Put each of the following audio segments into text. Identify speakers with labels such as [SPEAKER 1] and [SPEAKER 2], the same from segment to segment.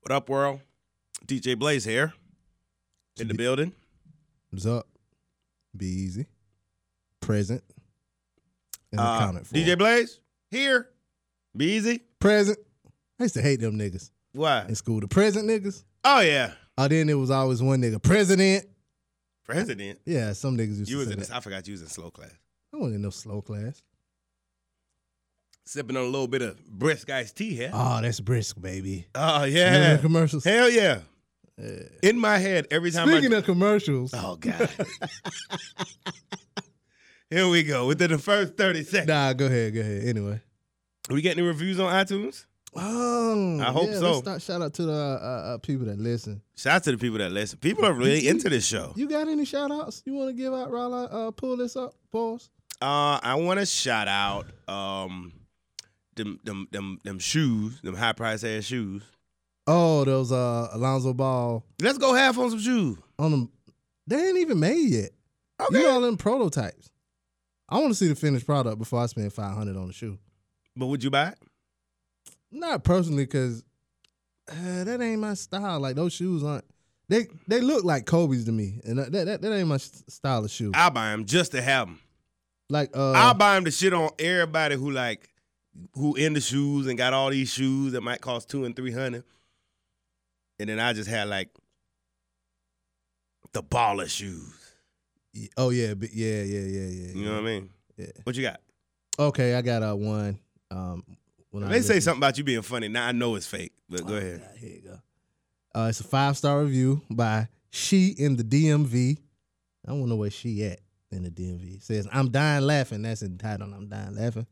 [SPEAKER 1] What up, world? DJ Blaze here in the building.
[SPEAKER 2] What's up? Be easy. Present. And
[SPEAKER 1] Uh,
[SPEAKER 2] accounted for.
[SPEAKER 1] DJ Blaze here. Be easy.
[SPEAKER 2] Present. I used to hate them niggas
[SPEAKER 1] Why?
[SPEAKER 2] in school. The present niggas.
[SPEAKER 1] Oh yeah,
[SPEAKER 2] Oh, then it was always one nigga. President.
[SPEAKER 1] president.
[SPEAKER 2] Yeah, some niggas used
[SPEAKER 1] You
[SPEAKER 2] to
[SPEAKER 1] was
[SPEAKER 2] say
[SPEAKER 1] in
[SPEAKER 2] that.
[SPEAKER 1] this. I forgot you was in slow class.
[SPEAKER 2] I wasn't in no slow class.
[SPEAKER 1] Sipping on a little bit of brisk iced tea here.
[SPEAKER 2] Oh, that's brisk, baby.
[SPEAKER 1] Oh
[SPEAKER 2] Remember
[SPEAKER 1] yeah,
[SPEAKER 2] the commercials?
[SPEAKER 1] hell yeah.
[SPEAKER 2] Yeah.
[SPEAKER 1] In my head every time. I,
[SPEAKER 2] Speaking of commercials,
[SPEAKER 1] oh god. here we go. Within the first thirty seconds,
[SPEAKER 2] nah, go ahead, go ahead. Anyway.
[SPEAKER 1] we get any reviews on iTunes?
[SPEAKER 2] Oh,
[SPEAKER 1] I hope
[SPEAKER 2] yeah,
[SPEAKER 1] so.
[SPEAKER 2] let's start- shout out to the uh, uh, uh, people that listen.
[SPEAKER 1] Shout out to the people that listen. People are really into this show.
[SPEAKER 2] You got any shout outs you want to give out, Rolla? Uh, pull this up, pause.
[SPEAKER 1] Uh, I want to shout out um, them them them them shoes, them high price ass shoes.
[SPEAKER 2] Oh, those uh, Alonzo Ball
[SPEAKER 1] Let's go half on some shoes.
[SPEAKER 2] on them. They ain't even made yet.
[SPEAKER 1] Okay.
[SPEAKER 2] You all in prototypes. I want to see the finished product before I spend five hundred on the shoe.
[SPEAKER 1] But would you buy it?
[SPEAKER 2] Not personally, cause uh, that ain't my style. Like those shoes aren't. They they look like Kobe's to me, and that that, that ain't my s- style of shoe.
[SPEAKER 1] I'll buy them just to have them.
[SPEAKER 2] like Mm. uh,
[SPEAKER 1] I'll buy them to shit on everybody who like who in the shoes and got all these shoes that might cost two and three hundred. And then I just had like the baller shoes.
[SPEAKER 2] y- oh yeah, but yeah, yeah, yeah, yeah.
[SPEAKER 1] You know what I mean?
[SPEAKER 2] Yeah.
[SPEAKER 1] What you got?
[SPEAKER 2] Okay, I got uh, one. Um, when I
[SPEAKER 1] They say
[SPEAKER 2] listened-
[SPEAKER 1] something about you being funny. Now I know it's fake, but go
[SPEAKER 2] Oh,
[SPEAKER 1] ahead.
[SPEAKER 2] God, here you go. Uh, it's a five star review by She in the DMV. I don't know where she at in the DMV. It says I'm dying laughing. That's entitled I'm dying laughing.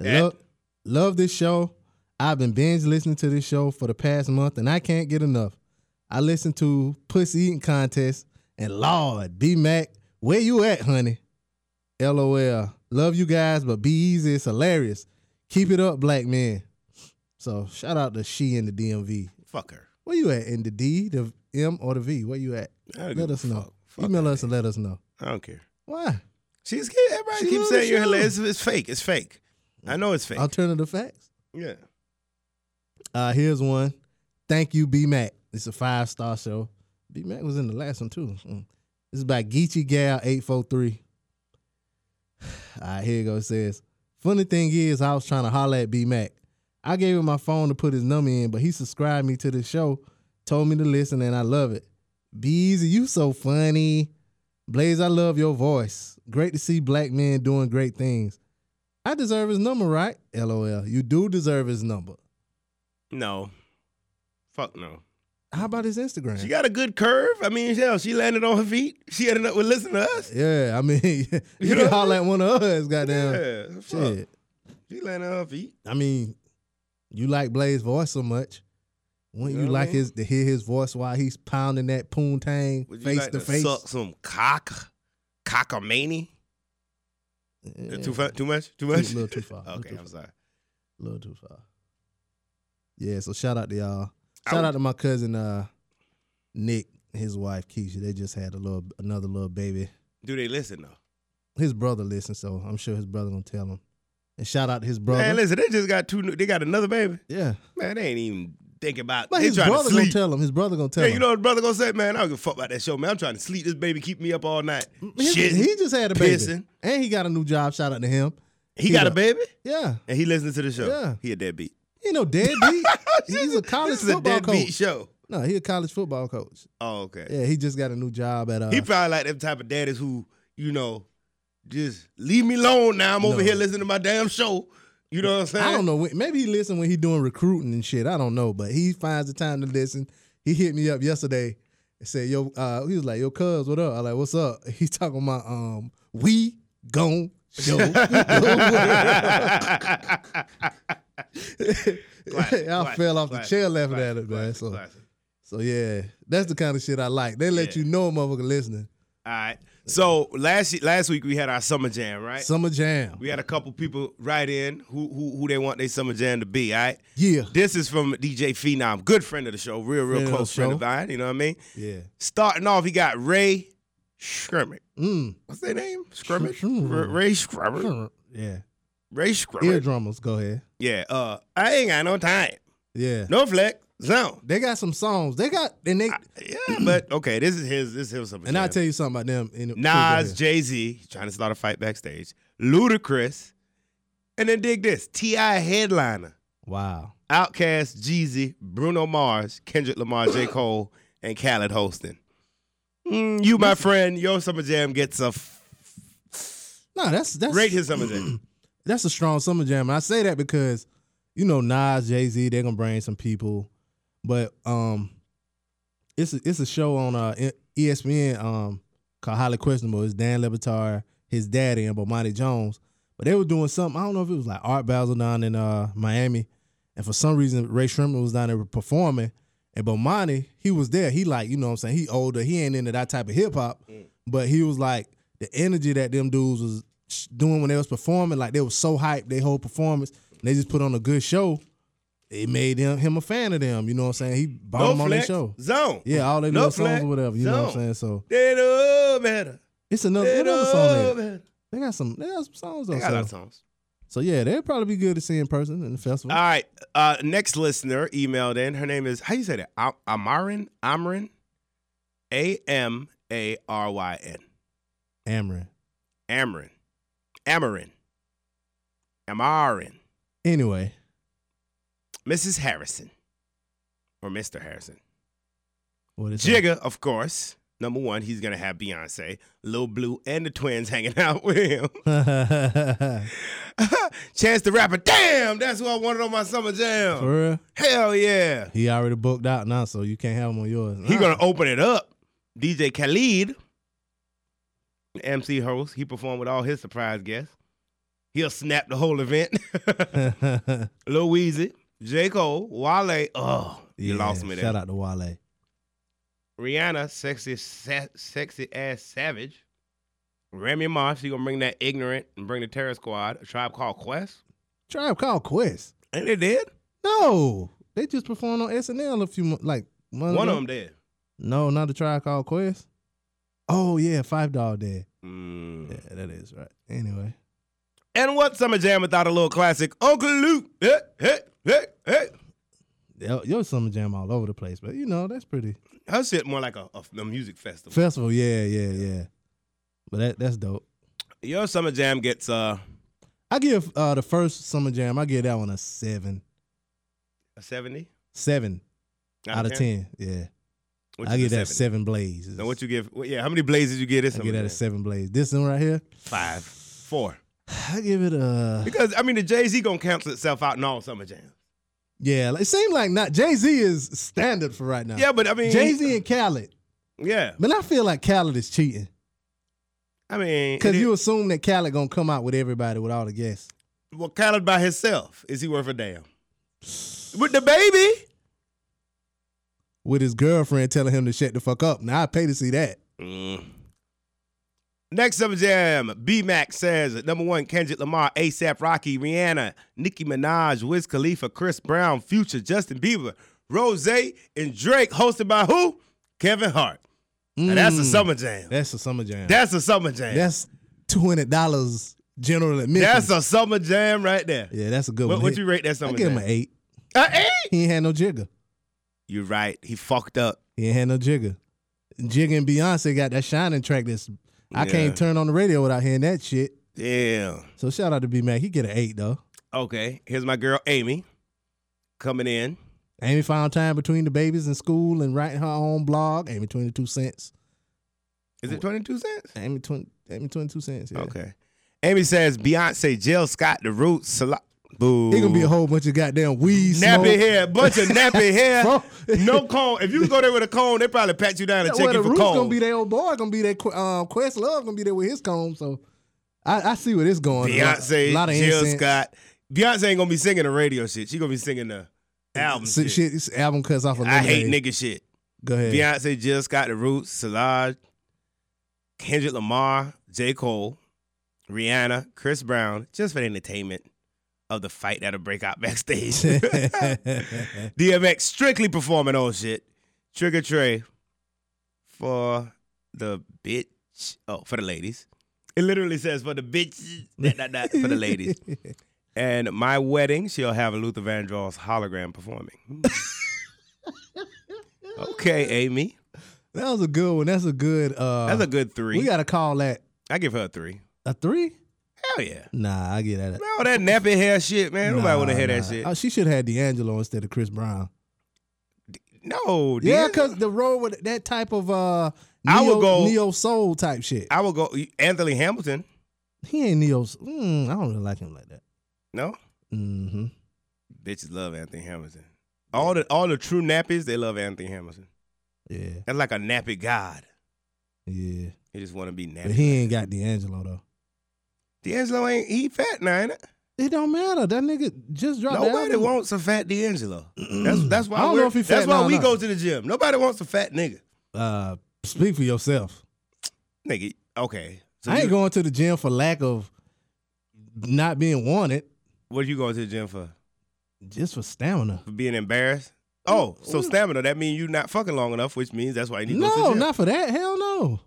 [SPEAKER 1] At-
[SPEAKER 2] Love, love this show. I've been binge listening to this show for the past month and I can't get enough. I listen to Pussy Eating Contest and Lord B Mac, where you at, honey? LOL. Love you guys, but be easy. It's hilarious. Keep it up, black men. So shout out to she in the DMV.
[SPEAKER 1] Fuck her.
[SPEAKER 2] Where you at? In the D, the M, or the V? Where you at?
[SPEAKER 1] I don't
[SPEAKER 2] Let
[SPEAKER 1] give a
[SPEAKER 2] us know.
[SPEAKER 1] fuck. Fuck
[SPEAKER 2] Email
[SPEAKER 1] her,
[SPEAKER 2] us and let us know.
[SPEAKER 1] I don't care.
[SPEAKER 2] Why?
[SPEAKER 1] She's keep, everybody
[SPEAKER 2] She
[SPEAKER 1] keeps
[SPEAKER 2] on
[SPEAKER 1] saying
[SPEAKER 2] the
[SPEAKER 1] you're
[SPEAKER 2] show.
[SPEAKER 1] hilarious. It's, it's fake. It's fake. I know it's fake.
[SPEAKER 2] Alternative facts.
[SPEAKER 1] yeah.
[SPEAKER 2] Uh, here's one. Thank you, B Mac. It's a five star show. B Mac was in the last one too. Mm. This is by Geechee Gal eight four three. All right, here it goes. It says, funny thing is, I was trying to holler at B Mac. I gave him my phone to put his number in, but he subscribed me to the show, told me to listen, and I love it. Beezy, you so funny. Blaze, I love your voice. Great to see black men doing great things. I deserve his number, right? LOL. You do deserve his number.
[SPEAKER 1] No. Fuck no.
[SPEAKER 2] How about his Instagram?
[SPEAKER 1] She got a good curve. I mean, hell, she landed on her feet. She ended up with listening to us.
[SPEAKER 2] yeah, I mean, you
[SPEAKER 1] know?
[SPEAKER 2] can holler at one of us, goddamn.
[SPEAKER 1] Yeah. Fuck.
[SPEAKER 2] Shit.
[SPEAKER 1] She landed on her feet.
[SPEAKER 2] I mean, you like Blaze voice so much. Wouldn't
[SPEAKER 1] You
[SPEAKER 2] you
[SPEAKER 1] know what I
[SPEAKER 2] like
[SPEAKER 1] mean?
[SPEAKER 2] his to hear his voice while he's pounding that poontang
[SPEAKER 1] Would you
[SPEAKER 2] face
[SPEAKER 1] like
[SPEAKER 2] to
[SPEAKER 1] to,
[SPEAKER 2] face?
[SPEAKER 1] suck some cock? Cockamani?
[SPEAKER 2] Yeah.
[SPEAKER 1] Too, fu- too much? Too
[SPEAKER 2] Too-
[SPEAKER 1] much?
[SPEAKER 2] little too far.
[SPEAKER 1] okay,
[SPEAKER 2] little too
[SPEAKER 1] I'm
[SPEAKER 2] far.
[SPEAKER 1] sorry.
[SPEAKER 2] little too far. Yeah, so shout out to y'all.
[SPEAKER 1] I
[SPEAKER 2] Shout
[SPEAKER 1] would-
[SPEAKER 2] out to my cousin uh, Nick, his wife Keisha. They just had a little another little baby.
[SPEAKER 1] Do they listen, though?
[SPEAKER 2] His brother listens, so I'm sure his brother gonna tell him. And shout out to his brother.
[SPEAKER 1] Man, listen, they just got two. New, they got another baby.
[SPEAKER 2] yeah.
[SPEAKER 1] Man, they ain't even thinking about
[SPEAKER 2] But
[SPEAKER 1] They
[SPEAKER 2] his
[SPEAKER 1] trying to
[SPEAKER 2] brother gonna
[SPEAKER 1] sleep.
[SPEAKER 2] tell him. His brother gonna tell
[SPEAKER 1] Yeah,
[SPEAKER 2] him.
[SPEAKER 1] you know what the brother gonna say, man? I don't give a fuck about that show, man. I'm trying to sleep. This baby keep me up all night.
[SPEAKER 2] His-
[SPEAKER 1] Shit.
[SPEAKER 2] He just had a baby,
[SPEAKER 1] pissing.
[SPEAKER 2] and he got a new job. Shout out to him.
[SPEAKER 1] He, got a
[SPEAKER 2] the-
[SPEAKER 1] baby
[SPEAKER 2] Yeah,
[SPEAKER 1] and he listens to the show.
[SPEAKER 2] Yeah.
[SPEAKER 1] He a deadbeat.
[SPEAKER 2] he ain't no deadbeat. He's a college
[SPEAKER 1] This is a
[SPEAKER 2] football
[SPEAKER 1] deadbeat
[SPEAKER 2] coach.
[SPEAKER 1] show.
[SPEAKER 2] No, he a college football coach.
[SPEAKER 1] Oh, okay.
[SPEAKER 2] Yeah, he just got a new job at. Uh,
[SPEAKER 1] He probably like them type of daddies who, you know, just leave me alone now. I'm over
[SPEAKER 2] No.
[SPEAKER 1] here listening to my damn show. You know what I'm saying?
[SPEAKER 2] I don't know. when- Maybe he listen when he doing recruiting and shit. I don't know, but he finds the time to listen. He hit me up yesterday and said, "Yo," uh, he was like, "Yo, cuz, what up?" I like, "What's up?" He talking about um, we gon' show. you the
[SPEAKER 1] Classic,
[SPEAKER 2] world. I fell off the
[SPEAKER 1] classic,
[SPEAKER 2] chair laughing
[SPEAKER 1] classic,
[SPEAKER 2] at it, man.
[SPEAKER 1] classic,
[SPEAKER 2] So.
[SPEAKER 1] classic.
[SPEAKER 2] So yeah, that's the kind of shit I like. They let
[SPEAKER 1] Yeah.
[SPEAKER 2] you know a motherfucker listening.
[SPEAKER 1] All right. So last last week we had our summer jam, right?
[SPEAKER 2] Summer Jam.
[SPEAKER 1] we had a couple people write in who who, who they want their summer jam to be. All right.
[SPEAKER 2] Yeah.
[SPEAKER 1] This is from DJ Phenom, good friend of the show, real real
[SPEAKER 2] Friend of the
[SPEAKER 1] close friend
[SPEAKER 2] show.
[SPEAKER 1] of mine. You know what I mean?
[SPEAKER 2] Yeah.
[SPEAKER 1] Starting off, he got Ray Scrimmage.
[SPEAKER 2] Mm.
[SPEAKER 1] What's their name? Scrimmage.
[SPEAKER 2] Scrimmage.
[SPEAKER 1] R- Ray Scrimmage.
[SPEAKER 2] Yeah.
[SPEAKER 1] Ray Scrimmage.
[SPEAKER 2] Eardrummers, go ahead.
[SPEAKER 1] Yeah. Uh, I ain't got no time.
[SPEAKER 2] Yeah.
[SPEAKER 1] No flex. zone.
[SPEAKER 2] They got some songs. They got and they
[SPEAKER 1] Yeah, but okay, this is his. This is his.
[SPEAKER 2] and I'll tell you something about them. In
[SPEAKER 1] Nas, Jay Z, trying to start a fight backstage. Ludacris, and then dig this: Ti headliner,
[SPEAKER 2] Wow.
[SPEAKER 1] Outkast, Jeezy, Bruno Mars, Kendrick Lamar, J Cole, and Khaled hosting. Mm, you, my friend, your summer jam gets a f-
[SPEAKER 2] No, that's that's
[SPEAKER 1] rate his summer jam.
[SPEAKER 2] that's a strong summer jam. And I say that because, you know, Nas, Jay Z, they're gonna bring some people, but um, it's a, it's a show on uh E- ESPN um called Highly Questionable. It's Dan LeBatar, his daddy, and Bomani Jones. But they were doing something. I don't know if it was like Art Basel down in uh Miami, and for some reason Ray Sherman was down there performing, and Bomani he was there. He like you know what I'm saying he older. He ain't into that type of hip hop, but he was like the energy that them dudes was sh- doing when they was performing, like they was so hyped, their whole performance, and they just put on a good show. It made him him a fan of them. You know what I'm saying? He bought
[SPEAKER 1] No
[SPEAKER 2] him on their
[SPEAKER 1] flex,
[SPEAKER 2] show.
[SPEAKER 1] zone.
[SPEAKER 2] Yeah, all they
[SPEAKER 1] No
[SPEAKER 2] little songs
[SPEAKER 1] flex,
[SPEAKER 2] or whatever. You know what
[SPEAKER 1] zone.
[SPEAKER 2] I'm saying? So
[SPEAKER 1] They know better.
[SPEAKER 2] it's another
[SPEAKER 1] They
[SPEAKER 2] what other
[SPEAKER 1] know
[SPEAKER 2] song they got?
[SPEAKER 1] better.
[SPEAKER 2] They got some they got some songs
[SPEAKER 1] They
[SPEAKER 2] on
[SPEAKER 1] oh, got a lot of
[SPEAKER 2] so.
[SPEAKER 1] songs.
[SPEAKER 2] so yeah, they'd probably be good to see in person in the festival.
[SPEAKER 1] All right. Uh, next listener emailed in. Her name is how you say that? Am- Amarin. Amarin. A M A R Y N.
[SPEAKER 2] Amrin.
[SPEAKER 1] Amarin. Amarin. Amarin.
[SPEAKER 2] Anyway,
[SPEAKER 1] Mrs. Harrison, or Mr. Harrison.
[SPEAKER 2] what is
[SPEAKER 1] Jigga, of course. Number one, he's gonna have Beyonce, Lil Blue, and the twins hanging out with him.
[SPEAKER 2] that?
[SPEAKER 1] Chance the rapper. Damn, that's who I wanted on my summer jam.
[SPEAKER 2] For real?
[SPEAKER 1] Hell yeah.
[SPEAKER 2] He already booked out now, so you can't have him on yours.
[SPEAKER 1] He
[SPEAKER 2] Nah.
[SPEAKER 1] gonna open it up. DJ Khalid, MC host, he performed with all his surprise guests. He'll snap the whole event. Lil Weezy, J. Cole, Wale. Oh, you
[SPEAKER 2] Yeah,
[SPEAKER 1] lost me there.
[SPEAKER 2] Shout out to Wale.
[SPEAKER 1] Rihanna, sexy, sa- sexy ass savage. Remy Ma, she gonna bring that ignorant and bring the terror squad. A tribe called Quest.
[SPEAKER 2] Tribe Called Quest.
[SPEAKER 1] And they did.
[SPEAKER 2] No, they just performed on SNL a few mo- like months
[SPEAKER 1] One of
[SPEAKER 2] ago.
[SPEAKER 1] them did.
[SPEAKER 2] No, not the Tribe Called Quest. Oh yeah, Five Dog Dead.
[SPEAKER 1] Mm.
[SPEAKER 2] Yeah, that is right. Anyway,
[SPEAKER 1] And what summer jam without a little classic? Uncle Luke. Hey, hey, hey, hey.
[SPEAKER 2] yo, your summer jam all over the place, but you know that's pretty
[SPEAKER 1] Her shit more like a, a, a music festival.
[SPEAKER 2] festival. Yeah, yeah, yeah. But that that's dope.
[SPEAKER 1] Your summer jam gets uh,
[SPEAKER 2] I give uh the first summer jam. I give that one a seven,
[SPEAKER 1] a 70
[SPEAKER 2] seven out of ten. Yeah,
[SPEAKER 1] What
[SPEAKER 2] I
[SPEAKER 1] you
[SPEAKER 2] give
[SPEAKER 1] give
[SPEAKER 2] that seven blazes.
[SPEAKER 1] Now what you give? Well, yeah, how many blazes you get this
[SPEAKER 2] I
[SPEAKER 1] summer?
[SPEAKER 2] give that
[SPEAKER 1] jam?
[SPEAKER 2] a seven blaze. This one right here,
[SPEAKER 1] Five, four.
[SPEAKER 2] I give it a
[SPEAKER 1] Because I mean, the Jay Z gonna cancel itself out in all summer jams.
[SPEAKER 2] yeah. It seemed like not Jay Z is standard for right now.
[SPEAKER 1] Yeah, but I mean,
[SPEAKER 2] Jay Z and Khaled.
[SPEAKER 1] Yeah,
[SPEAKER 2] But I feel like Khaled is cheating
[SPEAKER 1] I mean,
[SPEAKER 2] because
[SPEAKER 1] it is-
[SPEAKER 2] you assume that Khaled gonna come out with everybody with all the guests.
[SPEAKER 1] Well, Khaled by himself, is he worth a damn? With the baby?
[SPEAKER 2] with his girlfriend telling him to shut the fuck up. Now I pay to see that.
[SPEAKER 1] Next up, Jam. B Mac says number one, Kendrick Lamar, ASAP Rocky, Rihanna, Nicki Minaj, Wiz Khalifa, Chris Brown, Future, Justin Bieber, Rose, and Drake, hosted by who? Kevin Hart. Now, that's a
[SPEAKER 2] Mm.
[SPEAKER 1] summer jam.
[SPEAKER 2] That's a summer jam.
[SPEAKER 1] That's a summer jam. That's,
[SPEAKER 2] that's two hundred dollars general admission.
[SPEAKER 1] a summer jam right there.
[SPEAKER 2] yeah, that's a good
[SPEAKER 1] What
[SPEAKER 2] one.
[SPEAKER 1] would you rate that
[SPEAKER 2] I
[SPEAKER 1] summer
[SPEAKER 2] give
[SPEAKER 1] jam?
[SPEAKER 2] him an eight.
[SPEAKER 1] An eight?
[SPEAKER 2] He ain't had no jigger.
[SPEAKER 1] You're right. He fucked up.
[SPEAKER 2] He ain't had no jigger. Jigga and Beyonce got that shining track. That's I
[SPEAKER 1] Yeah.
[SPEAKER 2] can't turn on the radio without hearing that shit.
[SPEAKER 1] Damn.
[SPEAKER 2] So shout out to B Mac. He get an eight though.
[SPEAKER 1] Okay. Here's my girl Amy coming in.
[SPEAKER 2] Amy found time between the babies and school and writing her own blog. Amy twenty two cents.
[SPEAKER 1] Is it 22 cents?
[SPEAKER 2] Amy twenty. Amy twenty two cents. Yeah.
[SPEAKER 1] Okay. Amy says Beyonce, Jill Scott, The Roots, Sal- Boo.
[SPEAKER 2] He gonna be a whole bunch of goddamn weed smoke.
[SPEAKER 1] nappy hair, bunch of nappy hair.
[SPEAKER 2] Bro.
[SPEAKER 1] No cone. If you go there with a cone, they probably pat you down and
[SPEAKER 2] Well,
[SPEAKER 1] check you
[SPEAKER 2] the
[SPEAKER 1] for
[SPEAKER 2] Root's gonna
[SPEAKER 1] cone.
[SPEAKER 2] be there. Old boy gonna be there. Qu- Um, Quest Love gonna be there with his comb. So I, I see where this going.
[SPEAKER 1] Beyonce,
[SPEAKER 2] a lot, a lot of
[SPEAKER 1] Jill
[SPEAKER 2] incense.
[SPEAKER 1] Scott. Beyonce ain't gonna be singing the radio shit. She gonna be singing the album
[SPEAKER 2] S-
[SPEAKER 1] shit.
[SPEAKER 2] shit, this album cuts off. a
[SPEAKER 1] I hate
[SPEAKER 2] lemonade.
[SPEAKER 1] nigga shit.
[SPEAKER 2] Go ahead.
[SPEAKER 1] Beyonce, Jill Scott, The Roots, Solange, Kendrick Lamar, J. Cole, Rihanna, Chris Brown, just for the entertainment of the fight that'll break out backstage. DMX strictly performing old shit. Trigger Trey for the bitch. Oh, for the ladies. It literally says for the bitch. Nah, nah, nah, for the ladies. And my wedding, she'll have Luther Vandross hologram performing. Okay, Amy.
[SPEAKER 2] That was a good one. That's a good. Uh,
[SPEAKER 1] That's a good three.
[SPEAKER 2] We gotta call that
[SPEAKER 1] I give her a three.
[SPEAKER 2] a three.
[SPEAKER 1] Hell yeah.
[SPEAKER 2] Nah, I get that.
[SPEAKER 1] Man, all that nappy hair shit, man. Nobody
[SPEAKER 2] Nah,
[SPEAKER 1] want to hear
[SPEAKER 2] nah.
[SPEAKER 1] that shit.
[SPEAKER 2] Oh, she should have had D'Angelo instead of Chris Brown.
[SPEAKER 1] No, dude.
[SPEAKER 2] Yeah, because the role with that type of uh, neo,
[SPEAKER 1] I would go-
[SPEAKER 2] neo soul type shit.
[SPEAKER 1] I will go Anthony Hamilton.
[SPEAKER 2] he ain't neo. Mm, I don't really like him like that.
[SPEAKER 1] No,
[SPEAKER 2] hmm
[SPEAKER 1] bitches love Anthony Hamilton. All the all the true nappies, they love Anthony Hamilton.
[SPEAKER 2] Yeah,
[SPEAKER 1] That's like a nappy god.
[SPEAKER 2] yeah.
[SPEAKER 1] He just want to be
[SPEAKER 2] But
[SPEAKER 1] nappy.
[SPEAKER 2] he ain't got D'Angelo though.
[SPEAKER 1] D'Angelo ain't he fat now? Ain't it?
[SPEAKER 2] It don't matter. That nigga just dropped. the
[SPEAKER 1] Nobody
[SPEAKER 2] album.
[SPEAKER 1] wants a fat D'Angelo. That's that's why
[SPEAKER 2] Mm. I don't
[SPEAKER 1] we're-
[SPEAKER 2] know if he fat
[SPEAKER 1] that's why
[SPEAKER 2] now or
[SPEAKER 1] we
[SPEAKER 2] not.
[SPEAKER 1] go to the gym. Nobody wants a fat nigga.
[SPEAKER 2] Uh, speak for yourself.
[SPEAKER 1] Nigga, okay. So
[SPEAKER 2] I ain't
[SPEAKER 1] you-
[SPEAKER 2] going to the gym for lack of not being wanted,
[SPEAKER 1] What are you going to the gym for?
[SPEAKER 2] just for stamina.
[SPEAKER 1] For being embarrassed? Oh, so
[SPEAKER 2] Ooh.
[SPEAKER 1] stamina. That means you not fucking long enough, which means that's why you need to go to the
[SPEAKER 2] No,
[SPEAKER 1] gym.
[SPEAKER 2] not for that. Hell no.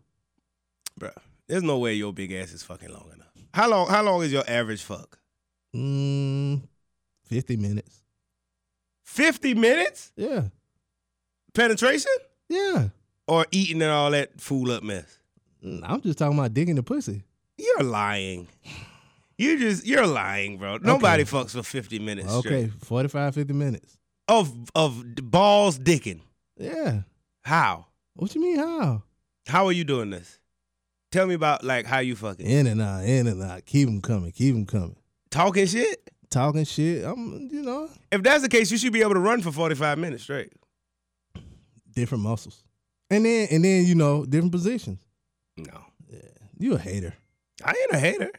[SPEAKER 1] Bruh, there's no way your big ass is fucking long enough. How long? How long is your average fuck?
[SPEAKER 2] Mm, Fifty minutes.
[SPEAKER 1] Fifty minutes
[SPEAKER 2] Yeah,
[SPEAKER 1] penetration
[SPEAKER 2] yeah.
[SPEAKER 1] or eating and all that fool up mess.
[SPEAKER 2] Mm, I'm just talking about digging the pussy.
[SPEAKER 1] You're lying. You just you're lying, bro. Nobody fucks for fifty minutes
[SPEAKER 2] okay,
[SPEAKER 1] straight
[SPEAKER 2] 45, 50 minutes.
[SPEAKER 1] of of balls dicking.
[SPEAKER 2] Yeah.
[SPEAKER 1] How?
[SPEAKER 2] What you mean how?
[SPEAKER 1] How are you doing this? Tell me about like how you fucking
[SPEAKER 2] In and out, in and out. Keep them coming. Keep them coming.
[SPEAKER 1] talking shit.
[SPEAKER 2] Talking shit. I'm, you know,
[SPEAKER 1] If that's the case, you should be able to run for forty five minutes straight.
[SPEAKER 2] different muscles. And then, and then you know, different positions.
[SPEAKER 1] No,
[SPEAKER 2] You a hater.
[SPEAKER 1] I ain't a hater.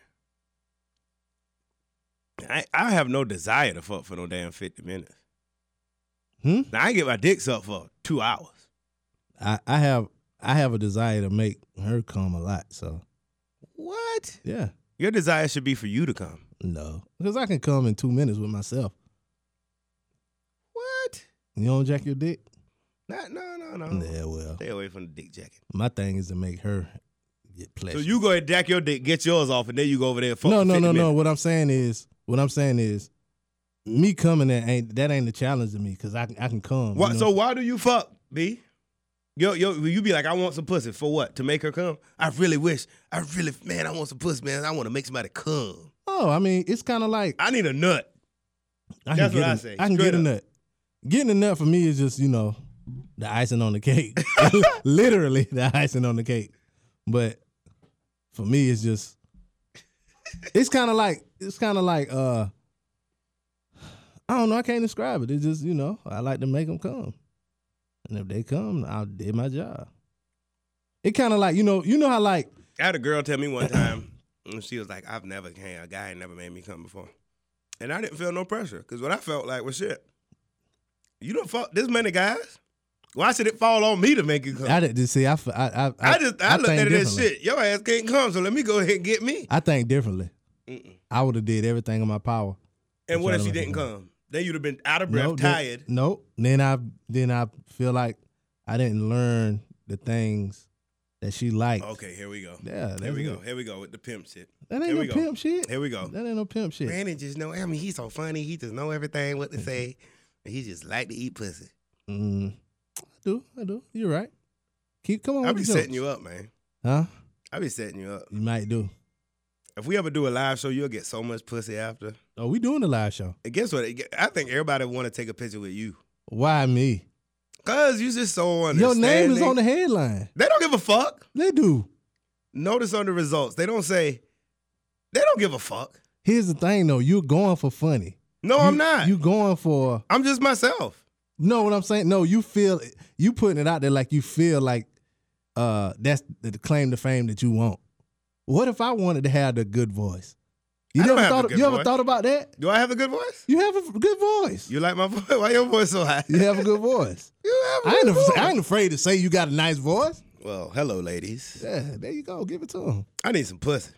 [SPEAKER 1] I I have no desire to fuck for no damn fifty minutes.
[SPEAKER 2] Hmm.
[SPEAKER 1] Now I get my dick sucked for two hours.
[SPEAKER 2] I, I have, I have a desire to make her come a lot. So
[SPEAKER 1] What?
[SPEAKER 2] yeah,
[SPEAKER 1] Your desire should be for you to come.
[SPEAKER 2] no, because I can come in two minutes with myself.
[SPEAKER 1] What?
[SPEAKER 2] You don't jack your dick.
[SPEAKER 1] Not no no no.
[SPEAKER 2] Yeah, well,
[SPEAKER 1] Stay away from the dick jacket.
[SPEAKER 2] my thing is to make her get pleasure.
[SPEAKER 1] So you go and jack your dick, get yours off, and then you go over there and fuck.
[SPEAKER 2] no,
[SPEAKER 1] for
[SPEAKER 2] no,
[SPEAKER 1] 50
[SPEAKER 2] no, no.
[SPEAKER 1] minutes.
[SPEAKER 2] What I'm saying is, what I'm saying is, me coming there ain't that ain't the challenge to me because I can I can come.
[SPEAKER 1] Why,
[SPEAKER 2] you know?
[SPEAKER 1] So why do you fuck, B? Yo, yo, you be like, I want some pussy for what? To make her come? I really wish. I really, man, I want some pussy, man. I want to make somebody come.
[SPEAKER 2] oh, I mean, it's kind of like
[SPEAKER 1] I need a nut.
[SPEAKER 2] I
[SPEAKER 1] That's
[SPEAKER 2] can
[SPEAKER 1] what
[SPEAKER 2] get
[SPEAKER 1] I
[SPEAKER 2] a-
[SPEAKER 1] say,
[SPEAKER 2] I can
[SPEAKER 1] straight
[SPEAKER 2] get a
[SPEAKER 1] up.
[SPEAKER 2] nut. Getting a nut for me is just you know the icing on the cake, literally the icing on the cake. But for me, it's just it's kind of like it's kind of like uh I don't know. I can't describe it. It's just you know I like to make them come, and if they come, I did my job. It kind of like you know you know how like
[SPEAKER 1] I had a girl tell me one time, and she was like, I've never came. A guy ain't never made me come before. And I didn't feel no pressure. Cause what I felt like was shit. You don't fuck this many guys. Why should it fall on me to make you come?
[SPEAKER 2] I
[SPEAKER 1] I,
[SPEAKER 2] didn't see. I f- I I,
[SPEAKER 1] just I, looked
[SPEAKER 2] think
[SPEAKER 1] at it as
[SPEAKER 2] differently.
[SPEAKER 1] shit. Your ass can't come, so let me go ahead and get me.
[SPEAKER 2] I think differently.
[SPEAKER 1] Mm-mm.
[SPEAKER 2] I would have did everything in my power.
[SPEAKER 1] And what
[SPEAKER 2] try
[SPEAKER 1] if
[SPEAKER 2] to
[SPEAKER 1] she
[SPEAKER 2] make
[SPEAKER 1] didn't
[SPEAKER 2] it work.
[SPEAKER 1] come? Then you'd have been out of breath,
[SPEAKER 2] Nope, then-
[SPEAKER 1] tired.
[SPEAKER 2] nope. Then I then I feel like I didn't learn the things that she liked.
[SPEAKER 1] Okay, here we go.
[SPEAKER 2] Yeah,
[SPEAKER 1] Here
[SPEAKER 2] that's
[SPEAKER 1] we go.
[SPEAKER 2] it.
[SPEAKER 1] Here we go with the pimp shit.
[SPEAKER 2] That ain't
[SPEAKER 1] Here
[SPEAKER 2] no
[SPEAKER 1] we go.
[SPEAKER 2] pimp shit.
[SPEAKER 1] Here we go.
[SPEAKER 2] That ain't no pimp shit.
[SPEAKER 1] Brandon just know. I mean, he's so funny. He just know everything what to say. And he just like to eat pussy.
[SPEAKER 2] Mm, I do. I do. You're right. Keep come on.
[SPEAKER 1] I'll
[SPEAKER 2] with
[SPEAKER 1] be
[SPEAKER 2] the
[SPEAKER 1] setting
[SPEAKER 2] jokes.
[SPEAKER 1] you up, man.
[SPEAKER 2] Huh?
[SPEAKER 1] I'll be setting you up.
[SPEAKER 2] You might do.
[SPEAKER 1] If we ever do a live show, you'll get so much pussy after.
[SPEAKER 2] Oh, we doing the live show.
[SPEAKER 1] And guess what? I think everybody want to take a picture with you.
[SPEAKER 2] Why me?
[SPEAKER 1] Cause you just so
[SPEAKER 2] Your
[SPEAKER 1] understanding.
[SPEAKER 2] name is on the headline.
[SPEAKER 1] They don't give a fuck.
[SPEAKER 2] They do.
[SPEAKER 1] Notice on the results. They don't say. They don't give a fuck.
[SPEAKER 2] Here's the thing though. You're going for funny.
[SPEAKER 1] No,
[SPEAKER 2] You-
[SPEAKER 1] I'm not.
[SPEAKER 2] You going for
[SPEAKER 1] I'm just myself.
[SPEAKER 2] No, what I'm saying, no, you feel you putting it out there like you feel like uh that's the the claim to fame that you want. What if I wanted to have the good voice? You
[SPEAKER 1] I don't
[SPEAKER 2] never
[SPEAKER 1] have a
[SPEAKER 2] thought
[SPEAKER 1] good
[SPEAKER 2] you ever
[SPEAKER 1] voice.
[SPEAKER 2] thought about that?
[SPEAKER 1] Do I have a good voice?
[SPEAKER 2] You have a f- good voice.
[SPEAKER 1] You like my voice? Why your voice so high?
[SPEAKER 2] You have a good voice.
[SPEAKER 1] You have a
[SPEAKER 2] I ain't,
[SPEAKER 1] good
[SPEAKER 2] af-
[SPEAKER 1] voice.
[SPEAKER 2] I ain't afraid to say you got a nice voice.
[SPEAKER 1] Well, hello, ladies.
[SPEAKER 2] Yeah, there you go. Give it to him.
[SPEAKER 1] I need some pussy.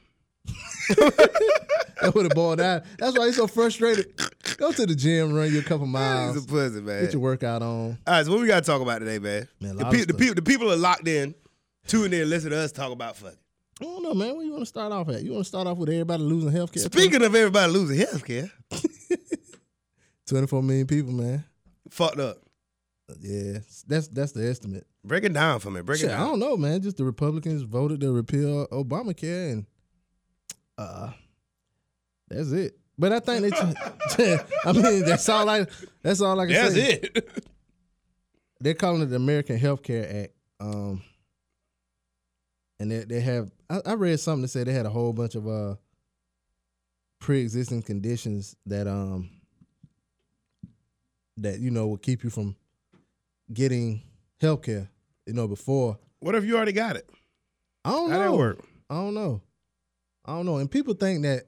[SPEAKER 2] That would have boiled down. That's why he's so frustrated. Go to the gym, run you a
[SPEAKER 1] I
[SPEAKER 2] couple
[SPEAKER 1] need some
[SPEAKER 2] miles,
[SPEAKER 1] pussy, man.
[SPEAKER 2] get your workout on.
[SPEAKER 1] All right, so what we got to talk about today, man?
[SPEAKER 2] Man, a
[SPEAKER 1] the,
[SPEAKER 2] lot
[SPEAKER 1] pe-
[SPEAKER 2] of
[SPEAKER 1] the,
[SPEAKER 2] stuff.
[SPEAKER 1] pe- the people are locked in, tuned in, listen to us talk about fucking.
[SPEAKER 2] I don't know, man. Where you want to start off at? You want to start off with everybody losing health care?
[SPEAKER 1] Speaking of everybody losing healthcare,
[SPEAKER 2] 24 million people, man.
[SPEAKER 1] fucked up.
[SPEAKER 2] Yeah, that's that's the estimate.
[SPEAKER 1] Break it down for me. Break
[SPEAKER 2] Shit,
[SPEAKER 1] it
[SPEAKER 2] I
[SPEAKER 1] down.
[SPEAKER 2] don't know, man. Just the Republicans voted to repeal Obamacare, and uh, that's it. But I think they. I mean, that's all I. That's all I can
[SPEAKER 1] That's
[SPEAKER 2] say.
[SPEAKER 1] it.
[SPEAKER 2] They're calling it the American Health Care Act. Um, and they they have. I, I read something that said they had a whole bunch of uh pre-existing conditions that um that you know will keep you from getting health care. You know, before
[SPEAKER 1] what if you already got it?
[SPEAKER 2] I don't
[SPEAKER 1] How
[SPEAKER 2] know.
[SPEAKER 1] that work?
[SPEAKER 2] I don't know. I don't know. And people think that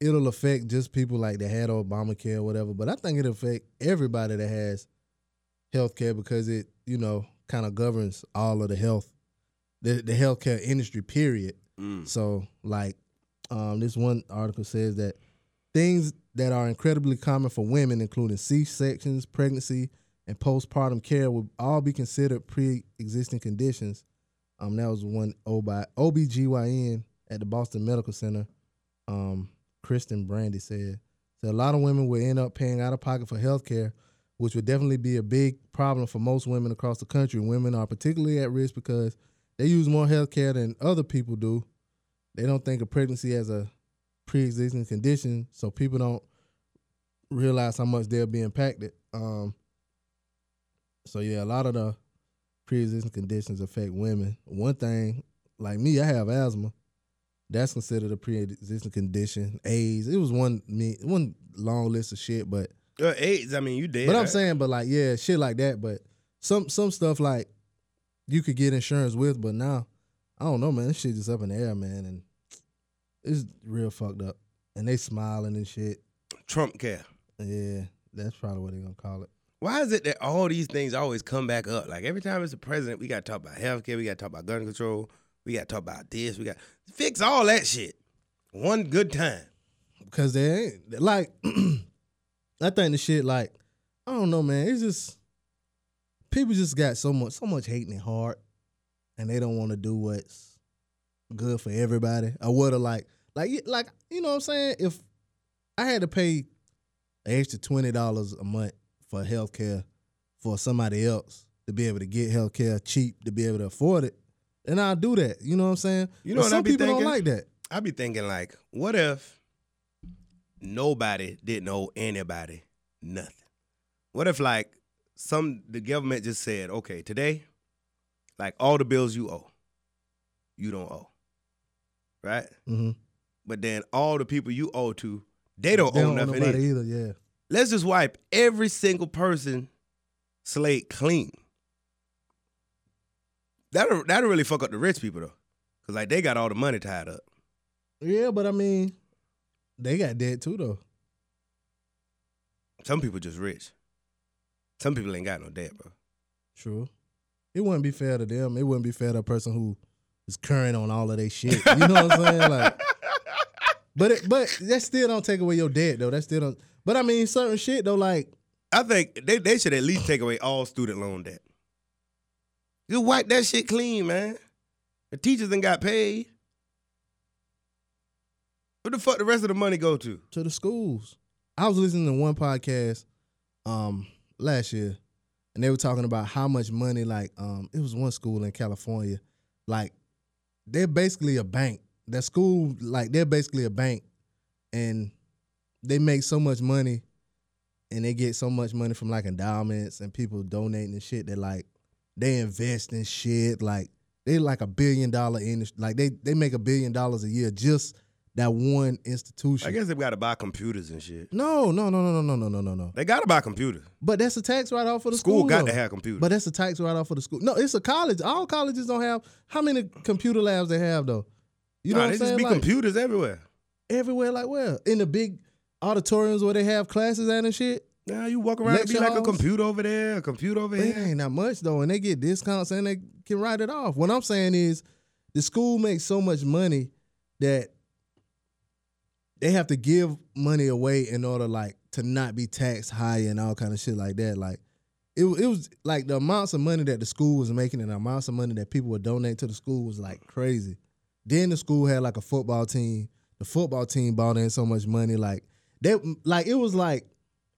[SPEAKER 2] it'll affect just people like that had Obamacare or whatever, but I think it'll affect everybody that has health care because it, you know, kind of governs all of the health, the, the healthcare industry, period.
[SPEAKER 1] Mm.
[SPEAKER 2] So, like, um, this one article says that things that are incredibly common for women, including C sections, pregnancy, and postpartum care, will all be considered pre existing conditions. Um, that was one O by OBGYN at the Boston Medical Center. Um, Kristen Brandy said. So a lot of women will end up paying out of pocket for health care, which would definitely be a big problem for most women across the country. Women are particularly at risk because they use more health care than other people do. They don't think of pregnancy as a pre existing condition, so people don't realize how much they'll be impacted. Um, so yeah, a lot of the pre-existing conditions affect women. One thing, like me, I have asthma. That's considered a pre-existing condition. AIDS. It was one me one long list of shit, but
[SPEAKER 1] Uh, AIDS. I mean, you dead.
[SPEAKER 2] but I'm
[SPEAKER 1] right?
[SPEAKER 2] saying, but like yeah, shit like that. But some some stuff like you could get insurance with, but now I don't know, man. This shit just up in the air, man, and it's real fucked up. And they smiling and shit.
[SPEAKER 1] Trump care.
[SPEAKER 2] Yeah, that's probably what they gonna call it.
[SPEAKER 1] Why is it that all these things always come back up? Like every time it's a president, we got to talk about healthcare, we got to talk about gun control, we got to talk about this, we got fix all that shit. One good time.
[SPEAKER 2] Cause they ain't like I think the shit like I don't know man. It's just people just got so much so much hate in their heart and they don't want to do what's good for everybody. Or what are like like y- like you know what I'm saying? If I had to pay an extra twenty dollars a month for health care for somebody else to be able to get health care cheap to be able to afford it, then I'll do that. You know what I'm saying?
[SPEAKER 1] You know
[SPEAKER 2] But
[SPEAKER 1] what I
[SPEAKER 2] some
[SPEAKER 1] be
[SPEAKER 2] people
[SPEAKER 1] thinking?
[SPEAKER 2] don't like that.
[SPEAKER 1] I be thinking like, what if nobody didn't owe anybody nothing? What if like some the government just said, okay, today, like all the bills you owe, you don't owe, right?
[SPEAKER 2] Mm-hmm.
[SPEAKER 1] But then all the people you owe to, they don't owe nothing. either.
[SPEAKER 2] nobody either. Yeah.
[SPEAKER 1] let's just wipe every single person slate clean. That'll that'll really fuck up the rich people though. Cause like they got all the money tied up.
[SPEAKER 2] Yeah, but I mean, they got dead too though.
[SPEAKER 1] Some people just rich. Some people ain't got no debt, bro.
[SPEAKER 2] True. It wouldn't be fair to them. It wouldn't be fair to a person who is current on all of their shit. You know what I'm saying? Like, but it, but that still don't take away your debt though. That still don't. But I mean, certain shit though, like
[SPEAKER 1] I think they, they should at least take away all student loan debt. You wipe that shit clean, man. The teachers done got paid. What the fuck the rest of the money go to?
[SPEAKER 2] to the schools. I was listening to one podcast um last year, and they were talking about how much money like um it was one school in California, like they're basically a bank. That school like they're basically a bank, and they make so much money, and they get so much money from like endowments and people donating and shit that like they invest in shit like they like a billion dollar industry like they they make a billion dollars a year just that one institution.
[SPEAKER 1] I guess they've got to buy computers and shit.
[SPEAKER 2] No, no, no, no, no, no, no, no, no.
[SPEAKER 1] They got to buy computers.
[SPEAKER 2] But that's a tax write off for the
[SPEAKER 1] School,
[SPEAKER 2] school.
[SPEAKER 1] got
[SPEAKER 2] though.
[SPEAKER 1] to have computers.
[SPEAKER 2] But that's a tax write off for the school. No, it's a college. All colleges don't have how many computer labs they have though. You know
[SPEAKER 1] Nah,
[SPEAKER 2] what I'm
[SPEAKER 1] they
[SPEAKER 2] saying?
[SPEAKER 1] just be
[SPEAKER 2] Like,
[SPEAKER 1] computers everywhere.
[SPEAKER 2] everywhere, like where in the big auditoriums where they have classes at and shit.
[SPEAKER 1] Now you walk around and be
[SPEAKER 2] Lecture
[SPEAKER 1] like a
[SPEAKER 2] halls.
[SPEAKER 1] computer over there, a computer over
[SPEAKER 2] But it
[SPEAKER 1] here.
[SPEAKER 2] ain't that much though, and they get discounts and they can write it off. What I'm saying is, the school makes so much money that they have to give money away in order like to not be taxed higher and all kind of shit like that. Like it, it was like the amounts of money that the school was making and the amounts of money that people would donate to the school was like crazy. Then the school had like a football team. The football team bought in so much money, like they like it was like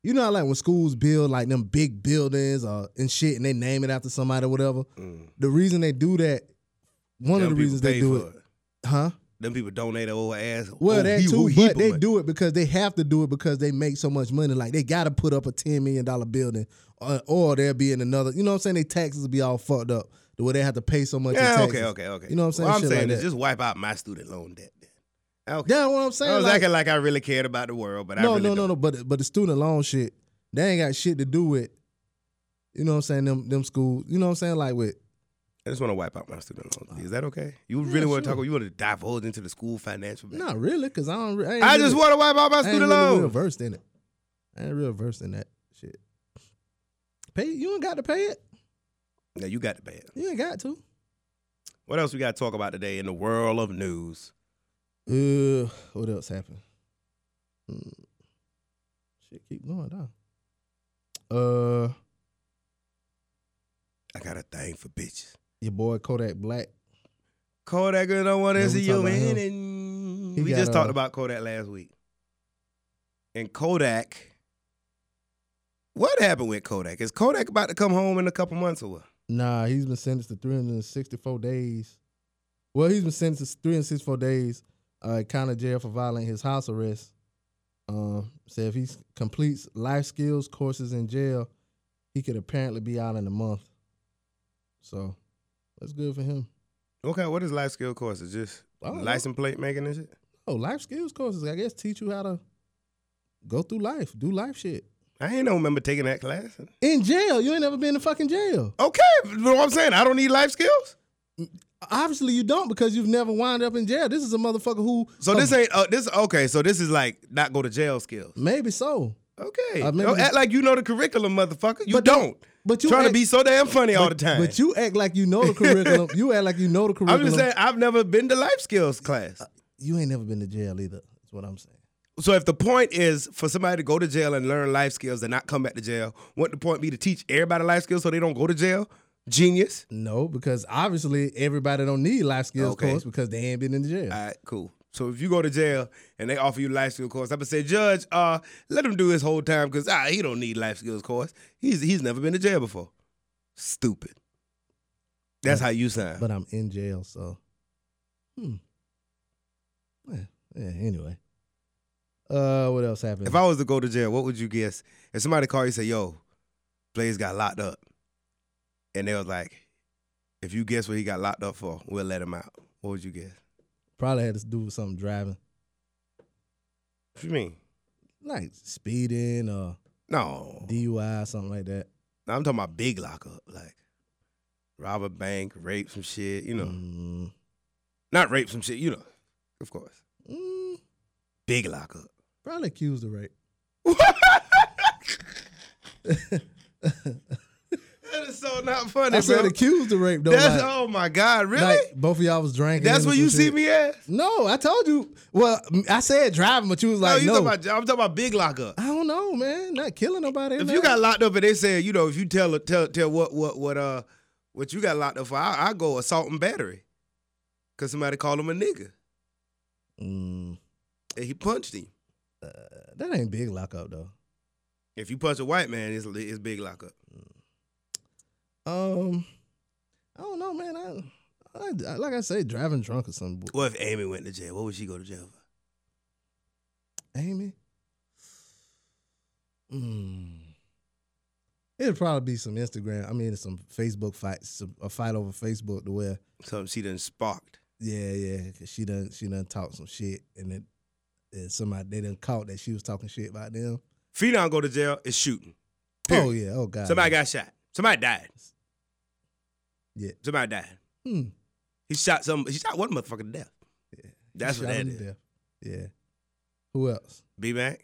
[SPEAKER 2] You know, how, like when schools build like them big buildings or and shit, and they name it after somebody or whatever.
[SPEAKER 1] Mm.
[SPEAKER 2] The reason they do that, one
[SPEAKER 1] Them
[SPEAKER 2] of the
[SPEAKER 1] people
[SPEAKER 2] reasons they
[SPEAKER 1] pay
[SPEAKER 2] do
[SPEAKER 1] for
[SPEAKER 2] it, huh?
[SPEAKER 1] Them people donate their old ass.
[SPEAKER 2] Well,
[SPEAKER 1] oh,
[SPEAKER 2] that
[SPEAKER 1] he- oh,
[SPEAKER 2] too,
[SPEAKER 1] he
[SPEAKER 2] but they
[SPEAKER 1] much.
[SPEAKER 2] do it because they have to do it because they make so much money. Like they got to put up a ten million dollar building, or, or they'll be in another. You know what I'm saying? They taxes will be all fucked up the way they have to pay so much. in
[SPEAKER 1] Yeah,
[SPEAKER 2] taxes.
[SPEAKER 1] okay, okay, okay.
[SPEAKER 2] You know what I'm saying?
[SPEAKER 1] Well, I'm
[SPEAKER 2] Shit
[SPEAKER 1] saying
[SPEAKER 2] like
[SPEAKER 1] is
[SPEAKER 2] that.
[SPEAKER 1] just wipe out my student loan debt. then. Okay.
[SPEAKER 2] That's what I'm saying.
[SPEAKER 1] I was
[SPEAKER 2] like-
[SPEAKER 1] acting like I really cared about the world, but I
[SPEAKER 2] no,
[SPEAKER 1] really
[SPEAKER 2] no, no,
[SPEAKER 1] don't.
[SPEAKER 2] no. But but the student loan shit, they ain't got shit to do with. You know what I'm saying? Them them schools. You know what I'm saying? Like with
[SPEAKER 1] I just want to wipe out my student loan. Is that okay? You really want to
[SPEAKER 2] sure.
[SPEAKER 1] talk? You want to divulge into the school financial? back-
[SPEAKER 2] not really, cause I don't. re- I, ain't
[SPEAKER 1] I
[SPEAKER 2] really,
[SPEAKER 1] just want to wipe out my
[SPEAKER 2] I ain't
[SPEAKER 1] student
[SPEAKER 2] really
[SPEAKER 1] loan.
[SPEAKER 2] real versed in it. I ain't real versed in that shit. Pay you ain't got to pay it.
[SPEAKER 1] Yeah, you got the bad.
[SPEAKER 2] You ain't got to.
[SPEAKER 1] What else we got to talk about today in the world of news?
[SPEAKER 2] Uh, what else happened? Hmm. Shit, keep going down. Uh,
[SPEAKER 1] I got a thing for bitches.
[SPEAKER 2] your boy Kodak Black.
[SPEAKER 1] Kodak girl don't want
[SPEAKER 2] Yeah,
[SPEAKER 1] to
[SPEAKER 2] we
[SPEAKER 1] see
[SPEAKER 2] talked
[SPEAKER 1] you
[SPEAKER 2] about
[SPEAKER 1] in.
[SPEAKER 2] him.
[SPEAKER 1] And
[SPEAKER 2] He
[SPEAKER 1] we
[SPEAKER 2] got,
[SPEAKER 1] just talked
[SPEAKER 2] uh,
[SPEAKER 1] about Kodak last week. And Kodak, what happened with Kodak? Is Kodak about to come home in a couple months or what?
[SPEAKER 2] Nah, he's been sentenced to 364 days. Well, he's been sentenced to 364 days uh, in county jail for violating his house arrest. Um, said if he s- completes life skills courses in jail, he could apparently be out in a month. So that's good for him.
[SPEAKER 1] Okay, what is life skill courses? Just
[SPEAKER 2] I don't know.
[SPEAKER 1] license plate making and shit?
[SPEAKER 2] Oh, life skills courses, I guess, teach you how to go through life, do life shit.
[SPEAKER 1] I ain't no remember taking that class.
[SPEAKER 2] In jail, you ain't never been in fucking jail.
[SPEAKER 1] Okay, you know what I'm saying? I don't need life skills.
[SPEAKER 2] Obviously, you don't because you've never wound up in jail. This is a motherfucker who.
[SPEAKER 1] So this ain't uh, this okay. So this is like not go to jail skills.
[SPEAKER 2] Maybe so.
[SPEAKER 1] Okay,
[SPEAKER 2] I remember
[SPEAKER 1] don't
[SPEAKER 2] this-
[SPEAKER 1] act like you know the curriculum, motherfucker. You
[SPEAKER 2] But don't-
[SPEAKER 1] don't.
[SPEAKER 2] But you
[SPEAKER 1] Trying to
[SPEAKER 2] act-
[SPEAKER 1] be so damn funny all the
[SPEAKER 2] but-
[SPEAKER 1] time.
[SPEAKER 2] But you act like you know the curriculum. you act like you know the curriculum.
[SPEAKER 1] I'm just saying I've never been to life skills class.
[SPEAKER 2] you ain't never been to jail either. That's what I'm saying.
[SPEAKER 1] So if the point is for somebody to go to jail and learn life skills and not come back to jail, wouldn't the point be to teach everybody life skills so they don't go to jail? Genius.
[SPEAKER 2] No, because obviously everybody don't need life skills
[SPEAKER 1] Okay.
[SPEAKER 2] course because they ain't been in jail.
[SPEAKER 1] All right, cool. So if you go to jail and they offer you life skill course, I'm gonna say, Judge, uh, let him do his whole time because ah, he don't need life skills course. He's he's never been to jail before. Stupid. That's how you sound.
[SPEAKER 2] but I'm in jail, so hmm. Yeah, yeah, anyway. Uh, what else happened?
[SPEAKER 1] If I was to go to jail, what would you guess? If somebody called you and say, yo, Blaze got locked up. And they was like, if you guess what he got locked up for, we'll let him out. What would you guess?
[SPEAKER 2] Probably had to do with something driving,
[SPEAKER 1] What you mean?
[SPEAKER 2] like speeding or
[SPEAKER 1] No.
[SPEAKER 2] DUI, or something like that.
[SPEAKER 1] No, I'm talking about big lockup. Like rob a bank, rape some shit, you know.
[SPEAKER 2] Mm,
[SPEAKER 1] Not rape some shit, you know. Of course.
[SPEAKER 2] mm,
[SPEAKER 1] Big lockup.
[SPEAKER 2] probably accused of rape.
[SPEAKER 1] That is so not funny,
[SPEAKER 2] I said
[SPEAKER 1] bro.
[SPEAKER 2] accused of rape though.
[SPEAKER 1] That's
[SPEAKER 2] like-
[SPEAKER 1] oh my God, really?
[SPEAKER 2] Like, both of y'all was drinking.
[SPEAKER 1] That's
[SPEAKER 2] and
[SPEAKER 1] what
[SPEAKER 2] some
[SPEAKER 1] you see
[SPEAKER 2] shit.
[SPEAKER 1] me as?
[SPEAKER 2] No, I told you. Well, m- I said driving, but you was like,
[SPEAKER 1] no, you
[SPEAKER 2] no.
[SPEAKER 1] talking about I'm talking about big lockup.
[SPEAKER 2] I don't know, man. Not killing nobody.
[SPEAKER 1] If
[SPEAKER 2] man.
[SPEAKER 1] you got locked up and they said, you know, if you tell tell tell what what what uh what you got locked up for, I, I go assault and battery, cause somebody called him a nigga
[SPEAKER 2] Mm, uh,
[SPEAKER 1] and he punched him.
[SPEAKER 2] that ain't big lockup though.
[SPEAKER 1] If you punch a white man, it's it's big lockup.
[SPEAKER 2] Um, I don't know, man. I, I- I- like I say, driving drunk or something.
[SPEAKER 1] Well, if Amy went to jail? What would she go to jail for?
[SPEAKER 2] Amy. Mm. It'd probably be some Instagram. I mean, some Facebook fights, some, a fight over Facebook to where
[SPEAKER 1] Something she done sparked.
[SPEAKER 2] Yeah, yeah. 'cause she done she done talked some shit and then and somebody they done caught that she was talking shit about them.
[SPEAKER 1] Phenom go to jail is shooting.
[SPEAKER 2] Oh yeah, oh god.
[SPEAKER 1] Somebody got shot. Somebody died.
[SPEAKER 2] Yeah.
[SPEAKER 1] Somebody died.
[SPEAKER 2] Hmm.
[SPEAKER 1] He shot some. He shot one motherfucker to death.
[SPEAKER 2] Yeah.
[SPEAKER 1] That's what
[SPEAKER 2] Shot
[SPEAKER 1] that
[SPEAKER 2] him to
[SPEAKER 1] is.
[SPEAKER 2] death. Yeah. Who else?
[SPEAKER 1] B Mac.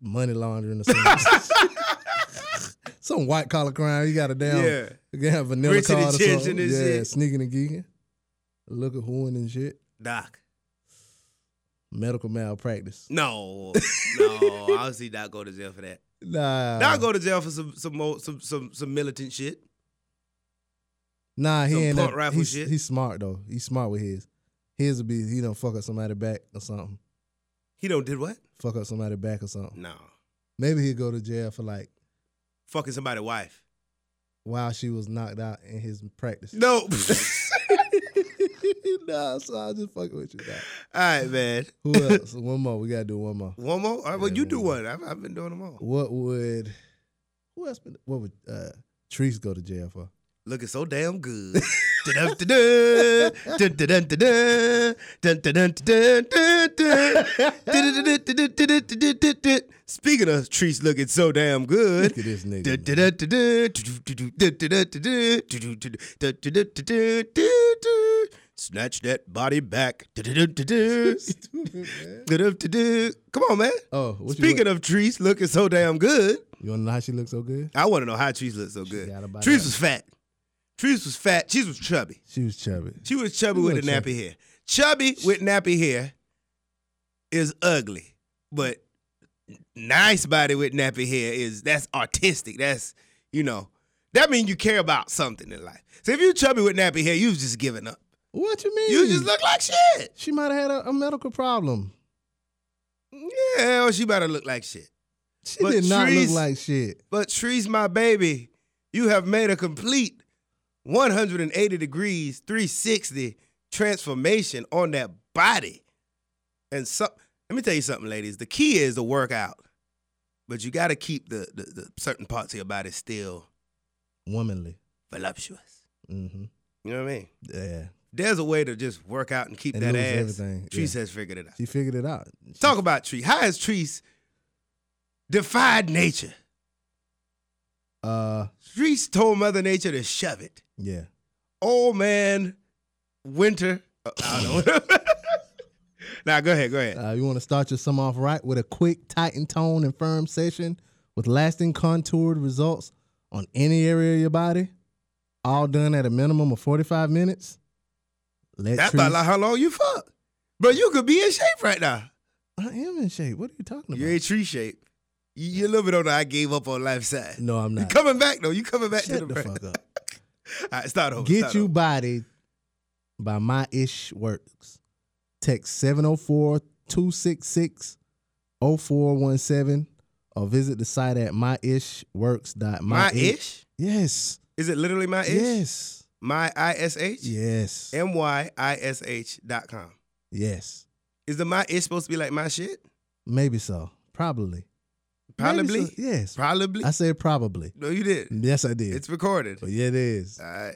[SPEAKER 2] Money laundering or something. some white collar crime. You got a damn
[SPEAKER 1] Yeah.
[SPEAKER 2] you got a vanilla
[SPEAKER 1] Rich and
[SPEAKER 2] card
[SPEAKER 1] the
[SPEAKER 2] or something.
[SPEAKER 1] chicks and
[SPEAKER 2] yeah,
[SPEAKER 1] this shit.
[SPEAKER 2] sneaking and geeking. Look at whoing and shit.
[SPEAKER 1] Doc.
[SPEAKER 2] Medical malpractice.
[SPEAKER 1] No. no. I'll see Doc go to jail for that.
[SPEAKER 2] Nah.
[SPEAKER 1] Now I go to jail for some some more, some some some militant shit.
[SPEAKER 2] Nah, he
[SPEAKER 1] Some
[SPEAKER 2] ain't
[SPEAKER 1] punk
[SPEAKER 2] that,
[SPEAKER 1] rifle
[SPEAKER 2] he's,
[SPEAKER 1] shit.
[SPEAKER 2] he's smart though. He's smart with his. His would be he don't fuck up somebody back or something.
[SPEAKER 1] He don't did what?
[SPEAKER 2] Fuck up somebody back or something.
[SPEAKER 1] No.
[SPEAKER 2] Maybe he'd go to jail for like
[SPEAKER 1] Fucking somebody's wife.
[SPEAKER 2] while she was knocked out in his practice.
[SPEAKER 1] No. All
[SPEAKER 2] nah, so I just fucking with you. Dog.
[SPEAKER 1] right, man.
[SPEAKER 2] Who else? one more. We gotta do one more.
[SPEAKER 1] One more? All right, well,
[SPEAKER 2] Yeah,
[SPEAKER 1] you
[SPEAKER 2] one
[SPEAKER 1] do
[SPEAKER 2] more.
[SPEAKER 1] one. I've, I've been doing them all.
[SPEAKER 2] What would? Who else? Been, what would uh, Treese go to jail for?
[SPEAKER 1] Looking so damn good. Dun, dun, dun, dun. Dun, dun, dun, dun. Dun, dun, dun, dun, dun, dun. Dun, dun, dun, dun, dun, dun, dun, dun, dun. Speaking of trees looking so damn good,
[SPEAKER 2] Look at this nigga. man.
[SPEAKER 1] Snatch that body back.
[SPEAKER 2] Stupid man.
[SPEAKER 1] Come on, man.
[SPEAKER 2] Oh, what
[SPEAKER 1] Speaking of trees looking so damn good,
[SPEAKER 2] you, want? you wanna know how she looks so good?
[SPEAKER 1] I want to know how trees look so good.
[SPEAKER 2] got about
[SPEAKER 1] Trees
[SPEAKER 2] that.
[SPEAKER 1] was fat. Trees was fat. Trees was chubby.
[SPEAKER 2] She was chubby.
[SPEAKER 1] She was chubby
[SPEAKER 2] She
[SPEAKER 1] with a
[SPEAKER 2] was
[SPEAKER 1] nappy hair. Chubby with nappy hair is ugly, but nice body with nappy hair is that's artistic. That's you know that means you care about something in life. So if you chubby with nappy hair, you was just giving up.
[SPEAKER 2] What you mean?
[SPEAKER 1] You just look like shit.
[SPEAKER 2] She might have had a, a medical problem.
[SPEAKER 1] Yeah, or she better look like shit.
[SPEAKER 2] She
[SPEAKER 1] But
[SPEAKER 2] did not
[SPEAKER 1] Treese-
[SPEAKER 2] look like shit.
[SPEAKER 1] But Trees, my baby, you have made a complete 180 degrees, 360 transformation on that body. And so, let me tell you something, ladies. The key is to work out, but you got to keep the, the, the certain parts of your body still
[SPEAKER 2] Womanly.
[SPEAKER 1] voluptuous.
[SPEAKER 2] Mm-hmm.
[SPEAKER 1] You know what I mean?
[SPEAKER 2] Yeah.
[SPEAKER 1] There's a way to just work out and keep
[SPEAKER 2] And
[SPEAKER 1] that
[SPEAKER 2] lose
[SPEAKER 1] ass.
[SPEAKER 2] everything.
[SPEAKER 1] Trees
[SPEAKER 2] Yeah.
[SPEAKER 1] has figured it out.
[SPEAKER 2] She figured it out. She-
[SPEAKER 1] Talk about Trees. How has Trees defied nature?
[SPEAKER 2] Uh,
[SPEAKER 1] Trees told Mother Nature to shove it.
[SPEAKER 2] yeah.
[SPEAKER 1] old man winter. Uh, I don't know. now go ahead, go ahead.
[SPEAKER 2] Uh, you want to start your sum off right with a quick, tight and tone and firm session with lasting contoured results on any area of your body, all done at a minimum of 45 minutes. Let
[SPEAKER 1] That's
[SPEAKER 2] Treese-
[SPEAKER 1] about like how long you fuck, bro. You could be in shape right now.
[SPEAKER 2] I am in shape. What are you talking about?
[SPEAKER 1] You ain't tree shape. You, you a little bit on the I gave up on life side.
[SPEAKER 2] no, I'm
[SPEAKER 1] You
[SPEAKER 2] not.
[SPEAKER 1] coming back though. You coming back to
[SPEAKER 2] Shut
[SPEAKER 1] the, Oh,
[SPEAKER 2] the
[SPEAKER 1] brand.
[SPEAKER 2] fuck up.
[SPEAKER 1] All right, start over.
[SPEAKER 2] Get
[SPEAKER 1] start
[SPEAKER 2] You
[SPEAKER 1] over.
[SPEAKER 2] Bodied by My Ish Works. Text 704-266-0417 or visit the site at myishworks.my.
[SPEAKER 1] my ish.
[SPEAKER 2] Yes.
[SPEAKER 1] Is it literally my ish? Eh,
[SPEAKER 2] Yes.
[SPEAKER 1] My i s h.
[SPEAKER 2] Yes.
[SPEAKER 1] M y i s h dot com.
[SPEAKER 2] Yes.
[SPEAKER 1] Is the my ish supposed to be like my shit?
[SPEAKER 2] Maybe so. Probably.
[SPEAKER 1] Probably.
[SPEAKER 2] Maybe so. Yes.
[SPEAKER 1] Probably.
[SPEAKER 2] I said probably.
[SPEAKER 1] no, you did. not
[SPEAKER 2] Yes, Oh, I did.
[SPEAKER 1] It's recorded.
[SPEAKER 2] but yeah, it is.
[SPEAKER 1] All right.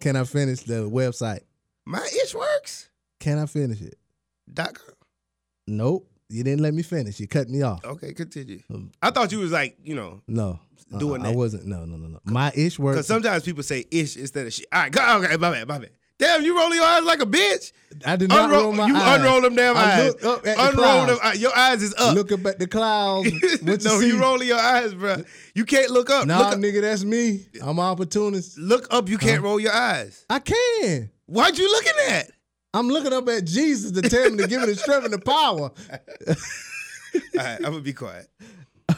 [SPEAKER 2] Can I finish the website?
[SPEAKER 1] My ish works.
[SPEAKER 2] Can I finish it?
[SPEAKER 1] Dot com.
[SPEAKER 2] Nope. You didn't let me finish. You cut me off.
[SPEAKER 1] Okay, continue.
[SPEAKER 2] Um,
[SPEAKER 1] I thought you was like, you know,
[SPEAKER 2] No. Uh-uh,
[SPEAKER 1] Doing
[SPEAKER 2] I
[SPEAKER 1] that.
[SPEAKER 2] wasn't. No, no, no, no. My ish works.
[SPEAKER 1] because sometimes people say ish instead of shit. All right, go, okay, my bad, my bad. Damn, you rolling your eyes like a bitch.
[SPEAKER 2] I did not roll
[SPEAKER 1] Unroll,
[SPEAKER 2] my
[SPEAKER 1] you
[SPEAKER 2] eyes.
[SPEAKER 1] unroll them damn
[SPEAKER 2] I
[SPEAKER 1] eyes.
[SPEAKER 2] look up at the
[SPEAKER 1] Unroll them.
[SPEAKER 2] clouds.
[SPEAKER 1] eye- Your eyes is up.
[SPEAKER 2] Look up at the clouds. What
[SPEAKER 1] no,
[SPEAKER 2] you see?
[SPEAKER 1] you rolling your eyes, bro. You can't look up.
[SPEAKER 2] Nah,
[SPEAKER 1] look, up.
[SPEAKER 2] nigga, that's me. I'm an opportunist.
[SPEAKER 1] look up. You can't
[SPEAKER 2] Huh?
[SPEAKER 1] roll your eyes.
[SPEAKER 2] I can.
[SPEAKER 1] What you looking at?
[SPEAKER 2] I'm looking up at Jesus to tell him to give me the strength and the power.
[SPEAKER 1] All right, I'm gonna be quiet.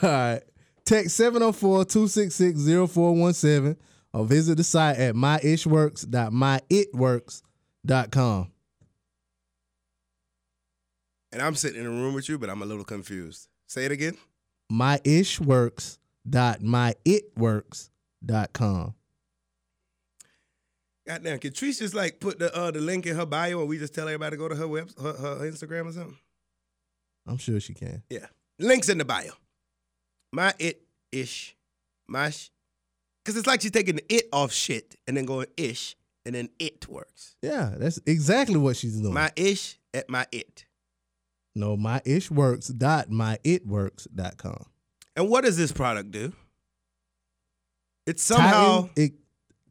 [SPEAKER 2] All right. Text 704-266-0417 or visit the site at myishworks.myitworks.com.
[SPEAKER 1] And I'm sitting in a room with you, but I'm a little confused. Say it again.
[SPEAKER 2] myishworks.myitworks.com.
[SPEAKER 1] Goddamn, can Trish just like put the uh, the link in her bio, and we just tell everybody to go to her web, her, her Instagram or something?
[SPEAKER 2] I'm sure she can.
[SPEAKER 1] Yeah. Links in the bio. My it ish. My sh. Because it's like she's taking the it off shit and then going ish and then it works.
[SPEAKER 2] Yeah, that's exactly what she's doing.
[SPEAKER 1] My ish at my it.
[SPEAKER 2] no, myishworks.myitworks.com.
[SPEAKER 1] And what does this product do? It's somehow.
[SPEAKER 2] Tighten, it,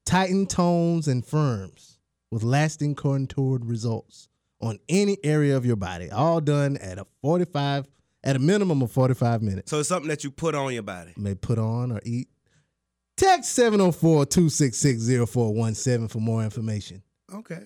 [SPEAKER 2] tighten tones and firms with lasting contoured results on any area of your body. All done at a 45, at a minimum of 45 minutes.
[SPEAKER 1] So it's something that you put on your body.
[SPEAKER 2] You may put on or eat. Text 704-266-0417 for more information.
[SPEAKER 1] Okay.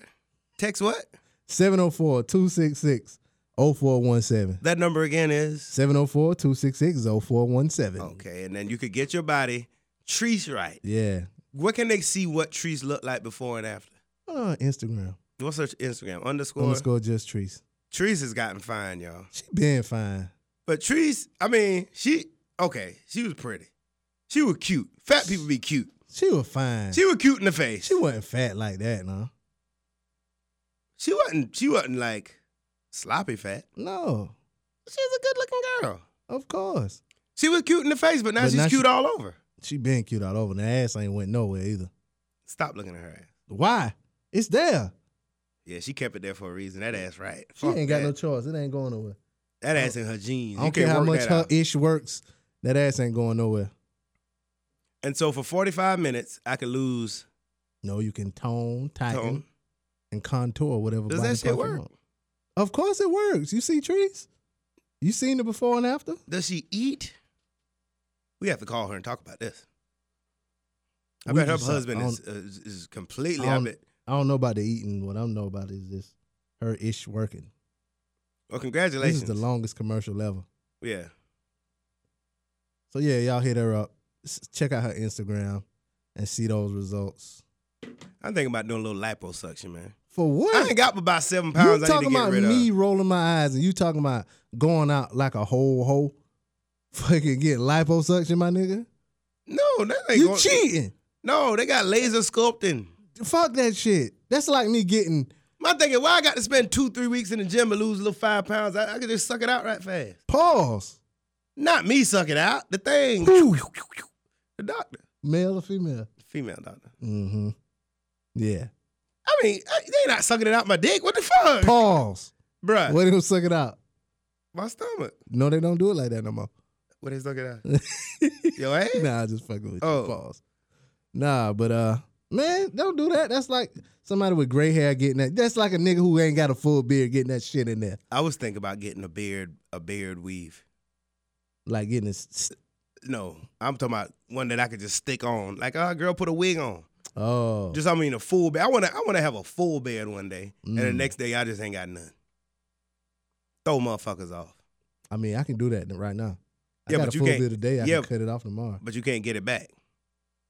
[SPEAKER 1] Text what?
[SPEAKER 2] 704-266-0417.
[SPEAKER 1] That number again is.
[SPEAKER 2] 704-266-0417.
[SPEAKER 1] Okay. And then you could get your body trees right.
[SPEAKER 2] Yeah.
[SPEAKER 1] Where can they see what trees look like before and after?
[SPEAKER 2] Put on Uh, Instagram.
[SPEAKER 1] Go search Instagram underscore.
[SPEAKER 2] Underscore just trees.
[SPEAKER 1] Trees has gotten fine, y'all.
[SPEAKER 2] She been fine.
[SPEAKER 1] But Trees, I mean, she Okay, she was pretty. She was cute. Fat people be cute.
[SPEAKER 2] She was fine. She,
[SPEAKER 1] She was cute in the face.
[SPEAKER 2] wasn't fat like that, no.
[SPEAKER 1] She wasn't. She wasn't like sloppy fat.
[SPEAKER 2] No,
[SPEAKER 1] She was a good looking girl.
[SPEAKER 2] of course.
[SPEAKER 1] She was cute in the face, but now
[SPEAKER 2] But
[SPEAKER 1] she's
[SPEAKER 2] now she-
[SPEAKER 1] cute all over.
[SPEAKER 2] She been cute all over. And her ass ain't went nowhere either.
[SPEAKER 1] Stop looking at her ass.
[SPEAKER 2] Why? It's there.
[SPEAKER 1] Yeah, she kept it there for a reason. That ass right.
[SPEAKER 2] She
[SPEAKER 1] Fuck
[SPEAKER 2] ain't got
[SPEAKER 1] that.
[SPEAKER 2] no choice. It ain't going nowhere.
[SPEAKER 1] That ass in her jeans.
[SPEAKER 2] I
[SPEAKER 1] You
[SPEAKER 2] don't care
[SPEAKER 1] can't
[SPEAKER 2] how
[SPEAKER 1] work
[SPEAKER 2] much
[SPEAKER 1] that
[SPEAKER 2] her
[SPEAKER 1] out.
[SPEAKER 2] ish works. That ass ain't going nowhere.
[SPEAKER 1] And so for 45 minutes, I could lose
[SPEAKER 2] No, you can tone, tighten,
[SPEAKER 1] tone.
[SPEAKER 2] and contour whatever.
[SPEAKER 1] Does
[SPEAKER 2] body
[SPEAKER 1] that shit
[SPEAKER 2] part you
[SPEAKER 1] work?
[SPEAKER 2] want. Of course it works. You see trees? You seen it before and after?
[SPEAKER 1] Does she eat? We have to call her and talk about this. I
[SPEAKER 2] We
[SPEAKER 1] bet her
[SPEAKER 2] just- uh,
[SPEAKER 1] husband
[SPEAKER 2] I
[SPEAKER 1] is, uh,
[SPEAKER 2] don't-
[SPEAKER 1] is, is completely.
[SPEAKER 2] I
[SPEAKER 1] I
[SPEAKER 2] don't-
[SPEAKER 1] bet.
[SPEAKER 2] I don't know about the eating. What I know about is this her ish working.
[SPEAKER 1] Well,
[SPEAKER 2] This
[SPEAKER 1] Oh, congratulations.
[SPEAKER 2] is the longest commercial ever.
[SPEAKER 1] yeah.
[SPEAKER 2] So yeah, y'all hit her up. S- Check out her Instagram and see those results.
[SPEAKER 1] I'm thinking about doing a little liposuction, man.
[SPEAKER 2] For what?
[SPEAKER 1] I ain't got but about seven
[SPEAKER 2] Ah, you
[SPEAKER 1] pounds I need
[SPEAKER 2] talking
[SPEAKER 1] to get
[SPEAKER 2] about
[SPEAKER 1] rid
[SPEAKER 2] me
[SPEAKER 1] of.
[SPEAKER 2] rolling my eyes and you talking about going out like a whole hoe? Fucking get liposuction, my nigga.
[SPEAKER 1] No, that ain't
[SPEAKER 2] You
[SPEAKER 1] going-
[SPEAKER 2] cheating.
[SPEAKER 1] No, they got laser sculpting.
[SPEAKER 2] Fuck that shit. That's like me getting
[SPEAKER 1] My thinking, why I got to spend two, three weeks in the gym and lose a little five pounds? I, I could just suck it out right fast.
[SPEAKER 2] paws.
[SPEAKER 1] Not me suck it out. The thing.
[SPEAKER 2] Whew.
[SPEAKER 1] The doctor.
[SPEAKER 2] Male or female?
[SPEAKER 1] Female doctor.
[SPEAKER 2] Mm-hmm. Yeah.
[SPEAKER 1] I mean, I- they not sucking it out my dick. What the fuck?
[SPEAKER 2] Paws.
[SPEAKER 1] Bruh,
[SPEAKER 2] What they gonna suck it out?
[SPEAKER 1] my stomach.
[SPEAKER 2] No, they don't do it like that no more.
[SPEAKER 1] What they suck it out? Your ass?
[SPEAKER 2] Nah, I just fucking with
[SPEAKER 1] Oh.
[SPEAKER 2] you. Pause. Nah, but uh, man, don't do that. That's like somebody with gray hair getting that. That's like a nigga who ain't got a full beard getting that shit in there.
[SPEAKER 1] I was thinking about getting a beard, a beard weave.
[SPEAKER 2] Like getting this. st-
[SPEAKER 1] No, I'm talking about one that I could just stick on. Like, oh, girl, put a wig on.
[SPEAKER 2] Oh,
[SPEAKER 1] Just I mean a full bed. I wanna I wanna have a full bed one day, and the
[SPEAKER 2] Mm.
[SPEAKER 1] next day I just ain't got none. Throw motherfuckers off,
[SPEAKER 2] I mean, I can do that right now. I
[SPEAKER 1] Yeah,
[SPEAKER 2] got
[SPEAKER 1] but
[SPEAKER 2] a
[SPEAKER 1] you
[SPEAKER 2] full
[SPEAKER 1] can't-
[SPEAKER 2] beard today. I
[SPEAKER 1] yeah.
[SPEAKER 2] can cut it off tomorrow.
[SPEAKER 1] but you can't get it back.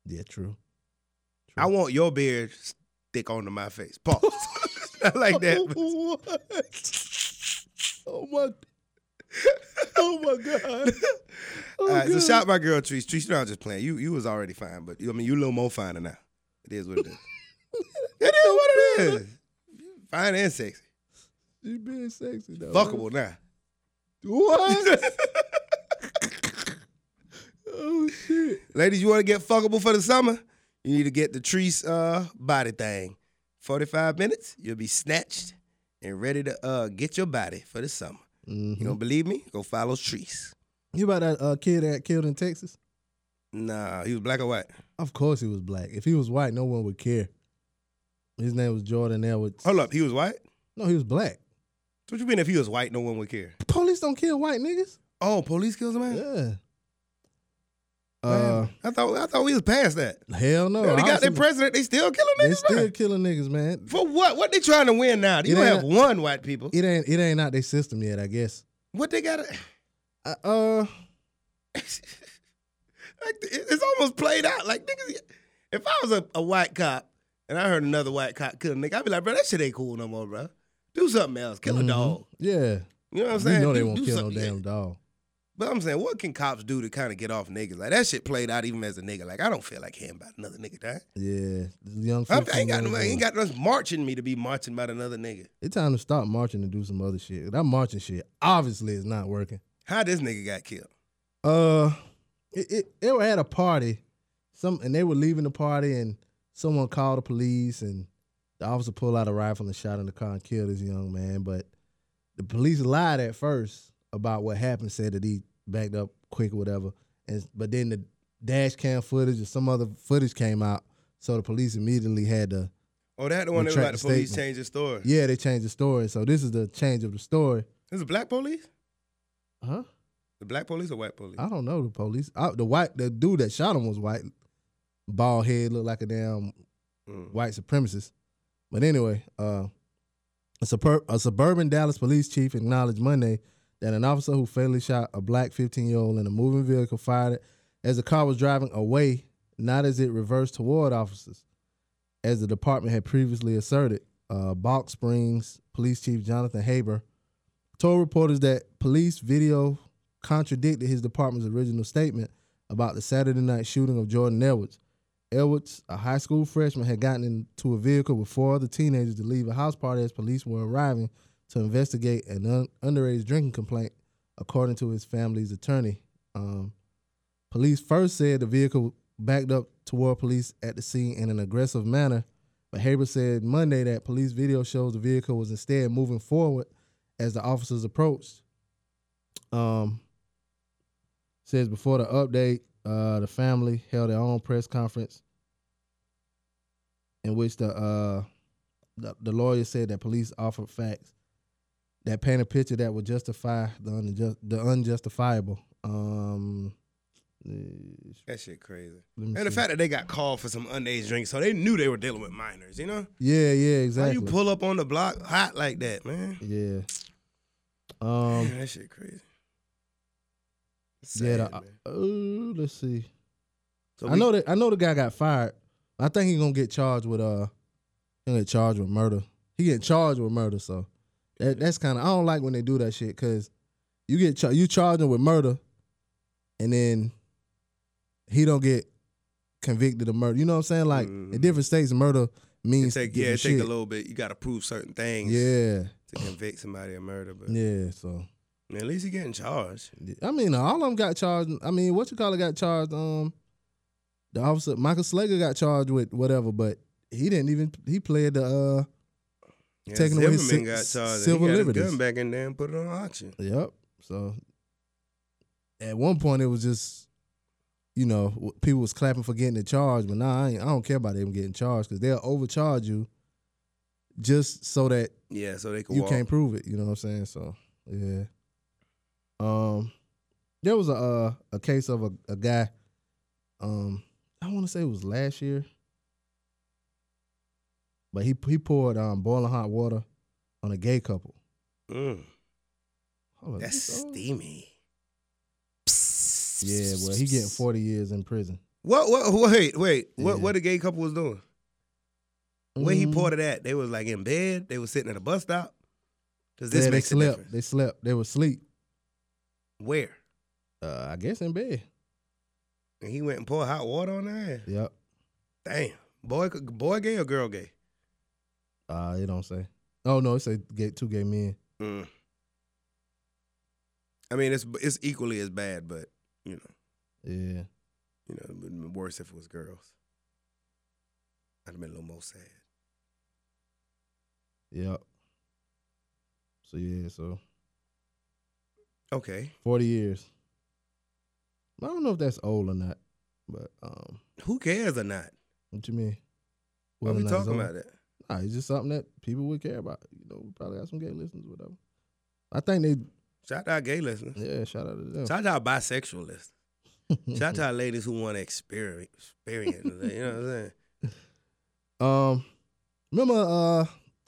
[SPEAKER 2] Yeah, true.
[SPEAKER 1] I want your beard stick onto my face. Pause. Not like that.
[SPEAKER 2] Oh,
[SPEAKER 1] but-
[SPEAKER 2] what? Oh my. Oh my god. Oh
[SPEAKER 1] All right, so
[SPEAKER 2] God.
[SPEAKER 1] shout my girl Trees. Trees, you know I'm just playing. You you was already fine, but you, I mean you a little more finer now. It is what it is. it is what it is. Fine and sexy.
[SPEAKER 2] You being sexy though.
[SPEAKER 1] Fuckable now.
[SPEAKER 2] What? oh shit.
[SPEAKER 1] Ladies, you want to get fuckable for the summer? You need to get the Treese uh, body thing. 45 minutes, you'll be snatched and ready to uh, get your body for the summer. You
[SPEAKER 2] Mhm.
[SPEAKER 1] don't believe me? Go follow Treese.
[SPEAKER 2] You about that uh, kid that killed in Texas?
[SPEAKER 1] Nah, he was black or white.
[SPEAKER 2] Of course he was black. If he was white, no one would care. His name was Jordan Edwards.
[SPEAKER 1] Hold up, he was white?
[SPEAKER 2] No, he was black.
[SPEAKER 1] What you mean if he was white, no one would care?
[SPEAKER 2] Police don't kill white niggas.
[SPEAKER 1] Oh, police kills a man?
[SPEAKER 2] Yeah. Uh,
[SPEAKER 1] Man, I thought I thought we was past that.
[SPEAKER 2] hell no.
[SPEAKER 1] They already
[SPEAKER 2] I
[SPEAKER 1] got
[SPEAKER 2] was
[SPEAKER 1] their
[SPEAKER 2] in-
[SPEAKER 1] president. They still killing
[SPEAKER 2] Oh, they
[SPEAKER 1] niggas.
[SPEAKER 2] still
[SPEAKER 1] man.
[SPEAKER 2] killing niggas, man.
[SPEAKER 1] For what? What they trying to win now? You
[SPEAKER 2] It
[SPEAKER 1] don't
[SPEAKER 2] ain't-
[SPEAKER 1] have one white people.
[SPEAKER 2] It ain't it ain't out their system yet, I guess.
[SPEAKER 1] What they got?
[SPEAKER 2] Uh, uh
[SPEAKER 1] Like, it- it's almost played out. Like niggas, if I was a, a white cop and I heard another white cop kill a nigga, I'd be like, bro, that shit ain't cool no more, bro. Do something else. Kill
[SPEAKER 2] mhm.
[SPEAKER 1] a dog.
[SPEAKER 2] Yeah.
[SPEAKER 1] You know what I'm
[SPEAKER 2] You
[SPEAKER 1] saying?
[SPEAKER 2] know they
[SPEAKER 1] Do-
[SPEAKER 2] won't
[SPEAKER 1] do
[SPEAKER 2] kill no
[SPEAKER 1] something.
[SPEAKER 2] damn dog.
[SPEAKER 1] But I'm saying, what can cops do to kind of get off niggas? Like that shit played out even as a nigga. Like I don't feel like him about another nigga dying.
[SPEAKER 2] Yeah. This young
[SPEAKER 1] I'm- I ain't
[SPEAKER 2] 15
[SPEAKER 1] got no,
[SPEAKER 2] years
[SPEAKER 1] I
[SPEAKER 2] old.
[SPEAKER 1] ain't got no marching me to be marching about another nigga.
[SPEAKER 2] It's time to stop marching and do some other shit. That marching shit obviously is not working.
[SPEAKER 1] How this nigga got killed?
[SPEAKER 2] Uh, it, it they were at a party, some and they were leaving the party, and someone called the police, and the officer pulled out a rifle and shot in the car and killed this young man. But the police lied at first about what happened, said that he backed up quick or whatever, and but then the dash cam footage or some other footage came out, so the police immediately had to
[SPEAKER 1] Oh, that the one that was
[SPEAKER 2] Retract
[SPEAKER 1] about the
[SPEAKER 2] the
[SPEAKER 1] police
[SPEAKER 2] statement.
[SPEAKER 1] change his story.
[SPEAKER 2] yeah they changed the story. So this is the change of the story.
[SPEAKER 1] This is black police?
[SPEAKER 2] Huh?
[SPEAKER 1] The black police or white police?
[SPEAKER 2] I don't know the police. I, the white, the dude that shot him was white, bald head, looked like a damn
[SPEAKER 1] Mm.
[SPEAKER 2] white supremacist. But anyway, uh, a, super, a suburban Dallas police chief acknowledged Monday that an officer who fatally shot a black 15 year old in a moving vehicle fired it as the car was driving away, not as it reversed toward officers. As the department had previously asserted, uh, Balk Springs Police Chief Jonathan Haber told reporters that police video contradicted his department's original statement about the Saturday night shooting of Jordan Edwards. Edwards, a high school freshman, had gotten into a vehicle with four other teenagers to leave a house party as police were arriving to investigate an un- underage drinking complaint, according to his family's attorney. Um, police first said the vehicle backed up toward police at the scene in an aggressive manner, but Haber said Monday that police video shows the vehicle was instead moving forward as the officers approached. Um, says before the update, uh, the family held their own press conference in which the uh, the, the lawyer said that police offered facts that paint a picture that would justify the unjust, the unjustifiable. Um, let
[SPEAKER 1] That shit crazy.
[SPEAKER 2] me
[SPEAKER 1] And the
[SPEAKER 2] see.
[SPEAKER 1] fact that they got called for some underage drinks, so they knew they were dealing with minors. You know,
[SPEAKER 2] yeah, yeah,
[SPEAKER 1] how
[SPEAKER 2] exactly.
[SPEAKER 1] you pull up on the block hot like that, man?
[SPEAKER 2] yeah. Um,
[SPEAKER 1] Man, that shit crazy. That's
[SPEAKER 2] yeah.
[SPEAKER 1] sad,
[SPEAKER 2] The,
[SPEAKER 1] man.
[SPEAKER 2] uh, let's see.
[SPEAKER 1] So
[SPEAKER 2] I
[SPEAKER 1] we-
[SPEAKER 2] know that I know the guy got fired. I think he's gonna get charged with uh, he gonna get charged with murder. He getting charged with murder, so that, that's kind of I don't like when they do that shit because you get char- you charge him with murder, and then he don't get convicted of murder. You know what I'm saying? Like in
[SPEAKER 1] Mhm.
[SPEAKER 2] different states, murder
[SPEAKER 1] it
[SPEAKER 2] means
[SPEAKER 1] take, yeah,
[SPEAKER 2] getting
[SPEAKER 1] it
[SPEAKER 2] shit.
[SPEAKER 1] take a little bit. You got to prove certain things
[SPEAKER 2] yeah,
[SPEAKER 1] to convict somebody of murder, but
[SPEAKER 2] yeah. So
[SPEAKER 1] man, at least he getting charged.
[SPEAKER 2] I mean, all of them got charged. I mean, what you call it got charged? Um, the officer Michael Slager got charged with whatever, but he didn't even he played the uh.
[SPEAKER 1] Yeah,
[SPEAKER 2] Taking away
[SPEAKER 1] Zimmerman
[SPEAKER 2] si-
[SPEAKER 1] got charged.
[SPEAKER 2] civil
[SPEAKER 1] he got his
[SPEAKER 2] liberties.
[SPEAKER 1] gun back in there and put it on auction.
[SPEAKER 2] Yep. So at one point it was just, you know, w- people was clapping for getting the charge, but nah, I, ain't, I don't care about them getting charged because they'll overcharge you just so that
[SPEAKER 1] Yeah, so they could
[SPEAKER 2] you
[SPEAKER 1] walk.
[SPEAKER 2] can't prove it. You know what I'm saying? So yeah. Um, there was a uh, a case of a, a guy. Um, I want to say it was last year, but he he poured um boiling hot water on a gay couple.
[SPEAKER 1] Mm,
[SPEAKER 2] Hold on,
[SPEAKER 1] that's
[SPEAKER 2] oh.
[SPEAKER 1] steamy.
[SPEAKER 2] Yeah, well, he getting forty years in prison.
[SPEAKER 1] What? What? Wait, wait. What?
[SPEAKER 2] Yeah.
[SPEAKER 1] What? The gay couple was doing? Where he
[SPEAKER 2] Mm.
[SPEAKER 1] poured it at? They was like in bed. They was sitting at a bus stop. Does
[SPEAKER 2] Yeah,
[SPEAKER 1] this
[SPEAKER 2] they
[SPEAKER 1] make a
[SPEAKER 2] slept.
[SPEAKER 1] difference?
[SPEAKER 2] They slept. They were asleep.
[SPEAKER 1] Where?
[SPEAKER 2] Uh, I guess in bed.
[SPEAKER 1] And he went and poured hot water on there.
[SPEAKER 2] Yep.
[SPEAKER 1] Damn. Boy, boy, gay or girl gay?
[SPEAKER 2] Uh, it don't say. Oh no, it say gay, two gay men.
[SPEAKER 1] Mm. I mean, it's it's equally as bad, but you know,
[SPEAKER 2] Yeah.
[SPEAKER 1] you know, it would been worse if it was girls. I'd have been a little more sad.
[SPEAKER 2] Yep. So yeah, so
[SPEAKER 1] Okay,
[SPEAKER 2] forty years. I don't know if that's old or not, but um,
[SPEAKER 1] who cares or not?
[SPEAKER 2] what you mean?
[SPEAKER 1] What
[SPEAKER 2] Whether
[SPEAKER 1] we
[SPEAKER 2] or not it's
[SPEAKER 1] talking
[SPEAKER 2] old?
[SPEAKER 1] about that?
[SPEAKER 2] Nah, it's just something that people would care about. You know, we probably got some gay listeners, whatever. I think they,
[SPEAKER 1] Shout out gay listeners.
[SPEAKER 2] yeah, shout out to them.
[SPEAKER 1] Shout out bisexual listeners. Shout out ladies who want to experience, experience. you know what I'm saying?
[SPEAKER 2] Um, remember uh,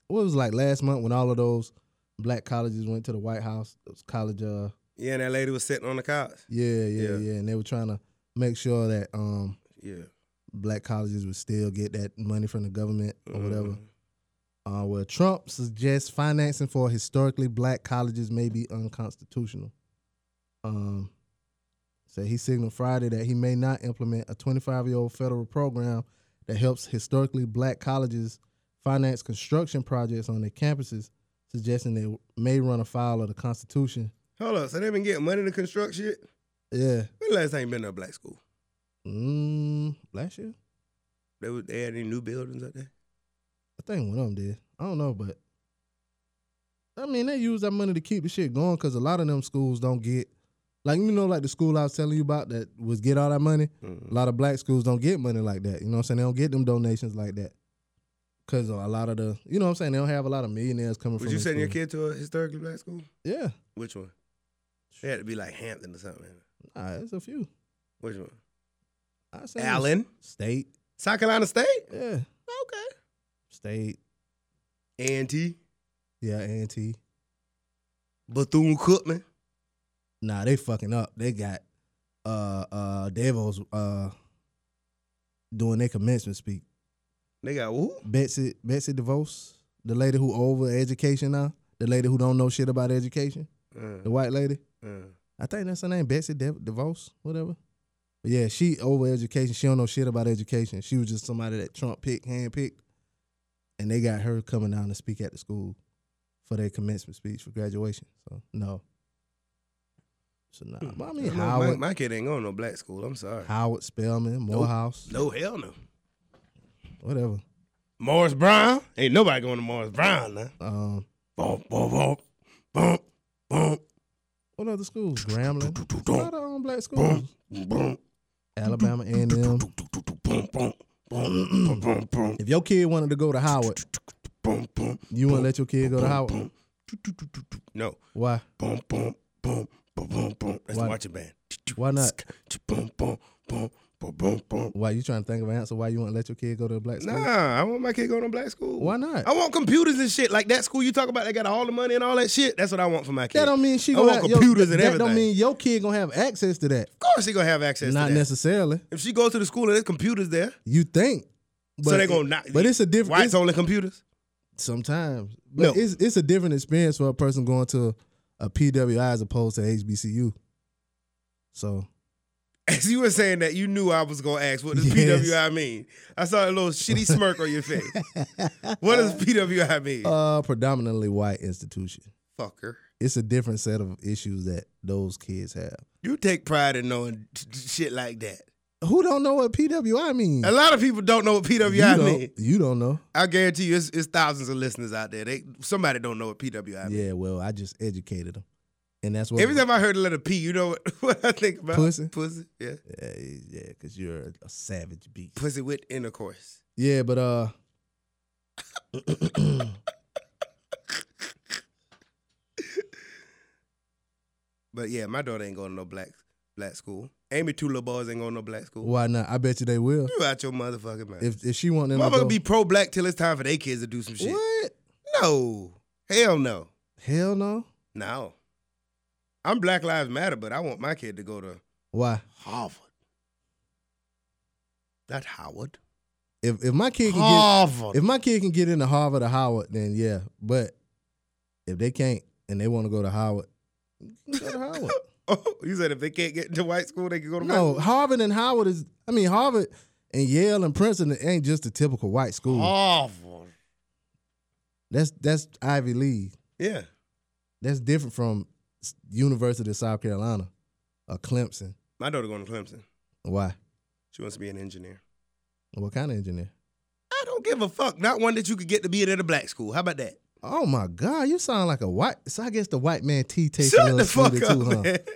[SPEAKER 2] what was it like last month when all of those black colleges went to the White House? Those college, uh,
[SPEAKER 1] Yeah, and that lady was sitting on the couch.
[SPEAKER 2] yeah, yeah, yeah,
[SPEAKER 1] Yeah.
[SPEAKER 2] and they were trying to make sure that um
[SPEAKER 1] Yeah,
[SPEAKER 2] black colleges would still get that money from the government or whatever.
[SPEAKER 1] Mhm.
[SPEAKER 2] Uh, well, Trump suggests financing for historically black colleges may be unconstitutional. Um, so he signaled Friday that he may not implement a 25 year old federal program that helps historically black colleges finance construction projects on their campuses, suggesting they may run afoul of the Constitution.
[SPEAKER 1] Hold up, so they been getting money to construct shit.
[SPEAKER 2] Yeah.
[SPEAKER 1] When the last time you been to a black school?
[SPEAKER 2] Mm, last year?
[SPEAKER 1] They was, they had any new buildings up there?
[SPEAKER 2] I think one of them did. I don't know, but I mean, they use that money to keep the shit going because a lot of them schools don't get, like you know, like the school I was telling you about that was get all that money. A
[SPEAKER 1] Mhm.
[SPEAKER 2] lot of black schools don't get money like that. You know what I'm saying? They don't get them donations like that because a lot of the, you know what I'm saying? They don't have a lot of millionaires coming
[SPEAKER 1] Would
[SPEAKER 2] from.
[SPEAKER 1] you
[SPEAKER 2] them
[SPEAKER 1] send your
[SPEAKER 2] schools.
[SPEAKER 1] kid to a historically black school?
[SPEAKER 2] Yeah,
[SPEAKER 1] Which one? It had to be like Hampton or something.
[SPEAKER 2] nah, it's a few.
[SPEAKER 1] Which one?
[SPEAKER 2] I send them
[SPEAKER 1] Allen,
[SPEAKER 2] State,
[SPEAKER 1] South Carolina State.
[SPEAKER 2] yeah,
[SPEAKER 1] Okay.
[SPEAKER 2] State,
[SPEAKER 1] A&T,
[SPEAKER 2] yeah, Auntie.
[SPEAKER 1] Bethune Cookman.
[SPEAKER 2] Nah, they fucking up. They got uh uh Devos uh doing their commencement speak.
[SPEAKER 1] They got who?
[SPEAKER 2] Betsy Betsy DeVos, the lady who over education now, the lady who don't know shit about education,
[SPEAKER 1] Uh,
[SPEAKER 2] the white lady.
[SPEAKER 1] uh.
[SPEAKER 2] I think that's her name, Betsy De- DeVos, whatever. But yeah, she over education. She don't know shit about education. She was just somebody that Trump picked, handpicked, and they got her coming down to speak at the school for their commencement speech for graduation. So no. So nah. But I mean,
[SPEAKER 1] No,
[SPEAKER 2] Howard,
[SPEAKER 1] my, my kid ain't going to no black school. I'm sorry.
[SPEAKER 2] Howard Spellman, Morehouse,
[SPEAKER 1] No hell no.
[SPEAKER 2] whatever.
[SPEAKER 1] Morris Brown ain't nobody going to Morris Brown now.
[SPEAKER 2] Um,
[SPEAKER 1] Boom, boom, boom, boom, boom,
[SPEAKER 2] what other schools? Grambling. A lot of um, black schools.
[SPEAKER 1] boom, boom,
[SPEAKER 2] Alabama A and
[SPEAKER 1] boom,
[SPEAKER 2] M.
[SPEAKER 1] boom, boom, boom, boom.
[SPEAKER 2] If your kid wanted to go to Howard,
[SPEAKER 1] boom, boom.
[SPEAKER 2] you wouldn't let your kid go to Howard.
[SPEAKER 1] boom. No.
[SPEAKER 2] Why?
[SPEAKER 1] Boom, boom, boom, boom, boom, boom. That's the
[SPEAKER 2] Why-
[SPEAKER 1] marching band.
[SPEAKER 2] Why not?
[SPEAKER 1] Boom, boom, boom, boom, boom, boom.
[SPEAKER 2] Why you trying to think of an answer? Why you wouldn't let your kid go to a black school?
[SPEAKER 1] Nah, I want my kid going to black school.
[SPEAKER 2] Why not?
[SPEAKER 1] I want computers and shit. Like that school you talk about, they got all the money and all that shit. That's what I want for my kid.
[SPEAKER 2] That don't mean she
[SPEAKER 1] I
[SPEAKER 2] gonna
[SPEAKER 1] want
[SPEAKER 2] have,
[SPEAKER 1] computers
[SPEAKER 2] yo,
[SPEAKER 1] and
[SPEAKER 2] that
[SPEAKER 1] everything.
[SPEAKER 2] don't mean your kid gonna have access to that.
[SPEAKER 1] of course she gonna have access
[SPEAKER 2] Not
[SPEAKER 1] to that.
[SPEAKER 2] necessarily.
[SPEAKER 1] If she goes to the school and there's computers there,
[SPEAKER 2] You think. But
[SPEAKER 1] so they
[SPEAKER 2] it-
[SPEAKER 1] gonna not.
[SPEAKER 2] But it's a different
[SPEAKER 1] Why
[SPEAKER 2] it's,
[SPEAKER 1] it's only computers?
[SPEAKER 2] sometimes.
[SPEAKER 1] No.
[SPEAKER 2] But it's it's a different experience for a person going to a PWI as opposed to HBCU. So
[SPEAKER 1] As you were saying that, you knew I was gonna ask what does
[SPEAKER 2] Yes.
[SPEAKER 1] PWI mean. I saw a little shitty smirk on your face. What does PWI mean?
[SPEAKER 2] uh predominantly white institution.
[SPEAKER 1] Fucker.
[SPEAKER 2] It's a different set of issues that those kids have.
[SPEAKER 1] You take pride in knowing t- t- shit like that.
[SPEAKER 2] Who don't know what PWI means?
[SPEAKER 1] A lot of people don't know what
[SPEAKER 2] Mm. you,
[SPEAKER 1] PWI means.
[SPEAKER 2] don't, you don't know.
[SPEAKER 1] I guarantee you, it's, it's thousands of listeners out there. They somebody don't know what PWI means.
[SPEAKER 2] Yeah, well, I just educated them, and that's what
[SPEAKER 1] Every time I heard the letter P, you know what, what I think about?
[SPEAKER 2] Pussy.
[SPEAKER 1] Pussy. Yeah.
[SPEAKER 2] Yeah, yeah, because you're a, a savage beast.
[SPEAKER 1] Pussy with intercourse.
[SPEAKER 2] Yeah, but uh,
[SPEAKER 1] But yeah, my daughter ain't going to no black black school. Amy, two little boys ain't going to no black school.
[SPEAKER 2] why not? I bet you they will.
[SPEAKER 1] You out your motherfucking mind.
[SPEAKER 2] If if she want them to go,
[SPEAKER 1] Motherfucker be pro black till it's time for their kids to do some shit.
[SPEAKER 2] what?
[SPEAKER 1] No. Hell no.
[SPEAKER 2] Hell no.
[SPEAKER 1] No. I'm Black Lives Matter, but I want my kid to go to
[SPEAKER 2] Why?
[SPEAKER 1] Harvard. Not Howard.
[SPEAKER 2] If if my kid can
[SPEAKER 1] Harvard.
[SPEAKER 2] get if my kid can get into Harvard or Howard, then yeah. But if they can't and they want to go to Howard, you can go to Howard.
[SPEAKER 1] oh, you said if they can't get into white school, they can go to
[SPEAKER 2] no, Harvard and Howard is. I mean, Harvard and Yale and Princeton ain't just a typical white school.
[SPEAKER 1] Harvard.
[SPEAKER 2] That's that's Ivy League.
[SPEAKER 1] Yeah.
[SPEAKER 2] That's different from S- University of South Carolina or Clemson.
[SPEAKER 1] My daughter going to Clemson.
[SPEAKER 2] Why?
[SPEAKER 1] She wants to be an engineer.
[SPEAKER 2] What kind of engineer?
[SPEAKER 1] I don't give a fuck. Not one that you could get to be at a black school. How about that?
[SPEAKER 2] Oh my God, you sound like a white. So I guess the white man tea tastes a
[SPEAKER 1] Shut
[SPEAKER 2] little
[SPEAKER 1] the fuck
[SPEAKER 2] sweeter
[SPEAKER 1] up,
[SPEAKER 2] too, huh?
[SPEAKER 1] man.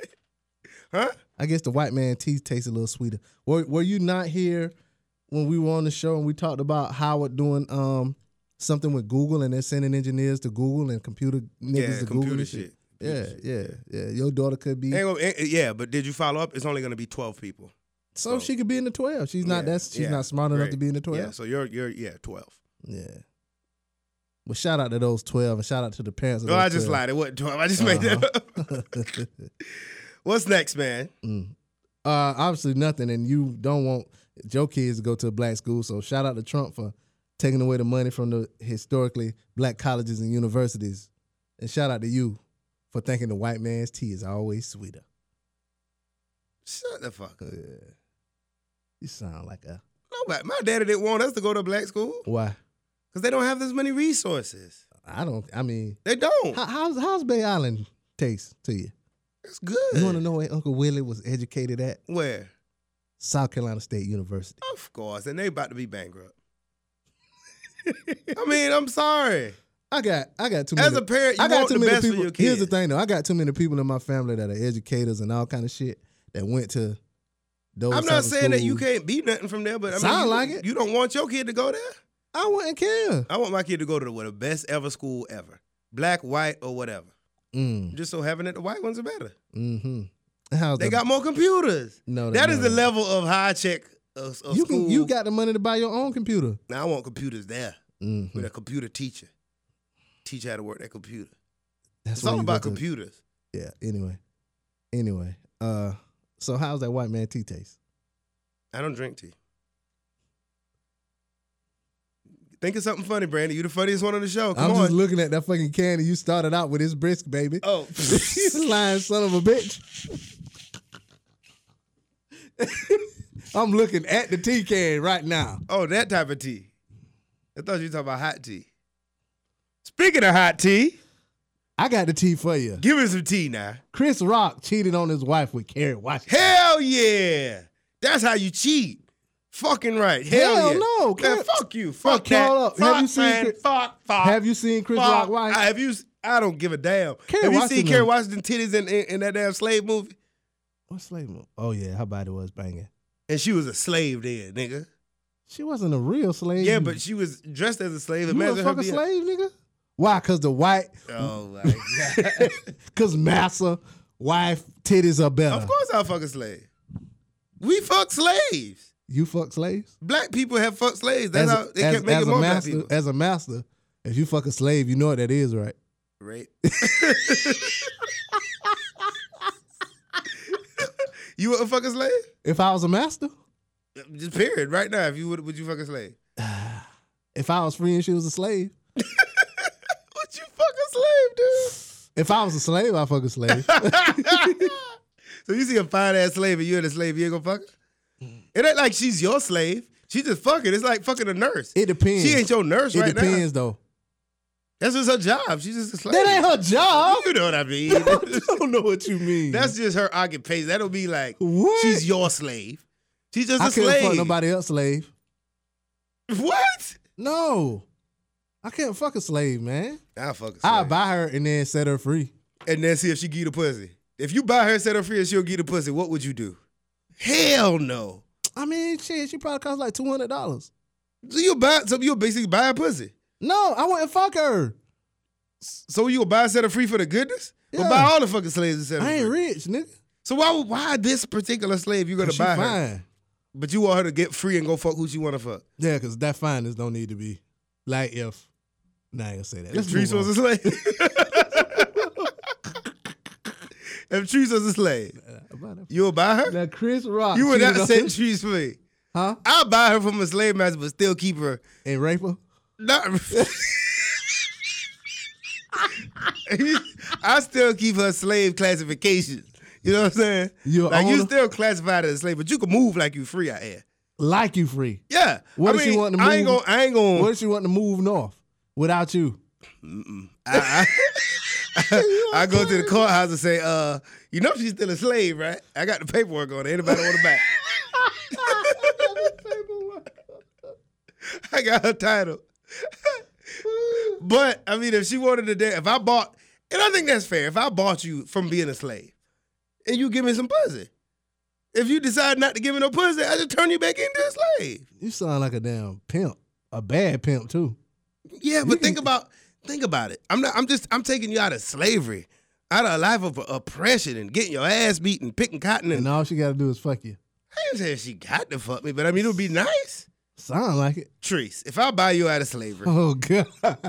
[SPEAKER 1] Huh?
[SPEAKER 2] I guess the white man tea tastes a little sweeter. Were Were you not here when we were on the show and we talked about Howard doing um something with Google and they're sending engineers to Google and computer niggas
[SPEAKER 1] Yeah,
[SPEAKER 2] to Google
[SPEAKER 1] computer
[SPEAKER 2] and
[SPEAKER 1] shit.
[SPEAKER 2] shit? Yeah, yeah, yeah. Your daughter could be
[SPEAKER 1] Ain't gonna- ain't- yeah, but did you follow up? It's only going to be 12 people.
[SPEAKER 2] so she could be in the twelve. She's not
[SPEAKER 1] Yeah,
[SPEAKER 2] that's she's
[SPEAKER 1] yeah,
[SPEAKER 2] not smart enough
[SPEAKER 1] great.
[SPEAKER 2] to be in the
[SPEAKER 1] Yeah,
[SPEAKER 2] twelve.
[SPEAKER 1] so you're, you're yeah, 12.
[SPEAKER 2] Yeah. Well, shout out to those twelve and shout out to the parents. Of
[SPEAKER 1] No,
[SPEAKER 2] those
[SPEAKER 1] I just
[SPEAKER 2] 12.
[SPEAKER 1] lied. It wasn't 12. I just made that up.
[SPEAKER 2] Uh-huh.
[SPEAKER 1] What's next, man?
[SPEAKER 2] Mm. Uh, obviously nothing, and you don't want your kids to go to a black school. So shout out to Trump for taking away the money from the historically black colleges and universities, and shout out to you for thinking the white man's tea is always sweeter.
[SPEAKER 1] Shut the fuck up.
[SPEAKER 2] Yeah. You sound like a
[SPEAKER 1] Nobody, my daddy didn't want us to go to black school
[SPEAKER 2] why?
[SPEAKER 1] because they don't have this many resources.
[SPEAKER 2] I don't. I mean,
[SPEAKER 1] They don't.
[SPEAKER 2] how, how's how's Bay Island taste to you?
[SPEAKER 1] It's good.
[SPEAKER 2] You want to know where Uncle Willie was educated at?
[SPEAKER 1] Where?
[SPEAKER 2] South Carolina State University.
[SPEAKER 1] Of course. And they about to be bankrupt. I mean, I'm sorry.
[SPEAKER 2] I got I got too many.
[SPEAKER 1] As a parent, you
[SPEAKER 2] I got
[SPEAKER 1] want
[SPEAKER 2] too
[SPEAKER 1] the
[SPEAKER 2] many
[SPEAKER 1] best
[SPEAKER 2] people.
[SPEAKER 1] for your kids.
[SPEAKER 2] Here's the thing, though. I got too many people in my family that are educators and all kind of shit that went to those.
[SPEAKER 1] I'm
[SPEAKER 2] type
[SPEAKER 1] not
[SPEAKER 2] of
[SPEAKER 1] saying that you
[SPEAKER 2] schools.
[SPEAKER 1] can't be nothing from there, but I mean,
[SPEAKER 2] Sound
[SPEAKER 1] you-
[SPEAKER 2] like it.
[SPEAKER 1] You don't want your kid to go there.
[SPEAKER 2] I wouldn't care.
[SPEAKER 1] I want my kid to go to the, the best ever school ever, black, white, or whatever.
[SPEAKER 2] Mm,
[SPEAKER 1] Just so having it, the white ones are better.
[SPEAKER 2] hmm How's
[SPEAKER 1] They
[SPEAKER 2] the-
[SPEAKER 1] got more computers.
[SPEAKER 2] no? they
[SPEAKER 1] That is the
[SPEAKER 2] don't.
[SPEAKER 1] level of high check of, of
[SPEAKER 2] You
[SPEAKER 1] school.
[SPEAKER 2] can. You got the money to buy your own computer.
[SPEAKER 1] Now I want computers there
[SPEAKER 2] Mhm.
[SPEAKER 1] with a computer teacher. Teach how to work that computer.
[SPEAKER 2] That's
[SPEAKER 1] It's
[SPEAKER 2] why
[SPEAKER 1] all
[SPEAKER 2] you
[SPEAKER 1] about
[SPEAKER 2] go to-
[SPEAKER 1] computers.
[SPEAKER 2] Yeah. Anyway. Anyway. Uh. So how's that white man tea taste?
[SPEAKER 1] I don't drink tea. Think of something funny, Brandon. You the funniest one on the show. Oh, Come
[SPEAKER 2] I'm
[SPEAKER 1] on.
[SPEAKER 2] just looking at that fucking candy you started out with. It's brisk, baby.
[SPEAKER 1] oh,
[SPEAKER 2] You lying son of a bitch. I'm looking at the tea can right now.
[SPEAKER 1] oh, that type of tea. I thought you were talking about hot tea. Speaking of hot tea,
[SPEAKER 2] I got the tea for you.
[SPEAKER 1] give me some tea now.
[SPEAKER 2] Chris Rock cheated on his wife with Carrie Washington.
[SPEAKER 1] Hell yeah. That's how you cheat. Fucking right. Hell,
[SPEAKER 2] Hell
[SPEAKER 1] yeah.
[SPEAKER 2] no,
[SPEAKER 1] Man,
[SPEAKER 2] Chris-
[SPEAKER 1] fuck you.
[SPEAKER 2] Fuck
[SPEAKER 1] Fuck, that.
[SPEAKER 2] y'all up. Have
[SPEAKER 1] Fuck,
[SPEAKER 2] you seen
[SPEAKER 1] man.
[SPEAKER 2] Chris-
[SPEAKER 1] fuck, fuck.
[SPEAKER 2] Have you seen Chris
[SPEAKER 1] fuck.
[SPEAKER 2] Rock wife?
[SPEAKER 1] I- Have you? s- I don't give a damn.
[SPEAKER 2] Kerry
[SPEAKER 1] have you
[SPEAKER 2] Washington-
[SPEAKER 1] seen Kerry Washington titties in, in, in that damn slave movie?
[SPEAKER 2] What slave? mo- Oh yeah, her body was banging.
[SPEAKER 1] And she was a slave then, nigga.
[SPEAKER 2] She wasn't a real slave.
[SPEAKER 1] Yeah, but she was dressed as a slave.
[SPEAKER 2] you
[SPEAKER 1] Imagine
[SPEAKER 2] a
[SPEAKER 1] her
[SPEAKER 2] fucking
[SPEAKER 1] being-
[SPEAKER 2] slave, nigga. Why? Cause the white,
[SPEAKER 1] Oh my god.
[SPEAKER 2] cause massa wife titties are better.
[SPEAKER 1] of course, I fuck a slave. We fuck slaves.
[SPEAKER 2] You fuck slaves.
[SPEAKER 1] Black people have fucked slaves. That's
[SPEAKER 2] As a-
[SPEAKER 1] how they
[SPEAKER 2] as-
[SPEAKER 1] kept
[SPEAKER 2] as
[SPEAKER 1] making
[SPEAKER 2] a
[SPEAKER 1] more black
[SPEAKER 2] master,
[SPEAKER 1] people.
[SPEAKER 2] As a master, if you fuck a slave, you know what that is, right?
[SPEAKER 1] Right. you would fuck a slave?
[SPEAKER 2] If I was a master,
[SPEAKER 1] Just period. Right now, if you would, would you fuck a slave?
[SPEAKER 2] if I was free and she was a slave,
[SPEAKER 1] Would you fuck a slave, dude?
[SPEAKER 2] if I was a slave, I fuck a slave.
[SPEAKER 1] so you see a fine ass slave and you're the slave, you ain't gonna fuck her? It ain't like she's your slave. She just fucking. It's like fucking a nurse.
[SPEAKER 2] it depends.
[SPEAKER 1] she ain't your nurse
[SPEAKER 2] it
[SPEAKER 1] right now.
[SPEAKER 2] depends though.
[SPEAKER 1] That's just her job. She's just a slave.
[SPEAKER 2] That ain't her job.
[SPEAKER 1] You know what I mean?
[SPEAKER 2] I don't know what you mean.
[SPEAKER 1] That's just her occupation. That'll be like
[SPEAKER 2] what?
[SPEAKER 1] she's your slave. She's just a
[SPEAKER 2] I can't
[SPEAKER 1] slave.
[SPEAKER 2] fuck nobody else slave.
[SPEAKER 1] What?
[SPEAKER 2] No, I can't fuck a slave, man.
[SPEAKER 1] I'll fuck a slave.
[SPEAKER 2] I buy her and then set her free.
[SPEAKER 1] and then see if she give the pussy. If you buy her, set her free, and she'll give the pussy, what would you do? Hell no.
[SPEAKER 2] I mean, shit, she probably cost like two hundred dollars.
[SPEAKER 1] So you buy, so you basically buy a pussy.
[SPEAKER 2] No, I wouldn't fuck her.
[SPEAKER 1] So you buy a set her free for the goodness,
[SPEAKER 2] Yeah.
[SPEAKER 1] but buy all the fucking slaves and set her
[SPEAKER 2] I ain't
[SPEAKER 1] free.
[SPEAKER 2] rich, nigga.
[SPEAKER 1] so why would- why this particular slave you gonna
[SPEAKER 2] She
[SPEAKER 1] buy her,
[SPEAKER 2] fine.
[SPEAKER 1] but you want her to get free and go fuck who she wanna fuck?
[SPEAKER 2] Yeah, because that fineness don't need to be like if. Nah, I ain't gonna say that.
[SPEAKER 1] If
[SPEAKER 2] Let's
[SPEAKER 1] Treese
[SPEAKER 2] move
[SPEAKER 1] was
[SPEAKER 2] on.
[SPEAKER 1] a slave. if Treese was a slave,
[SPEAKER 2] Uh, about that-
[SPEAKER 1] you would buy her?
[SPEAKER 2] Now Chris Rock,
[SPEAKER 1] You would not
[SPEAKER 2] cheated on-
[SPEAKER 1] set Treese free.
[SPEAKER 2] huh?
[SPEAKER 1] I'll buy her from a slave master, but still keep her
[SPEAKER 2] And rape her?
[SPEAKER 1] Not. I still keep her slave classification. You know what I'm saying?
[SPEAKER 2] You a
[SPEAKER 1] like you
[SPEAKER 2] owner?
[SPEAKER 1] still classified as a slave, but you can move like you free out here.
[SPEAKER 2] Like you free?
[SPEAKER 1] Yeah.
[SPEAKER 2] What
[SPEAKER 1] I
[SPEAKER 2] if she want to
[SPEAKER 1] I ain't
[SPEAKER 2] move-
[SPEAKER 1] gonna. I ain't gonna.
[SPEAKER 2] What if she want to move north without you?
[SPEAKER 1] I, I, I go to the courthouse and say, uh, you know she's still a slave, right? I got the paperwork on it. Anybody want to buy? I got her title. but I mean, if she wanted to date, if I bought, and I think that's fair. If I bought you from being a slave, and you give me some pussy, if you decide not to give me no pussy, I just turn you back into a slave.
[SPEAKER 2] You sound like a damn pimp, a bad pimp too.
[SPEAKER 1] Yeah, but think about think about it. I'm not. I'm just. I'm taking you out of slavery, out of a life of oppression and getting your ass beat and picking cotton. And
[SPEAKER 2] And all she got to do is fuck you.
[SPEAKER 1] I ain't saying she got to fuck me, but I mean it would be nice.
[SPEAKER 2] Sound like it?
[SPEAKER 1] Trees, if I buy you out of slavery,
[SPEAKER 2] Oh god.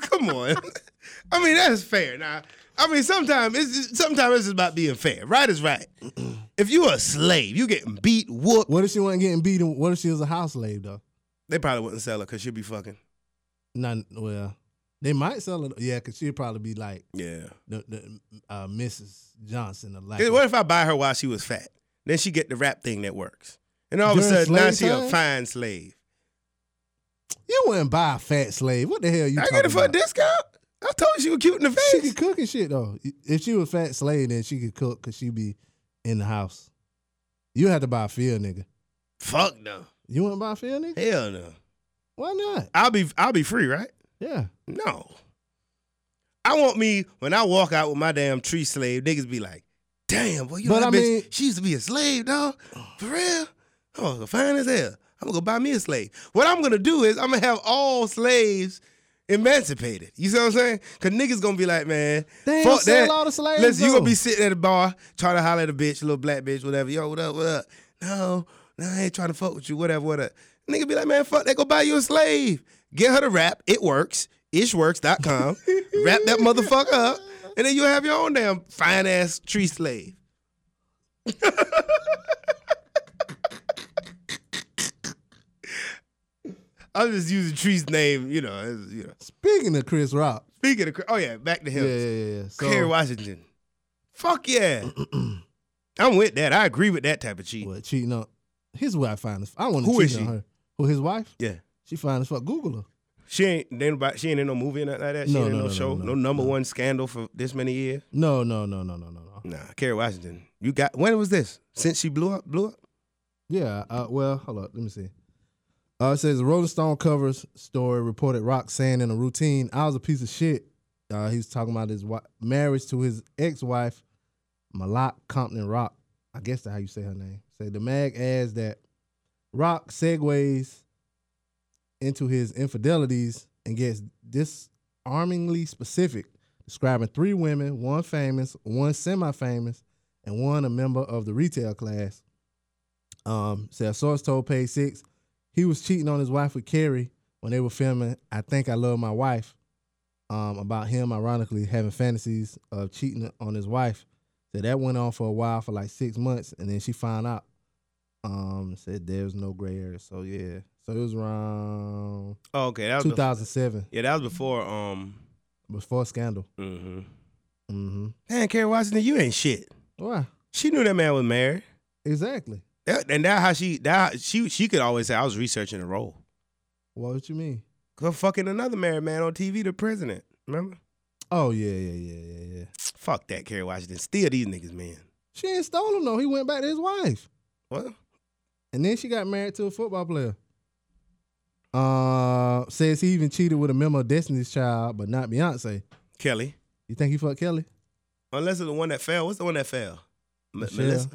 [SPEAKER 1] come on. I mean that's fair. Now, I mean sometimes it's just- sometimes it's just about being fair. Right is right. if you a slave, you getting beat, whooped.
[SPEAKER 2] what if she wasn't getting beaten? What if she was a house slave though?
[SPEAKER 1] They probably wouldn't sell her because she'd be fucking.
[SPEAKER 2] Not well. They might sell it. Yeah, cause she'd probably be like
[SPEAKER 1] Yeah.
[SPEAKER 2] the, the uh, Mrs. Johnson or like.
[SPEAKER 1] Hey, What if I buy her while she was fat? Then she get the rap thing that works. And all of a
[SPEAKER 2] During
[SPEAKER 1] sudden, now
[SPEAKER 2] slave
[SPEAKER 1] she a
[SPEAKER 2] time?
[SPEAKER 1] fine slave.
[SPEAKER 2] You wouldn't buy a fat slave. What the hell you
[SPEAKER 1] I
[SPEAKER 2] talking
[SPEAKER 1] get it for a
[SPEAKER 2] about?
[SPEAKER 1] discount. I told you she was cute in the
[SPEAKER 2] She
[SPEAKER 1] face.
[SPEAKER 2] could cook and shit though. If she was a fat slave, then she could cook because she be in the house. You had to buy a field nigga.
[SPEAKER 1] Fuck no.
[SPEAKER 2] You wouldn't buy a field nigga?
[SPEAKER 1] Hell no.
[SPEAKER 2] Why not?
[SPEAKER 1] I'll be I'll be free, right?
[SPEAKER 2] Yeah.
[SPEAKER 1] No. I want me when I walk out with my damn tree slave, niggas be like, damn, boy, you know
[SPEAKER 2] But
[SPEAKER 1] that
[SPEAKER 2] I
[SPEAKER 1] bitch,
[SPEAKER 2] mean-
[SPEAKER 1] she used to be a slave, dog. For real? I'm gonna go fine as hell. I'm gonna go buy me a slave. What I'm gonna do is I'm gonna have all slaves emancipated. You see what I'm saying? Cause niggas gonna be like, man,
[SPEAKER 2] They ain't
[SPEAKER 1] fuck
[SPEAKER 2] sell
[SPEAKER 1] that.
[SPEAKER 2] all the slaves,
[SPEAKER 1] Listen, you
[SPEAKER 2] though.
[SPEAKER 1] gonna be sitting at the bar trying to holler at a bitch, little black bitch, whatever. Yo, what up, what up? No, no, I ain't trying to fuck with you, whatever, what up. Nigga be like, man, fuck that, go buy you a slave. Get her to rap, it works, ishworks.com. wrap that motherfucker up, and then you'll have your own damn fine ass tree slave. I'm just using Tree's name, you know. it's- You know.
[SPEAKER 2] Speaking of Chris Rock,
[SPEAKER 1] Speaking of, Chris- oh yeah, back to
[SPEAKER 2] yeah,
[SPEAKER 1] him.
[SPEAKER 2] yeah, yeah. yeah. So,
[SPEAKER 1] Kerry Washington. Fuck yeah. I'm with that. I agree with that type of cheat.
[SPEAKER 2] what cheating on? Here's where I find this. I want to
[SPEAKER 1] Who
[SPEAKER 2] cheat
[SPEAKER 1] is
[SPEAKER 2] on
[SPEAKER 1] she?
[SPEAKER 2] her. Who his wife?
[SPEAKER 1] Yeah.
[SPEAKER 2] She fine as fuck. Google her.
[SPEAKER 1] She ain't they ain't about, she ain't in no movie or nothing like that. She
[SPEAKER 2] No,
[SPEAKER 1] ain't in
[SPEAKER 2] no,
[SPEAKER 1] no,
[SPEAKER 2] no,
[SPEAKER 1] show.
[SPEAKER 2] no,
[SPEAKER 1] No,
[SPEAKER 2] no,
[SPEAKER 1] number
[SPEAKER 2] no.
[SPEAKER 1] one scandal for this many years.
[SPEAKER 2] No, no, no, no, no, no, no.
[SPEAKER 1] Nah, Kerry Washington. You got when was this? Since she blew up, blew up?
[SPEAKER 2] Yeah. Uh, well, hold up. Let me see. Uh, it says Rolling Stone covers story reported Rock saying in a routine, "I was a piece of shit." Uh, he was talking about his wi- marriage to his ex-wife, Malak Compton Rock. I guess that's how you say her name. Say the mag adds that Rock segues into his infidelities and gets disarmingly specific, describing three women, one famous, one semi-famous, and one a member of the retail class. Um, said a source told Page Six he was cheating on his wife with Carrie when they were filming "I Think I Love My Wife." Um, about him, ironically, having fantasies of cheating on his wife. Said that went on for a while, for like six months, and then she found out. Um, said there was no gray area, so yeah. So it was around
[SPEAKER 1] Oh, okay. That was bef-
[SPEAKER 2] 2007
[SPEAKER 1] yeah, that was before um
[SPEAKER 2] before Scandal.
[SPEAKER 1] mm-hmm.
[SPEAKER 2] Mm-hmm.
[SPEAKER 1] Man, Kerry Washington, you ain't shit.
[SPEAKER 2] Why?
[SPEAKER 1] She knew that man was married.
[SPEAKER 2] Exactly.
[SPEAKER 1] That- and that how she that she she could always say I was researching the role.
[SPEAKER 2] What, what you mean?
[SPEAKER 1] Cause I'm fucking another married man on TV, the president. Remember?
[SPEAKER 2] Oh yeah, yeah, yeah, yeah, yeah.
[SPEAKER 1] Fuck that, Kerry Washington. Steal these niggas, man.
[SPEAKER 2] She ain't stole him though. He went back to his wife.
[SPEAKER 1] What?
[SPEAKER 2] And then she got married to a football player. Uh, says he even cheated with a member of Destiny's Child, but not Beyonce.
[SPEAKER 1] Kelly.
[SPEAKER 2] You think he fucked Kelly?
[SPEAKER 1] Unless it's the one that fell. What's the one that fell? M-
[SPEAKER 2] Michelle.
[SPEAKER 1] Melissa.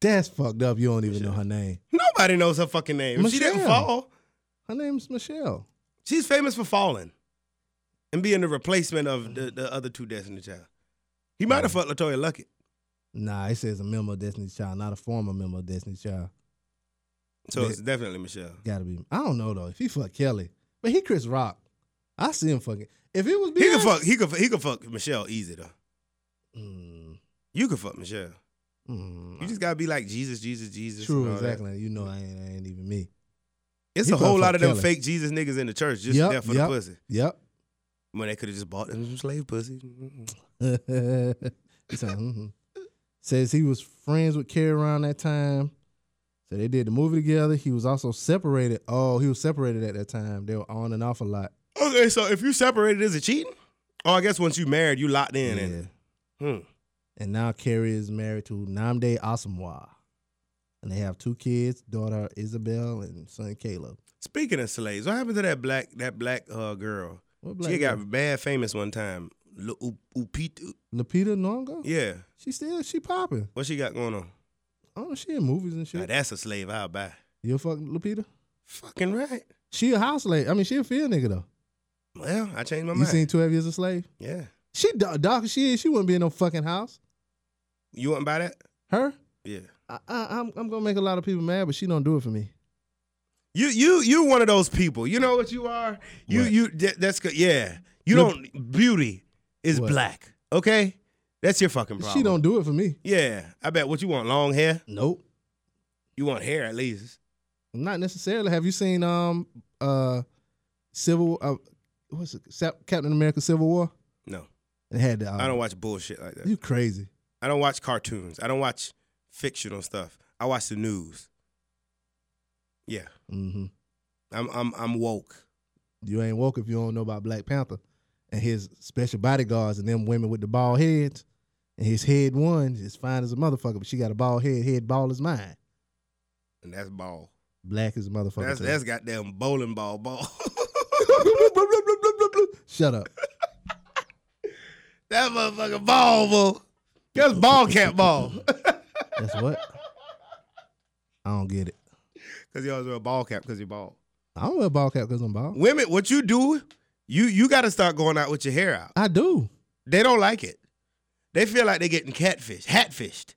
[SPEAKER 2] That's fucked up. You don't even know her name.
[SPEAKER 1] Nobody knows her fucking name. She didn't
[SPEAKER 2] Michelle.
[SPEAKER 1] fall.
[SPEAKER 2] Her name's Michelle.
[SPEAKER 1] She's famous for falling and being the replacement of the, the other two Destiny Child. He might have fucked Latoya Luckett.
[SPEAKER 2] Nah, it says a member of Destiny's Child, not a former member of Destiny's Child.
[SPEAKER 1] So it's definitely Michelle.
[SPEAKER 2] Gotta be. I don't know though. If he fucked Kelly, but he Chris Rock. I see him fucking. If it was Beyonce,
[SPEAKER 1] He could fuck. He could. He could fuck Michelle easy though.
[SPEAKER 2] Mm,
[SPEAKER 1] You could fuck Michelle.
[SPEAKER 2] mm,
[SPEAKER 1] You just gotta be like Jesus, Jesus, Jesus. and
[SPEAKER 2] true,
[SPEAKER 1] all that.
[SPEAKER 2] exactly. You know, I ain't, I ain't even me.
[SPEAKER 1] It's
[SPEAKER 2] He
[SPEAKER 1] a whole
[SPEAKER 2] probably
[SPEAKER 1] lot of them
[SPEAKER 2] fucked Kelly.
[SPEAKER 1] fake Jesus niggas in the church just
[SPEAKER 2] Yep,
[SPEAKER 1] there for
[SPEAKER 2] yep.
[SPEAKER 1] the pussy.
[SPEAKER 2] Yep.
[SPEAKER 1] When they could have just bought them some slave pussy. Mm-mm.
[SPEAKER 2] He said, "Mhm." Says he was friends with Carrie around that time. So they did the movie together. He was also separated. Oh, he was separated at that time. They were on and off a lot.
[SPEAKER 1] Okay, so if you separated, is it cheating? Oh, I guess once you married, you locked in.
[SPEAKER 2] Yeah.
[SPEAKER 1] And, hmm.
[SPEAKER 2] And now Carrie is married to Namde Asamoah. And they have two kids, daughter Isabel and son Caleb.
[SPEAKER 1] Speaking of slaves, what happened to that black that black uh, girl?
[SPEAKER 2] What
[SPEAKER 1] she
[SPEAKER 2] black
[SPEAKER 1] got
[SPEAKER 2] girl?
[SPEAKER 1] bad famous one time. Lu- U- Upita,
[SPEAKER 2] Lupita Nyong'o.
[SPEAKER 1] yeah.
[SPEAKER 2] She still she popping.
[SPEAKER 1] What she got going on?
[SPEAKER 2] Oh, she in movies and
[SPEAKER 1] Now,
[SPEAKER 2] shit.
[SPEAKER 1] that's a slave. I'll buy.
[SPEAKER 2] You fuck Lupita?
[SPEAKER 1] Fucking right.
[SPEAKER 2] She a house lady. I mean, she a field nigga though.
[SPEAKER 1] Well, I changed my
[SPEAKER 2] you
[SPEAKER 1] mind.
[SPEAKER 2] seen Twelve Years a Slave?
[SPEAKER 1] yeah.
[SPEAKER 2] She dark, dark as she is. She wouldn't be in no fucking house.
[SPEAKER 1] You wouldn't buy that?
[SPEAKER 2] Her,
[SPEAKER 1] Yeah.
[SPEAKER 2] I, I, I'm, I'm gonna make a lot of people mad, but she don't do it for me.
[SPEAKER 1] You you you one of those people. You know what you are. You
[SPEAKER 2] What?
[SPEAKER 1] you that, that's good. Yeah. You
[SPEAKER 2] Look-
[SPEAKER 1] don't. Beauty is
[SPEAKER 2] What?
[SPEAKER 1] black. Okay. That's your fucking problem.
[SPEAKER 2] She don't do it for me.
[SPEAKER 1] Yeah. I bet. What you want? Long hair.
[SPEAKER 2] Nope,
[SPEAKER 1] You want hair at least.
[SPEAKER 2] not necessarily. Have you seen um uh Civil uh what's it Sap- Captain America Civil War?
[SPEAKER 1] No.
[SPEAKER 2] It had the. Uh,
[SPEAKER 1] I don't watch bullshit like that.
[SPEAKER 2] You crazy?
[SPEAKER 1] I don't watch cartoons. I don't watch fictional stuff. I watch the news. Yeah,
[SPEAKER 2] hmm
[SPEAKER 1] I'm I'm I'm woke.
[SPEAKER 2] You ain't woke if you don't know about Black Panther and his special bodyguards and them women with the bald heads. And his head one is fine as a motherfucker, but she got a bald head. Head bald as mine.
[SPEAKER 1] And that's ball.
[SPEAKER 2] Black as a motherfucker.
[SPEAKER 1] That's
[SPEAKER 2] too.
[SPEAKER 1] that's goddamn bowling ball ball.
[SPEAKER 2] Shut up.
[SPEAKER 1] that motherfucker ball, bro. That's ball cap ball.
[SPEAKER 2] That's what? I don't get it.
[SPEAKER 1] Cause you always wear a ball cap because you bald.
[SPEAKER 2] I don't wear a ball cap because I'm bald.
[SPEAKER 1] Women, what you do, you you gotta start going out with your hair out.
[SPEAKER 2] I do.
[SPEAKER 1] They don't like it. They feel like they're getting catfish, hatfished.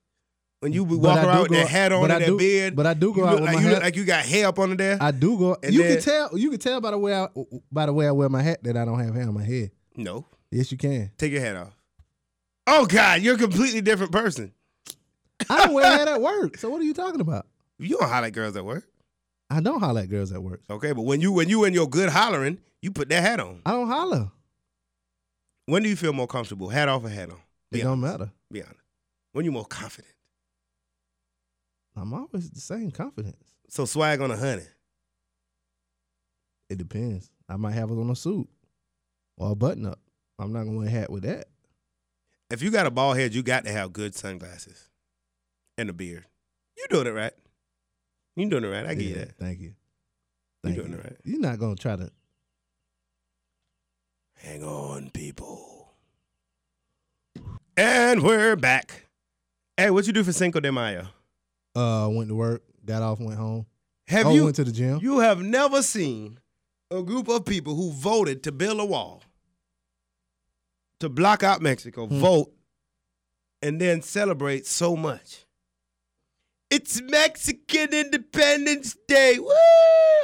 [SPEAKER 1] When you be
[SPEAKER 2] But
[SPEAKER 1] walking
[SPEAKER 2] I do
[SPEAKER 1] around with
[SPEAKER 2] go
[SPEAKER 1] that
[SPEAKER 2] out-
[SPEAKER 1] hat on
[SPEAKER 2] but
[SPEAKER 1] and
[SPEAKER 2] I
[SPEAKER 1] that
[SPEAKER 2] do-
[SPEAKER 1] beard,
[SPEAKER 2] but I do go
[SPEAKER 1] you
[SPEAKER 2] out
[SPEAKER 1] look
[SPEAKER 2] with
[SPEAKER 1] like
[SPEAKER 2] my
[SPEAKER 1] you
[SPEAKER 2] hat-
[SPEAKER 1] look like you got hair up under there.
[SPEAKER 2] I do go.
[SPEAKER 1] And
[SPEAKER 2] you
[SPEAKER 1] then-
[SPEAKER 2] can tell. You can tell by the way I by the way I wear my hat that I don't have hair on my head.
[SPEAKER 1] no,
[SPEAKER 2] Yes, you can.
[SPEAKER 1] Take your hat off. Oh God, you're a completely different person.
[SPEAKER 2] I don't wear a hat at work. So what are you talking about?
[SPEAKER 1] You don't highlight girls at work.
[SPEAKER 2] I don't holler at girls at work.
[SPEAKER 1] Okay, but when you when you in your good hollering, you put that hat on.
[SPEAKER 2] I don't holler.
[SPEAKER 1] When do you feel more comfortable, hat off or hat on?
[SPEAKER 2] It
[SPEAKER 1] Be
[SPEAKER 2] don't
[SPEAKER 1] honest.
[SPEAKER 2] matter.
[SPEAKER 1] Be honest. When you more confident.
[SPEAKER 2] I'm always the same confidence.
[SPEAKER 1] So swag on a hundred.
[SPEAKER 2] It depends. I might have it on a suit or a button up. I'm not gonna wear a hat with that.
[SPEAKER 1] If you got a bald head, you got to have good sunglasses and a beard. You doing it right. You doing it right. I get
[SPEAKER 2] Yeah,
[SPEAKER 1] that.
[SPEAKER 2] Thank you.
[SPEAKER 1] You
[SPEAKER 2] Thank
[SPEAKER 1] doing it right.
[SPEAKER 2] You're not gonna try to.
[SPEAKER 1] Hang on, people. And we're back. Hey, what you do for Cinco de Mayo?
[SPEAKER 2] Uh, went to work, got off, went home.
[SPEAKER 1] Have
[SPEAKER 2] oh,
[SPEAKER 1] you
[SPEAKER 2] went to the gym.
[SPEAKER 1] you have never seen a group of people who voted to build a wall to block out Mexico,
[SPEAKER 2] Hmm.
[SPEAKER 1] vote, and then celebrate so much. It's Mexican Independence Day. Woo!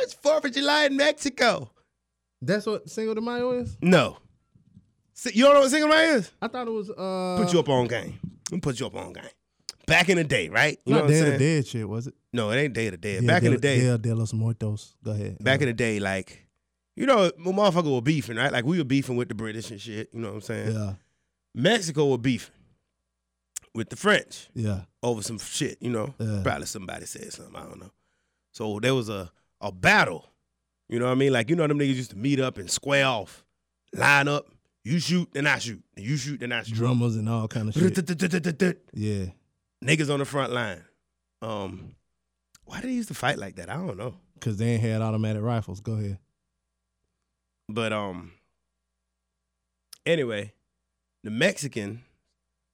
[SPEAKER 1] It's Fourth of July in Mexico.
[SPEAKER 2] That's what single de Mayo is.
[SPEAKER 1] No. Si- You don't know what single Mayo is?
[SPEAKER 2] I thought it was. Uh,
[SPEAKER 1] put you up on game. Let me put you up on game. Back in the day, right? You know
[SPEAKER 2] Not
[SPEAKER 1] what I'm
[SPEAKER 2] dead
[SPEAKER 1] saying?
[SPEAKER 2] or dead shit was it?
[SPEAKER 1] No, it ain't day to day.
[SPEAKER 2] Yeah,
[SPEAKER 1] Back in
[SPEAKER 2] Dia-
[SPEAKER 1] the day,
[SPEAKER 2] Dia de los Muertos. Go ahead.
[SPEAKER 1] back in the day, like you know, my motherfucker were beefing, right? Like we were beefing with the British and shit. You know what I'm saying?
[SPEAKER 2] Uh, Yeah,
[SPEAKER 1] Mexico were beefing with the French
[SPEAKER 2] yeah,
[SPEAKER 1] over some shit. You know,
[SPEAKER 2] Yeah.
[SPEAKER 1] probably somebody said something. I don't know. So there was a a battle. You know what I mean? Like you know them niggas used to meet up and square off, line up. You shoot, then I shoot. You shoot, then I shoot.
[SPEAKER 2] drummers and all kind of shit. Yeah,
[SPEAKER 1] niggas on the front line. Um, why did they used to fight like that? I don't know.
[SPEAKER 2] cause they ain't had automatic rifles. Go ahead.
[SPEAKER 1] But um, anyway, the Mexican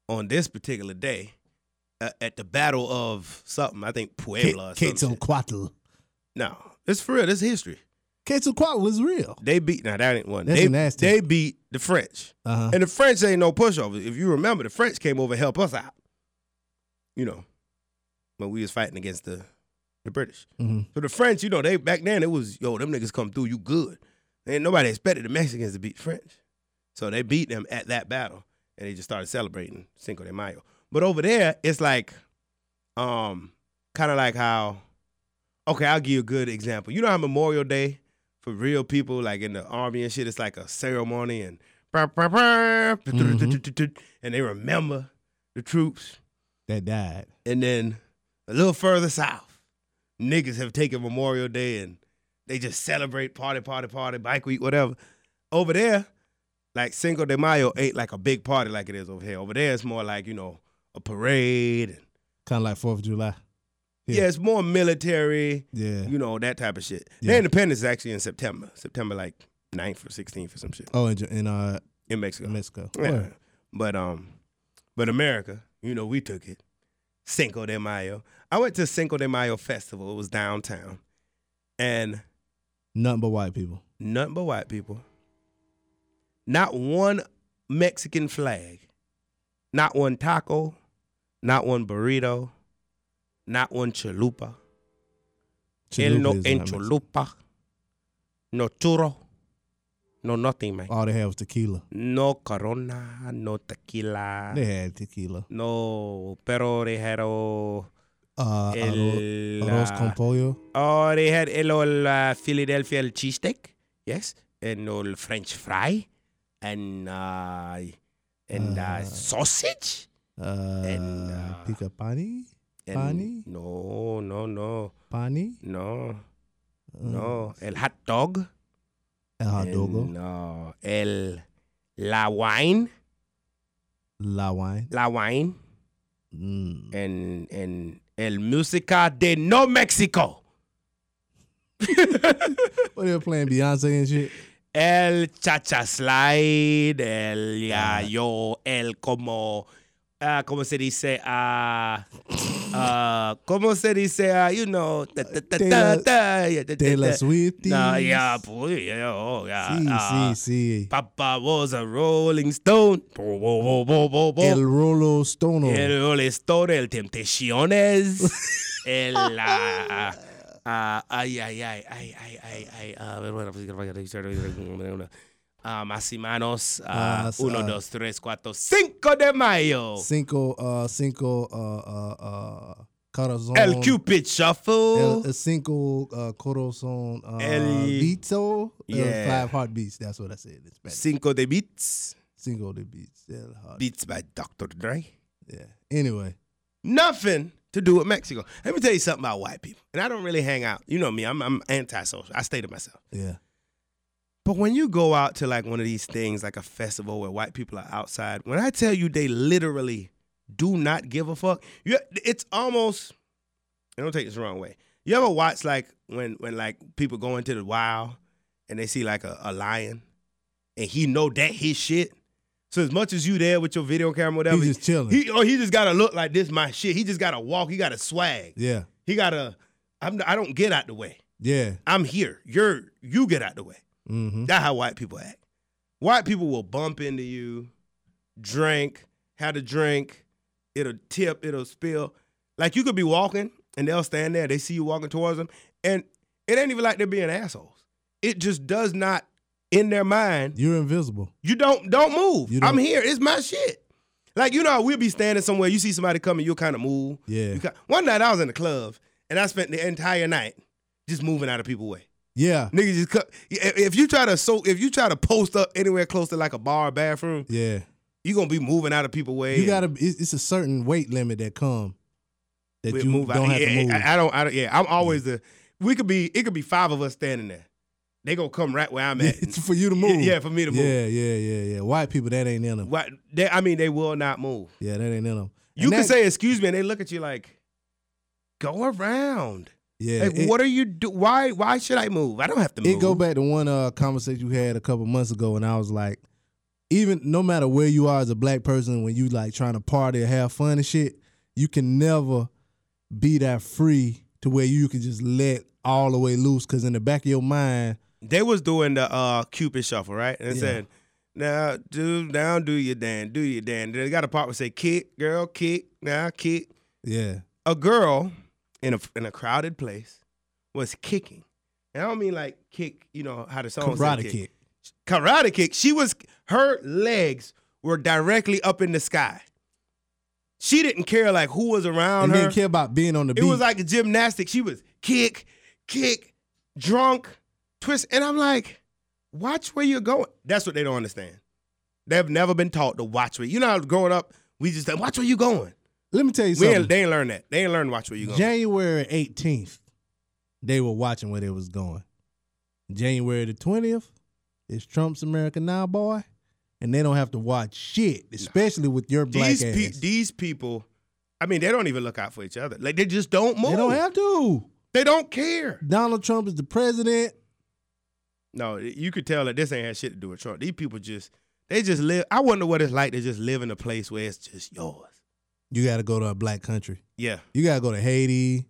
[SPEAKER 1] on this particular day uh, at the Battle of something, I think Puebla. or some shit.
[SPEAKER 2] Quetzalcoatl.
[SPEAKER 1] No, it's for real. This is history.
[SPEAKER 2] Quetzalcoatl is real.
[SPEAKER 1] They beat. Now that ain't one.
[SPEAKER 2] That's
[SPEAKER 1] they,
[SPEAKER 2] an Aztec.
[SPEAKER 1] they beat the French,
[SPEAKER 2] Uh huh.
[SPEAKER 1] and the French ain't no pushover. If you remember, the French came over to help us out. You know, but we was fighting against the the British.
[SPEAKER 2] hmm
[SPEAKER 1] So the French, you know, they back then it was yo, them niggas come through, you good. And nobody expected the Mexicans to beat French, so they beat them at that battle, and they just started celebrating Cinco de Mayo. But over there, it's like, um, kind of like how, okay, I'll give you a good example. You know how Memorial Day for real people, like in the army and shit, it's like a ceremony and and they remember the troops.
[SPEAKER 2] That died.
[SPEAKER 1] And then a little further south, niggas have taken Memorial Day and they just celebrate party, party, party, bike week, whatever. Over there, like Cinco de Mayo ain't like a big party like it is over here. Over there, it's more like, you know, a parade. And,
[SPEAKER 2] Kind of like Fourth of July. Yeah.
[SPEAKER 1] yeah. it's more military,
[SPEAKER 2] Yeah.
[SPEAKER 1] you know, that type of shit.
[SPEAKER 2] Yeah.
[SPEAKER 1] Their independence is actually in September, September like 9th or 16th or some shit
[SPEAKER 2] Oh, in, Ju- in uh
[SPEAKER 1] in Mexico.
[SPEAKER 2] Mexico.
[SPEAKER 1] Yeah.
[SPEAKER 2] Word.
[SPEAKER 1] But um, but America, you know, we took it. Cinco de Mayo. I went to Cinco de Mayo festival. It was downtown, and
[SPEAKER 2] Nothing but white people.
[SPEAKER 1] nothing but white people. Not one Mexican flag. Not one taco. Not one burrito. Not one chalupa. El no en
[SPEAKER 2] Chalupa is not Mexican.
[SPEAKER 1] chalupa. No churro. No nothing, man.
[SPEAKER 2] All they had was tequila.
[SPEAKER 1] No corona. No tequila.
[SPEAKER 2] They had tequila.
[SPEAKER 1] No, pero they had oh,
[SPEAKER 2] Uh, arroz,
[SPEAKER 1] el,
[SPEAKER 2] arroz
[SPEAKER 1] uh,
[SPEAKER 2] con pollo.
[SPEAKER 1] oh they had el, el uh, Philadelphia el cheesesteak, yes, and el French fry, and uh, and uh,
[SPEAKER 2] Uh,
[SPEAKER 1] sausage,
[SPEAKER 2] Uh,
[SPEAKER 1] and, uh,
[SPEAKER 2] pica pani.
[SPEAKER 1] and
[SPEAKER 2] Pani?
[SPEAKER 1] no, no, no,
[SPEAKER 2] Pani.
[SPEAKER 1] no,
[SPEAKER 2] Uh,
[SPEAKER 1] no, el hot dog,
[SPEAKER 2] El hot
[SPEAKER 1] and,
[SPEAKER 2] dogo.
[SPEAKER 1] uh, el la wine,
[SPEAKER 2] La wine.
[SPEAKER 1] la Eh. wine,
[SPEAKER 2] Mm.
[SPEAKER 1] and and el música de no Mexico.
[SPEAKER 2] What they were playing Beyonce and shit.
[SPEAKER 1] El Chacha Slide, el
[SPEAKER 2] Ah.
[SPEAKER 1] Yayo, el como, ah, ¿cómo se dice? Ah, ah, ¿Cómo se dice? Ah, you know, ta, ta, ta,
[SPEAKER 2] De
[SPEAKER 1] ta,
[SPEAKER 2] la-
[SPEAKER 1] ta, ya, ta, ta,
[SPEAKER 2] De la
[SPEAKER 1] ta.
[SPEAKER 2] Swifties.
[SPEAKER 1] No, yeah, pues, yeah, oh, yeah.
[SPEAKER 2] Si,
[SPEAKER 1] ah,
[SPEAKER 2] si, si.
[SPEAKER 1] Papa was a rolling stone. Bo, bo, bo, bo, bo, bo.
[SPEAKER 2] El Rolo Stono.
[SPEAKER 1] El Rolling Stone, el Temptaciones, el. ah, ah, ay, ay, ay, ay, ay, ay, ay. ah, A ver, bueno, pues, creo que quiero ver. Ah, más y manos. ah,
[SPEAKER 2] Ah, s-
[SPEAKER 1] uno,
[SPEAKER 2] ah.
[SPEAKER 1] dos, tres, cuatro, cinco de mayo.
[SPEAKER 2] Cinco, uh, Cinco, uh, uh, uh, Corazon.
[SPEAKER 1] El Cupid Shuffle.
[SPEAKER 2] El, el cinco uh, corazon uh,
[SPEAKER 1] El-
[SPEAKER 2] beato. El
[SPEAKER 1] Yeah.
[SPEAKER 2] five heartbeats. That's what I said in Spanish.
[SPEAKER 1] Cinco de Beats.
[SPEAKER 2] Cinco de beats. El heart.
[SPEAKER 1] Beats by Dr. Dre.
[SPEAKER 2] Yeah. Anyway,
[SPEAKER 1] Nothing to do with Mexico. Let me tell you something about white people. And I don't really hang out. You know me, I'm, I'm antisocial. I stay to myself.
[SPEAKER 2] yeah,
[SPEAKER 1] But when you go out to like one of these things, like a festival where white people are outside, when I tell you they literally do not give a fuck, you, it's almost. And don't take this the wrong way. You ever watch like when when like people go into the wild and they see like a, a lion, and he know that his shit. So as much as you there with your video camera, whatever,
[SPEAKER 2] he's just chilling.
[SPEAKER 1] he or he just gotta look like this my shit. He just gotta walk. He gotta swag.
[SPEAKER 2] yeah,
[SPEAKER 1] He gotta. I'm. I don't get out the way.
[SPEAKER 2] yeah.
[SPEAKER 1] I'm here. You're. You get out the way.
[SPEAKER 2] Mm-hmm.
[SPEAKER 1] That's how white people act. White people will bump into you, drink, had a drink, it'll tip, it'll spill. Like you could be walking and they'll stand there, they see you walking towards them, and it ain't even like they're being assholes. It just does not in their mind.
[SPEAKER 2] You're invisible.
[SPEAKER 1] You don't don't move.
[SPEAKER 2] You don't-
[SPEAKER 1] I'm here. It's my shit. Like you know, how we'll be standing somewhere. You see somebody coming, you'll kind of move.
[SPEAKER 2] Yeah,
[SPEAKER 1] You ki- One night I was in the club and I spent the entire night just moving out of people's way.
[SPEAKER 2] yeah,
[SPEAKER 1] Niggas just cut. If if you try to so, if you try to post up anywhere close to like a bar or bathroom,
[SPEAKER 2] yeah.
[SPEAKER 1] you gonna be moving out of people's way.
[SPEAKER 2] You gotta. It's, it's a certain weight limit that come that
[SPEAKER 1] and
[SPEAKER 2] you don't
[SPEAKER 1] out.
[SPEAKER 2] have
[SPEAKER 1] yeah,
[SPEAKER 2] to move.
[SPEAKER 1] I, I don't. I don't. Yeah, I'm always the. We could be. It could be five of us standing there. They gonna come right where I'm at.
[SPEAKER 2] it's for you to move.
[SPEAKER 1] Yeah, for me to move.
[SPEAKER 2] Yeah, yeah, yeah, yeah. White people that ain't in them.
[SPEAKER 1] Why- they, I mean, they will not move.
[SPEAKER 2] Yeah, that ain't in them.
[SPEAKER 1] You can say excuse me, and they look at you like, go around.
[SPEAKER 2] yeah.
[SPEAKER 1] like,
[SPEAKER 2] it,
[SPEAKER 1] what are you do? Why? Why should I move? I don't have to move.
[SPEAKER 2] it go back to one uh, conversation you had a couple months ago, and I was like, even no matter where you are as a black person, when you like trying to party or have fun and shit, you can never be that free to where you can just let all the way loose. Because in the back of your mind,
[SPEAKER 1] They was doing the uh Cupid shuffle, right? And it
[SPEAKER 2] Yeah.
[SPEAKER 1] said, now do now do your dan, do your dan. They got a part where say kick, girl, kick, now kick.
[SPEAKER 2] yeah,
[SPEAKER 1] A girl in a in a crowded place was kicking. And I don't mean like kick, you know, how the song said
[SPEAKER 2] karate kick.
[SPEAKER 1] Karate kick. She was her legs were directly up in the sky. She didn't care like who was around
[SPEAKER 2] and
[SPEAKER 1] her.
[SPEAKER 2] didn't care about being on the
[SPEAKER 1] It
[SPEAKER 2] beat.
[SPEAKER 1] was like a gymnastic. She was kick, kick, drunk, twist. And I'm like, watch where you're going. That's what they don't understand. They've never been taught to watch where. You know, how growing up, we just said, watch where you going.
[SPEAKER 2] Let me tell you
[SPEAKER 1] We ain't,
[SPEAKER 2] something.
[SPEAKER 1] they ain't learn that. They ain't learn to watch where you going.
[SPEAKER 2] January 18th, they were watching where they was going. January the 20th is Trump's America Now, boy. And they don't have to watch shit, especially with your black
[SPEAKER 1] These
[SPEAKER 2] ass.
[SPEAKER 1] pe- these people, I mean, they don't even look out for each other. Like they just don't move.
[SPEAKER 2] They don't have to.
[SPEAKER 1] They don't care.
[SPEAKER 2] Donald Trump is the president.
[SPEAKER 1] No, you could tell that this ain't had shit to do with Trump. These people just they just live. I wonder what it's like to just live in a place where it's just yours.
[SPEAKER 2] You got to go to a black country.
[SPEAKER 1] Yeah.
[SPEAKER 2] You got to go to Haiti,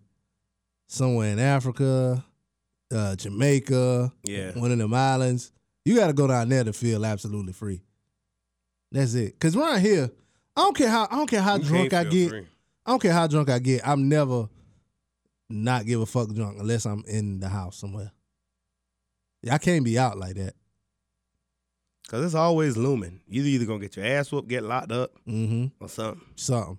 [SPEAKER 2] somewhere in Africa, uh, Jamaica,
[SPEAKER 1] Yeah.
[SPEAKER 2] one of them islands. You got to go down there to feel absolutely free. That's it. Cause around here, I don't care how I don't care how
[SPEAKER 1] You
[SPEAKER 2] drunk I
[SPEAKER 1] can't feel
[SPEAKER 2] get.
[SPEAKER 1] free.
[SPEAKER 2] I don't care how drunk I get. I'm never not give a fuck drunk unless I'm in the house somewhere. Yeah, I can't be out like that.
[SPEAKER 1] Cause it's always looming. You either gonna get your ass whooped, get locked up,
[SPEAKER 2] Mm-hmm.
[SPEAKER 1] or something.
[SPEAKER 2] Something,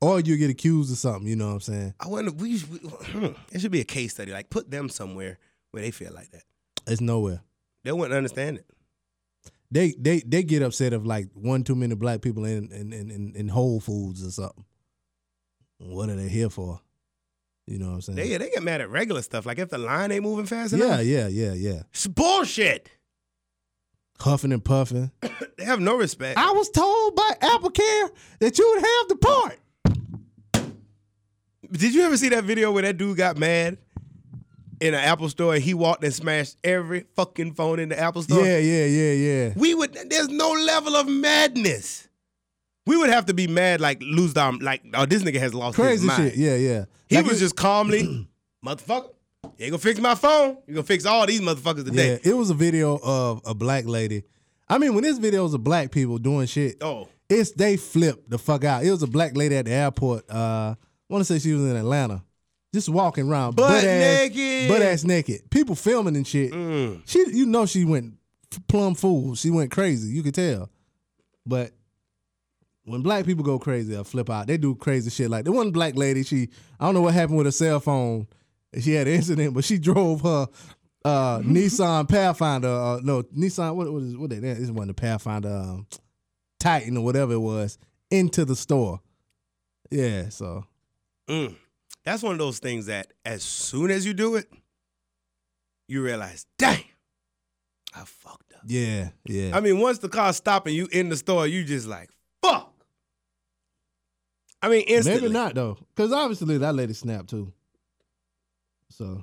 [SPEAKER 2] or you get accused of something. You know what I'm saying?
[SPEAKER 1] I wonder. We, we hmm, it should be a case study. Like put them somewhere where they feel like that.
[SPEAKER 2] It's nowhere.
[SPEAKER 1] They wouldn't understand it.
[SPEAKER 2] They they they get upset if like one too many black people in in in, in, in Whole Foods or something. What are they here for? You know what I'm saying?
[SPEAKER 1] They they get mad at regular stuff. Like if the line ain't moving fast enough.
[SPEAKER 2] yeah, yeah, yeah, yeah.
[SPEAKER 1] It's bullshit.
[SPEAKER 2] Huffing and puffing.
[SPEAKER 1] They have no respect.
[SPEAKER 2] I was told by AppleCare that you would have the part.
[SPEAKER 1] Did you ever see that video where that dude got mad in an Apple store and he walked and smashed every fucking phone in the Apple store?
[SPEAKER 2] Yeah, yeah, yeah, yeah.
[SPEAKER 1] We would. There's no level of madness. We would have to be mad, like lose our like. Oh, this nigga has lost his
[SPEAKER 2] Crazy
[SPEAKER 1] mind.
[SPEAKER 2] shit. Yeah, yeah.
[SPEAKER 1] He
[SPEAKER 2] Like
[SPEAKER 1] was
[SPEAKER 2] it-
[SPEAKER 1] just calmly, motherfucker. You ain't gonna fix my phone. You gonna fix all these motherfuckers
[SPEAKER 2] Yeah,
[SPEAKER 1] today.
[SPEAKER 2] it was a video of a black lady. I mean, when this video is of black people doing shit,
[SPEAKER 1] Oh,
[SPEAKER 2] it's they flip the fuck out. It was a black lady at the airport. Uh, I want to say she was in Atlanta, just walking around,
[SPEAKER 1] Butt
[SPEAKER 2] ass,
[SPEAKER 1] naked.
[SPEAKER 2] butt ass naked. People filming and shit.
[SPEAKER 1] Mm.
[SPEAKER 2] She, you know, she went plumb fool. She went crazy. You could tell, but when black people go crazy, I flip out. They do crazy shit. Like the one black lady, she I don't know what happened with her cell phone. She had an incident, but she drove her uh, Nissan Pathfinder. Uh, no, Nissan. What what is what? They, this wasn't the Pathfinder um, Titan or whatever it was into the store. Yeah, so
[SPEAKER 1] Mm. That's one of those things that as soon as you do it, you realize, dang, I fucked up.
[SPEAKER 2] yeah, yeah.
[SPEAKER 1] I mean, once the car stop and you in the store, you just like, fuck. I mean, instantly.
[SPEAKER 2] Maybe not though, because obviously that lady snapped too. So,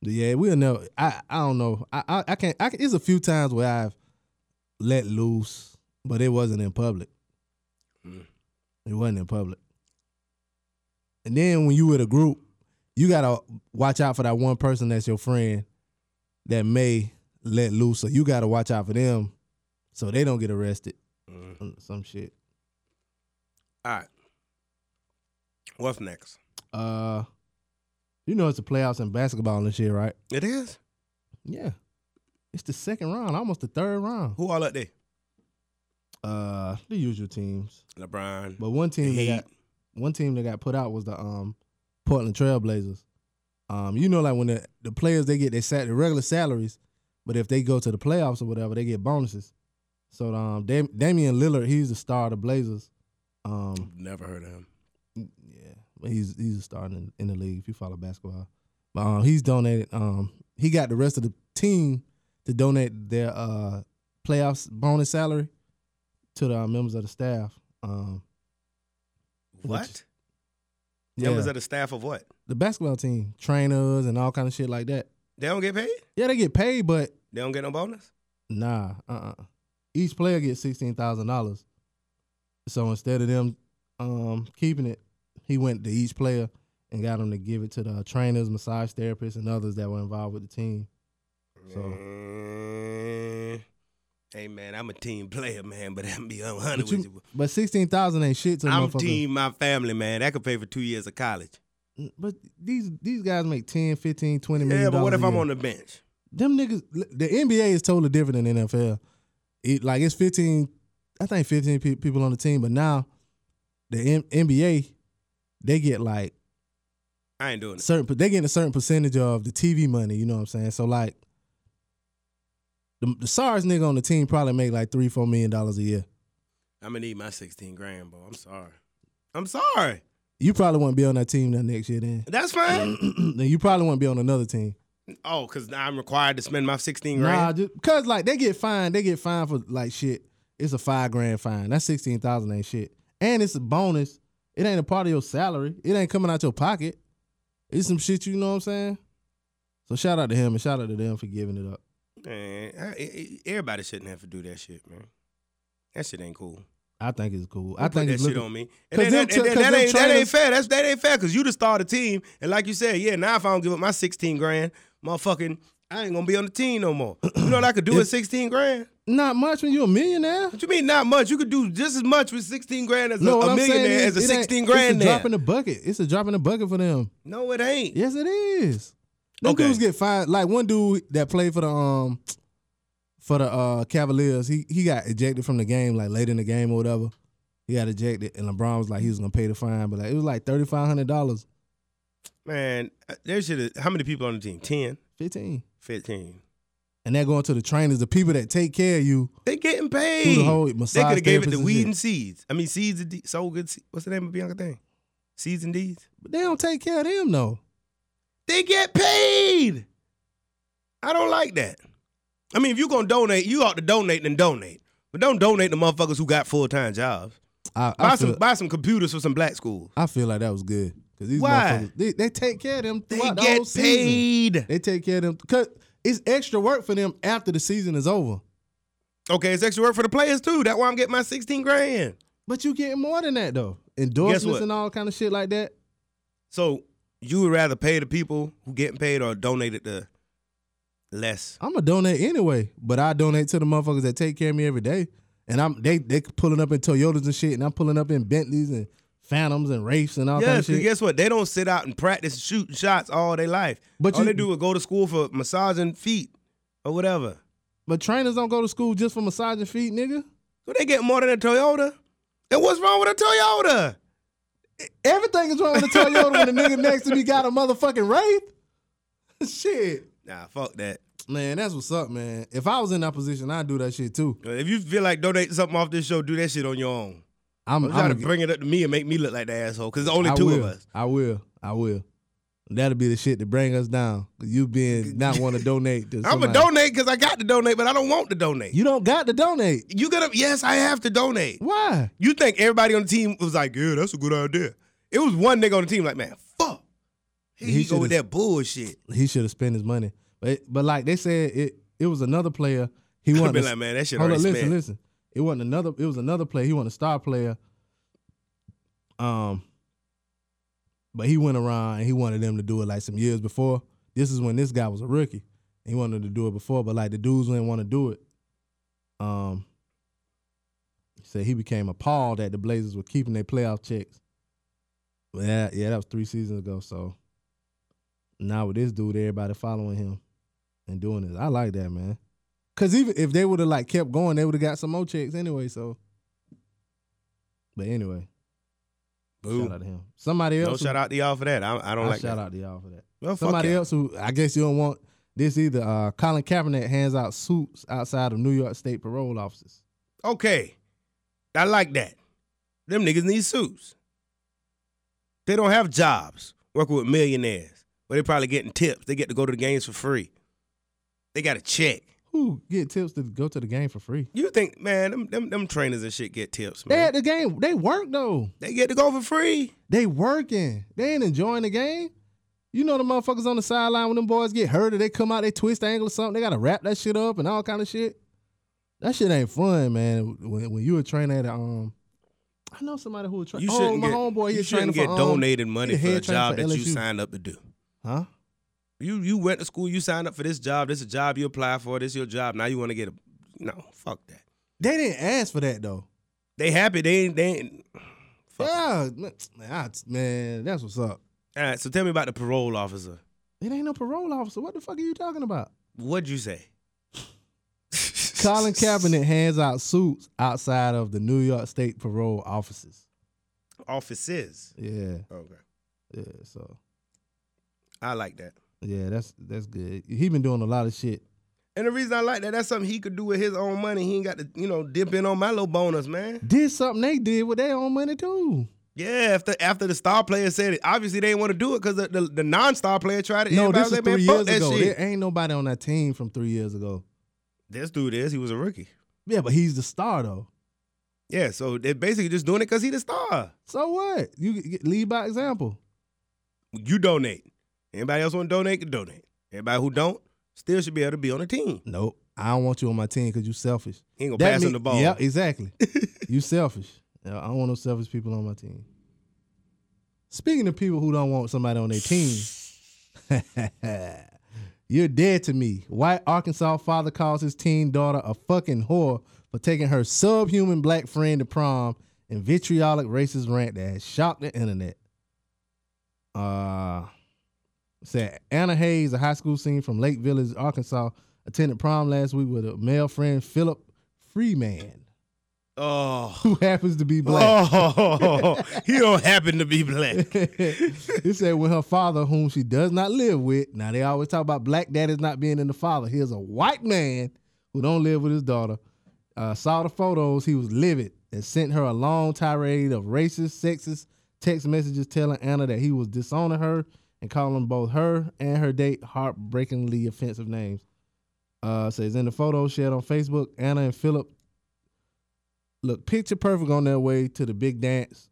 [SPEAKER 2] but yeah, we'll know. I I don't know. I I, I can't. I can, it's a few times where I've let loose, but it wasn't in public.
[SPEAKER 1] Mm.
[SPEAKER 2] It wasn't in public. And then when you with a group, you gotta watch out for that one person that's your friend that may let loose. So you gotta watch out for them, so they don't get arrested.
[SPEAKER 1] Mm.
[SPEAKER 2] Some- Some shit.
[SPEAKER 1] All right. What's next?
[SPEAKER 2] Uh, you know it's the playoffs in basketball and shit, right?
[SPEAKER 1] It is.
[SPEAKER 2] Yeah. It's the second round, almost the third round.
[SPEAKER 1] Who all up there?
[SPEAKER 2] Uh, the usual teams,
[SPEAKER 1] LeBron.
[SPEAKER 2] but one team that
[SPEAKER 1] Heat.
[SPEAKER 2] got one team that got put out was the um Portland Trailblazers. Um, you know, like when the, the players they get their sat their regular salaries, but if they go to the playoffs or whatever, they get bonuses. So um, Dam- Damian Lillard, he's the star of the Blazers. Um,
[SPEAKER 1] Never heard of him.
[SPEAKER 2] Yeah, but he's he's a star in, in the league if you follow basketball. But um, he's donated. Um, he got the rest of the team to donate their uh playoffs bonus salary to the uh, members of the staff. Um,
[SPEAKER 1] What?
[SPEAKER 2] yeah,
[SPEAKER 1] Members of the staff of what?
[SPEAKER 2] the basketball team, trainers and all kind of shit like that.
[SPEAKER 1] They don't get paid?
[SPEAKER 2] Yeah, they get paid, but
[SPEAKER 1] They don't get no bonus?
[SPEAKER 2] Nah, uh, uh Each player gets sixteen thousand dollars. So instead of them um, keeping it, he went to each player and got them to give it to the trainers, massage therapists, and others that were involved with the team. So-
[SPEAKER 1] Mm. Hey man, I'm a team player, man, but I'm be honest
[SPEAKER 2] But, you-
[SPEAKER 1] with you.
[SPEAKER 2] but sixteen thousand ain't shit to
[SPEAKER 1] I'm
[SPEAKER 2] motherfuckers.
[SPEAKER 1] team my family, man. That could pay for two years of college.
[SPEAKER 2] But these these guys make 10, 15, 20 million.
[SPEAKER 1] Yeah, but what if
[SPEAKER 2] dollars a
[SPEAKER 1] I'm
[SPEAKER 2] year.
[SPEAKER 1] on the bench?
[SPEAKER 2] them niggas? The NBA is totally different than NFL. It like it's fifteen, I think fifteen pe- people on the team, but now the M- NBA they get like
[SPEAKER 1] I ain't doing it.
[SPEAKER 2] certain they getting a certain percentage of the TV money. You know what I'm saying? So like, the, the SARS nigga on the team probably make like three four million dollars a year.
[SPEAKER 1] I'm gonna need my 16 grand, bro. I'm sorry. I'm sorry.
[SPEAKER 2] You probably won't be on that team that next year. Then
[SPEAKER 1] That's fine.
[SPEAKER 2] then you probably won't be on another team.
[SPEAKER 1] Oh, cause now I'm required to spend my 16
[SPEAKER 2] Mm-hmm. Nah,
[SPEAKER 1] grand.
[SPEAKER 2] just cause like they get fined. They get fined for like shit. It's a five grand fine. That's sixteen thousand ain't shit. And it's a bonus. It ain't a part of your salary. It ain't coming out your pocket. It's some shit. You know what I'm saying? So shout out to him and shout out to them for giving it up.
[SPEAKER 1] Man, I- I- everybody shouldn't have to do that shit, man. That shit ain't cool.
[SPEAKER 2] I think it's cool.
[SPEAKER 1] I
[SPEAKER 2] I
[SPEAKER 1] put
[SPEAKER 2] think
[SPEAKER 1] that
[SPEAKER 2] it's
[SPEAKER 1] shit
[SPEAKER 2] looking,
[SPEAKER 1] on me. And
[SPEAKER 2] 'Cause
[SPEAKER 1] then, that- and
[SPEAKER 2] them tra-
[SPEAKER 1] then
[SPEAKER 2] 'cause
[SPEAKER 1] that,
[SPEAKER 2] them
[SPEAKER 1] ain't, that ain't
[SPEAKER 2] trainers-
[SPEAKER 1] fair. That's that ain't fair because you the star of the team. And like you said, yeah, now if I don't give up my 16 grand, motherfucking, I ain't gonna be on the team no more. You know what I could do with 16 grand?
[SPEAKER 2] Not much when you're a millionaire.
[SPEAKER 1] What you mean not much? You could do just as much with 16 grand as a,
[SPEAKER 2] what
[SPEAKER 1] a
[SPEAKER 2] I'm saying
[SPEAKER 1] millionaire as
[SPEAKER 2] is,
[SPEAKER 1] a
[SPEAKER 2] it ain't-
[SPEAKER 1] 16
[SPEAKER 2] It's
[SPEAKER 1] grand
[SPEAKER 2] a
[SPEAKER 1] there.
[SPEAKER 2] drop in the bucket. It's a drop in the bucket for them.
[SPEAKER 1] No, it ain't.
[SPEAKER 2] Yes, it is. Them
[SPEAKER 1] Okay.
[SPEAKER 2] dudes get fined. Like one dude that played for the um for the uh Cavaliers, he he got ejected from the game like late in the game or whatever. He got ejected, and LeBron was like he was gonna pay the fine, but like it was like thirty five hundred dollars,
[SPEAKER 1] Man, uh, there should have. How many people on the team? 10,
[SPEAKER 2] fifteen,
[SPEAKER 1] 15.
[SPEAKER 2] and they're going to the trainers, the people that take care of you
[SPEAKER 1] They getting paid.
[SPEAKER 2] through the whole
[SPEAKER 1] they could
[SPEAKER 2] massage.
[SPEAKER 1] have gave it
[SPEAKER 2] therapists
[SPEAKER 1] to
[SPEAKER 2] and
[SPEAKER 1] Weed
[SPEAKER 2] shit.
[SPEAKER 1] and Seeds. I mean, Seeds and D. So good. Se- What's the name of Bianca thing? Seeds and D's.
[SPEAKER 2] But they don't take care of them though.
[SPEAKER 1] They get paid. I don't like that. I mean, if you gonna donate, you ought to donate and donate. But don't donate to motherfuckers who got full time jobs.
[SPEAKER 2] I, I
[SPEAKER 1] Buy
[SPEAKER 2] feel-
[SPEAKER 1] some, buy some computers for some black schools.
[SPEAKER 2] I feel like that was good because these
[SPEAKER 1] Why?
[SPEAKER 2] motherfuckers they, they take care of them
[SPEAKER 1] They
[SPEAKER 2] throughout the
[SPEAKER 1] get
[SPEAKER 2] whole season.
[SPEAKER 1] paid.
[SPEAKER 2] They take care of them because it's extra work for them after the season is over.
[SPEAKER 1] Okay, it's extra work for the players too. That's why I'm getting my 16 grand.
[SPEAKER 2] But you getting more than that though, endorsements
[SPEAKER 1] what?
[SPEAKER 2] and all kind of shit like that.
[SPEAKER 1] So you would rather pay the people who getting paid or donate it to less?
[SPEAKER 2] I'm gonna donate anyway, but I donate to the motherfuckers that take care of me every day, and I'm they they pulling up in Toyotas and shit, and I'm pulling up in Bentleys and Phantoms and Wraiths and all kind of
[SPEAKER 1] Yes,
[SPEAKER 2] shit.
[SPEAKER 1] because guess what? They don't sit out and practice shooting shots all their life.
[SPEAKER 2] But
[SPEAKER 1] all
[SPEAKER 2] you-
[SPEAKER 1] they do is go to school for massaging feet or whatever.
[SPEAKER 2] But trainers don't go to school just for massaging feet, nigga.
[SPEAKER 1] So they get more than a Toyota. And what's wrong with a Toyota?
[SPEAKER 2] Everything is wrong with a Toyota when the nigga next to me got a motherfucking Wraith. shit.
[SPEAKER 1] Nah, fuck that.
[SPEAKER 2] Man, that's what's up, man. If I was in that position, I'd do that shit too.
[SPEAKER 1] If you feel like donating something off this show, do that shit on your own.
[SPEAKER 2] I'm,
[SPEAKER 1] Don't
[SPEAKER 2] I'm
[SPEAKER 1] try to
[SPEAKER 2] a-
[SPEAKER 1] bring it up to me and make me look like the asshole because it's only
[SPEAKER 2] I
[SPEAKER 1] two of
[SPEAKER 2] will.
[SPEAKER 1] us.
[SPEAKER 2] I will. I will. That'll be the shit to bring us down. You being not want to donate to
[SPEAKER 1] I'm
[SPEAKER 2] somebody.
[SPEAKER 1] gonna donate because I got to donate, but I don't want to donate. You,
[SPEAKER 2] You don't got to donate.
[SPEAKER 1] gonna? Yes, I have to donate.
[SPEAKER 2] Why?
[SPEAKER 1] You think everybody on the team was like, "Yeah, that's a good idea." It was one nigga on the team like, "Man, fuck." Here
[SPEAKER 2] He
[SPEAKER 1] you go with
[SPEAKER 2] should've-
[SPEAKER 1] that bullshit.
[SPEAKER 2] He should have spent his money. But but like they said, it it was another player. He
[SPEAKER 1] I've
[SPEAKER 2] wanted.
[SPEAKER 1] been
[SPEAKER 2] to-
[SPEAKER 1] like, man, that shit
[SPEAKER 2] hold
[SPEAKER 1] already
[SPEAKER 2] on, listen,
[SPEAKER 1] spent.
[SPEAKER 2] listen. It wasn't another. It was another player. He wasn't a star player. Um, but he went around and he wanted them to do it like some years before. This is when this guy was a rookie. He wanted to do it before, but like the dudes didn't want to do it. Um, so he became appalled that the Blazers were keeping their playoff checks. But yeah, yeah, that was three seasons ago. So now with this dude, everybody following him and doing this. I like that, man. Cause even if they would have like kept going, they would have got some more checks anyway. So, but anyway, shout
[SPEAKER 1] Boo.
[SPEAKER 2] out to him. Somebody
[SPEAKER 1] Don't
[SPEAKER 2] else, who-
[SPEAKER 1] shout out to y'all for that. I, I don't
[SPEAKER 2] I
[SPEAKER 1] like
[SPEAKER 2] shout
[SPEAKER 1] that.
[SPEAKER 2] out to y'all for that.
[SPEAKER 1] Well, fuck
[SPEAKER 2] Somebody
[SPEAKER 1] y'all.
[SPEAKER 2] else who I guess you don't want this either. Uh, Colin Kaepernick hands out suits outside of New York State parole offices.
[SPEAKER 1] Okay, I like that. Them niggas need suits. They don't have jobs working with millionaires, but they probably getting tips. They get to go to the games for free. They got a check.
[SPEAKER 2] Who get tips to go to the game for free?
[SPEAKER 1] You think, man, them them, them trainers and shit get tips,
[SPEAKER 2] They
[SPEAKER 1] man.
[SPEAKER 2] at the game. They work though.
[SPEAKER 1] They get to go for free.
[SPEAKER 2] They working. They ain't enjoying the game. You know the motherfuckers on the sideline when them boys get hurt or they come out, they twist the ankle or something. They gotta wrap that shit up and all kind of shit. That shit ain't fun, man. When when you a trainer at a, um, I know somebody who a trainer.
[SPEAKER 1] You
[SPEAKER 2] Oh,
[SPEAKER 1] shouldn't
[SPEAKER 2] my
[SPEAKER 1] get,
[SPEAKER 2] homeboy,
[SPEAKER 1] you
[SPEAKER 2] he's training
[SPEAKER 1] shouldn't
[SPEAKER 2] for
[SPEAKER 1] get
[SPEAKER 2] um,
[SPEAKER 1] donated money
[SPEAKER 2] he the
[SPEAKER 1] for a
[SPEAKER 2] head trainer
[SPEAKER 1] job
[SPEAKER 2] for
[SPEAKER 1] that you
[SPEAKER 2] LSU.
[SPEAKER 1] signed up to do.
[SPEAKER 2] Huh?
[SPEAKER 1] You you went to school, you signed up for this job. This is a job you apply for. This your job. Now you want to get a no. Fuck that.
[SPEAKER 2] They didn't ask for that though.
[SPEAKER 1] They happy. They ain't. They ain't fuck.
[SPEAKER 2] Yeah, man, I- man, that's what's up.
[SPEAKER 1] All right. So tell me about the parole officer.
[SPEAKER 2] It ain't no parole officer. What the fuck are you talking about?
[SPEAKER 1] What'd you say?
[SPEAKER 2] Colin Kaepernick hands out suits outside of the New York State parole offices.
[SPEAKER 1] Offices.
[SPEAKER 2] Yeah,
[SPEAKER 1] Okay.
[SPEAKER 2] yeah. So
[SPEAKER 1] I like that.
[SPEAKER 2] yeah, that's that's good. He been doing a lot of shit.
[SPEAKER 1] And the reason I like that, that's something he could do with his own money. He ain't got to, you know, dip in on my little bonus, man.
[SPEAKER 2] Did something they did with their own money too.
[SPEAKER 1] Yeah, after after the star player said it, obviously they didn't want to do it because the, the, the non-star player tried it.
[SPEAKER 2] No,
[SPEAKER 1] Everybody
[SPEAKER 2] this is
[SPEAKER 1] was like,
[SPEAKER 2] three
[SPEAKER 1] "Man,
[SPEAKER 2] years
[SPEAKER 1] fuck that
[SPEAKER 2] ago.
[SPEAKER 1] shit."
[SPEAKER 2] There ain't nobody on that team from three years ago.
[SPEAKER 1] This dude is. He was a rookie.
[SPEAKER 2] Yeah, but he's the star though.
[SPEAKER 1] Yeah, so they're basically just doing it because he the star.
[SPEAKER 2] So what? You g- lead by example.
[SPEAKER 1] You donate. Anybody else want to donate can donate. Everybody who don't still should be able to be on the team.
[SPEAKER 2] Nope. I don't want you on my team because you selfish.
[SPEAKER 1] He ain't gonna
[SPEAKER 2] That
[SPEAKER 1] pass him
[SPEAKER 2] mean-
[SPEAKER 1] the ball.
[SPEAKER 2] Yeah, exactly. you selfish. Yeah, I don't want no selfish people on my team. Speaking of people who don't want somebody on their team, you're dead to me. White Arkansas father calls his teen daughter a fucking whore for taking her subhuman black friend to prom in vitriolic racist rant that has shocked the internet. Uh said Anna Hayes, a high school senior from Lake Village, Arkansas, attended prom last week with a male friend, Philip Freeman,
[SPEAKER 1] Oh.
[SPEAKER 2] who happens to be black.
[SPEAKER 1] Oh, he don't happen to be black.
[SPEAKER 2] he said when her father, whom she does not live with, now they always talk about black daddies not being in the father. Here's a white man who don't live with his daughter. Uh, saw the photos, he was livid and sent her a long tirade of racist, sexist text messages telling Anna that he was disowning her and calling both her and her date heartbreakingly offensive names. Uh, says in the photo shared on Facebook, Anna and Philip look picture perfect on their way to the big dance.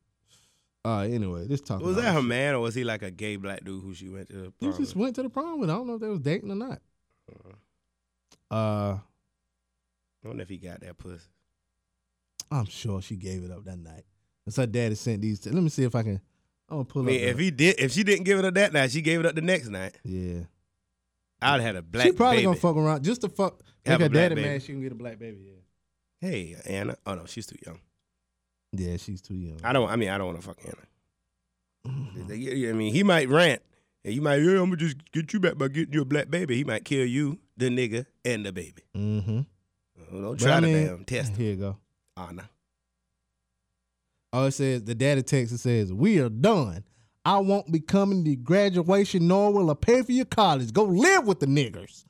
[SPEAKER 2] Uh, anyway, this talk
[SPEAKER 1] Was that her man or was he like a gay black dude who she went to? The prom
[SPEAKER 2] You just
[SPEAKER 1] with?
[SPEAKER 2] went to the prom with. I don't know if they was dating or not. Uh,
[SPEAKER 1] I wonder if he got that pussy.
[SPEAKER 2] I'm sure she gave it up that night. Cause her daddy sent these. To, let me see if I can. I'm gonna pull
[SPEAKER 1] I mean,
[SPEAKER 2] up.
[SPEAKER 1] if
[SPEAKER 2] the-
[SPEAKER 1] he did, if she didn't give it up that night, she gave it up the next night.
[SPEAKER 2] yeah,
[SPEAKER 1] I'd have had a black
[SPEAKER 2] she probably
[SPEAKER 1] baby.
[SPEAKER 2] gonna fuck around just to fuck.
[SPEAKER 1] Have
[SPEAKER 2] Make
[SPEAKER 1] a
[SPEAKER 2] her
[SPEAKER 1] black
[SPEAKER 2] daddy
[SPEAKER 1] baby.
[SPEAKER 2] mad. She can get a black baby.
[SPEAKER 1] hey, Anna. Oh no, she's too young.
[SPEAKER 2] Yeah. Yeah, she's too young.
[SPEAKER 1] I don't. I mean, I don't want to fuck Anna. They- you- you- I mean, he might rant. And you might, yeah, I'm gonna just get you back by getting you a black baby. He might kill you, the nigga, and the baby.
[SPEAKER 2] Mm-hmm.
[SPEAKER 1] Oh, don't try
[SPEAKER 2] I
[SPEAKER 1] to
[SPEAKER 2] mean-
[SPEAKER 1] damn test
[SPEAKER 2] Here you go.
[SPEAKER 1] Anna.
[SPEAKER 2] Oh, it says the daddy text. It says we are done. I won't be coming to graduation, nor will I pay for your college. Go live with the niggers.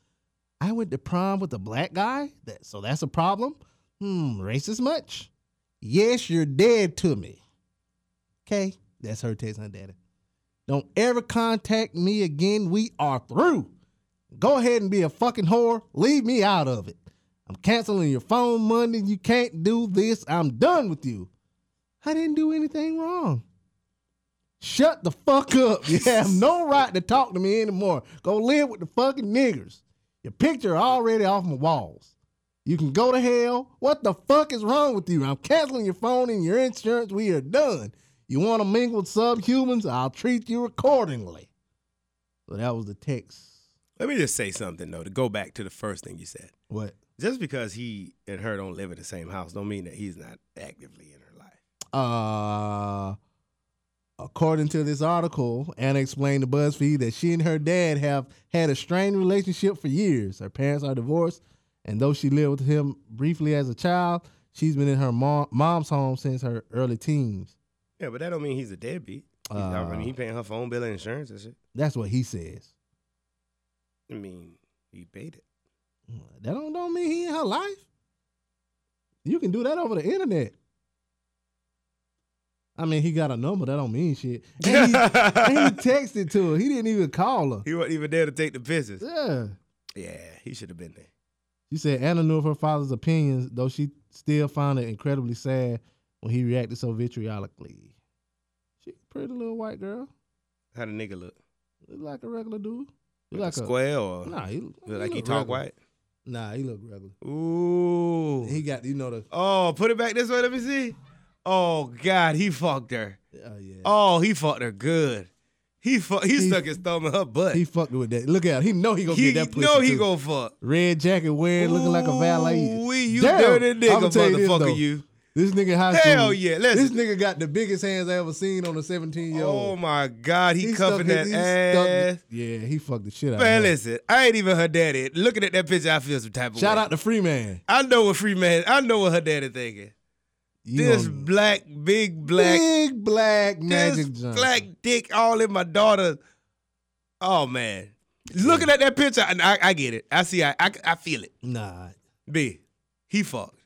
[SPEAKER 2] I went to prom with a black guy. That so that's a problem. Hmm, racist much? Yes, you're dead to me. Okay, that's her text on daddy. Don't ever contact me again. We are through. Go ahead and be a fucking whore. Leave me out of it. I'm canceling your phone money. You can't do this. I'm done with you. I didn't do anything wrong. Shut the fuck up. You have no right to talk to me anymore. Go live with the fucking niggers. Your picture already off my walls. You can go to hell. What the fuck is wrong with you? I'm canceling your phone and your insurance. We are done. You want to mingle with subhumans? I'll treat you accordingly. So that was the text.
[SPEAKER 1] Let me just say something though to go back to the first thing you said.
[SPEAKER 2] What?
[SPEAKER 1] Just because he and her don't live in the same house, don't mean that he's not actively in her life.
[SPEAKER 2] Uh, according to this article, Anna explained to BuzzFeed that she and her dad have had a strained relationship for years. Her parents are divorced, and though she lived with him briefly as a child, she's been in her mom, mom's home since her early teens.
[SPEAKER 1] Yeah, but that don't mean he's a deadbeat. He's, I mean,
[SPEAKER 2] Uh.
[SPEAKER 1] he paying her phone bill and insurance and shit.
[SPEAKER 2] That's what he says.
[SPEAKER 1] I mean, he paid it.
[SPEAKER 2] That don't, don't mean he in her life. You can do that over the internet. I mean, he got a number. That don't mean shit. And he, and he texted to her. He didn't even call her.
[SPEAKER 1] he wasn't even there to take the business.
[SPEAKER 2] Yeah.
[SPEAKER 1] Yeah, he should have been there.
[SPEAKER 2] She said Anna knew of her father's opinions, though she still found it incredibly sad when he reacted so vitriolically. She a pretty little white girl.
[SPEAKER 1] How the nigga look?
[SPEAKER 2] Look like a regular dude. Look
[SPEAKER 1] Like, a square or
[SPEAKER 2] Nah, he look
[SPEAKER 1] Oh, look like he
[SPEAKER 2] look
[SPEAKER 1] talk
[SPEAKER 2] regular.
[SPEAKER 1] white?
[SPEAKER 2] Nah, he look regular.
[SPEAKER 1] Ooh.
[SPEAKER 2] He got you know the
[SPEAKER 1] oh, put it back this way. Let me see. Oh God, he fucked her.
[SPEAKER 2] oh yeah.
[SPEAKER 1] Oh, he fucked her good. He fuck. He,
[SPEAKER 2] He-
[SPEAKER 1] stuck his thumb in her butt.
[SPEAKER 2] He fucked with that. Look out. He know he gonna
[SPEAKER 1] He
[SPEAKER 2] get that pussy.
[SPEAKER 1] know he
[SPEAKER 2] too.
[SPEAKER 1] gonna fuck.
[SPEAKER 2] red jacket wearing, looking like a valet.
[SPEAKER 1] Ooh-wee, you
[SPEAKER 2] Damn,
[SPEAKER 1] dirty
[SPEAKER 2] I'ma
[SPEAKER 1] nigga,
[SPEAKER 2] tell you this, though.
[SPEAKER 1] motherfucker, you.
[SPEAKER 2] This nigga high school.
[SPEAKER 1] Hell yeah,
[SPEAKER 2] This
[SPEAKER 1] listen.
[SPEAKER 2] nigga got the biggest hands I ever seen on a 17 year
[SPEAKER 1] Oh
[SPEAKER 2] old.
[SPEAKER 1] my God, he, cuffing that ass.
[SPEAKER 2] yeah, he fucked the shit out
[SPEAKER 1] Man,
[SPEAKER 2] of him.
[SPEAKER 1] listen, I ain't even her daddy. Looking at that picture, I feel some type of
[SPEAKER 2] Shout
[SPEAKER 1] way.
[SPEAKER 2] out to Free Man.
[SPEAKER 1] I know what free man. I know what her daddy thinking.
[SPEAKER 2] You
[SPEAKER 1] this
[SPEAKER 2] on-
[SPEAKER 1] black, big black,
[SPEAKER 2] big black
[SPEAKER 1] this
[SPEAKER 2] Magic Johnson.
[SPEAKER 1] black dick all in my daughter. Oh man, looking at that picture, and I, I get it. I see. I, I I feel it.
[SPEAKER 2] Nah.
[SPEAKER 1] B, he fucked.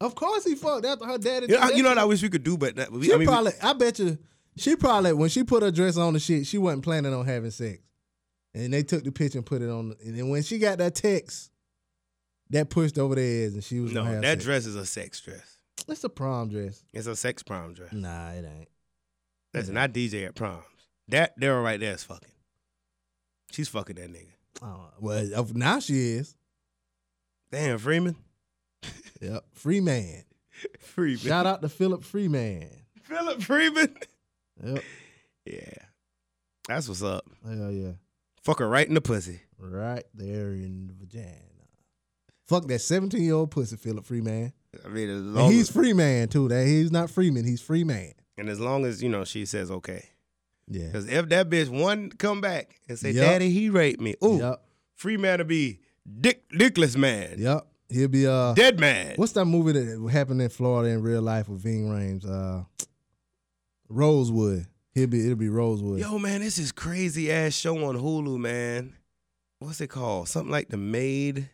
[SPEAKER 2] Of course he fucked after her daddy.
[SPEAKER 1] You know, I- you know what I wish we could do, but that, we,
[SPEAKER 2] She
[SPEAKER 1] I mean,
[SPEAKER 2] probably, I bet you, she probably when she put her dress on and shit, she wasn't planning on having sex, and they took the picture and put it on. And then when she got that text, that pushed over their heads, and she was
[SPEAKER 1] no,
[SPEAKER 2] gonna have
[SPEAKER 1] that
[SPEAKER 2] sex.
[SPEAKER 1] dress is a sex dress.
[SPEAKER 2] It's a prom dress.
[SPEAKER 1] It's a sex prom dress.
[SPEAKER 2] Nah, it ain't.
[SPEAKER 1] Listen, I DJ at proms. That there right there is fucking. She's fucking that nigga.
[SPEAKER 2] Uh, well, of- now she is.
[SPEAKER 1] Damn, Freeman.
[SPEAKER 2] Yep, Freeman.
[SPEAKER 1] Freeman.
[SPEAKER 2] Shout out to Philip Freeman.
[SPEAKER 1] Philip Freeman.
[SPEAKER 2] Yep.
[SPEAKER 1] Yeah. That's what's up.
[SPEAKER 2] Hell yeah.
[SPEAKER 1] Fuck her right in the pussy.
[SPEAKER 2] Right there in the vagina. Fuck that 17 year old pussy, Philip Freeman.
[SPEAKER 1] I mean, as long
[SPEAKER 2] And he's
[SPEAKER 1] as,
[SPEAKER 2] free man too. That he's not Freeman. He's free man.
[SPEAKER 1] and as long as you know she says okay,
[SPEAKER 2] Yeah.
[SPEAKER 1] because if that bitch one come back and say,
[SPEAKER 2] Yup.
[SPEAKER 1] "Daddy, he raped me," ooh,
[SPEAKER 2] Yep.
[SPEAKER 1] free man to be dick dickless man,
[SPEAKER 2] Yep. He'll be uh.
[SPEAKER 1] dead man.
[SPEAKER 2] What's that movie that happened in Florida in real life with Ving Rhames? Uh, Rosewood. He'll be. It'll be Rosewood.
[SPEAKER 1] Yo, man, this is crazy ass show on Hulu, man. What's it called? Something like the maid.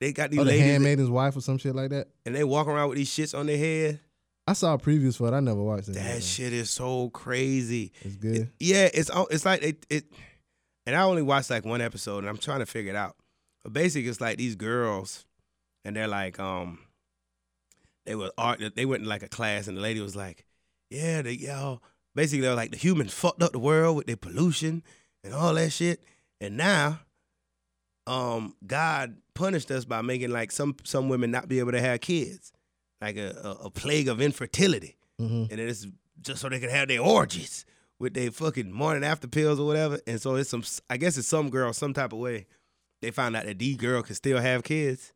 [SPEAKER 1] They got these
[SPEAKER 2] oh, the
[SPEAKER 1] ladies
[SPEAKER 2] Handmaiden's Wife or some shit like that.
[SPEAKER 1] and they walk around with these shits on their head.
[SPEAKER 2] I saw previews for it. I never watched it.
[SPEAKER 1] That shit is so crazy.
[SPEAKER 2] It's good.
[SPEAKER 1] Yeah, it's al- it's like it, it and I only watched like one episode and I'm trying to figure it out. But basically it's like these girls and they're like um they were art they went in like a class and the lady was like, Yeah, they y'all basically they were like the humans fucked up the world with their pollution and all that shit. And now um God punished us by making like some some women not be able to have kids. Like a, a, a plague of infertility
[SPEAKER 2] hmm
[SPEAKER 1] and then it's just so they can have their orgies with their fucking morning after pills or whatever. And so it's some, I guess it's some girl, some type of way. They found out that D girl can still have kids,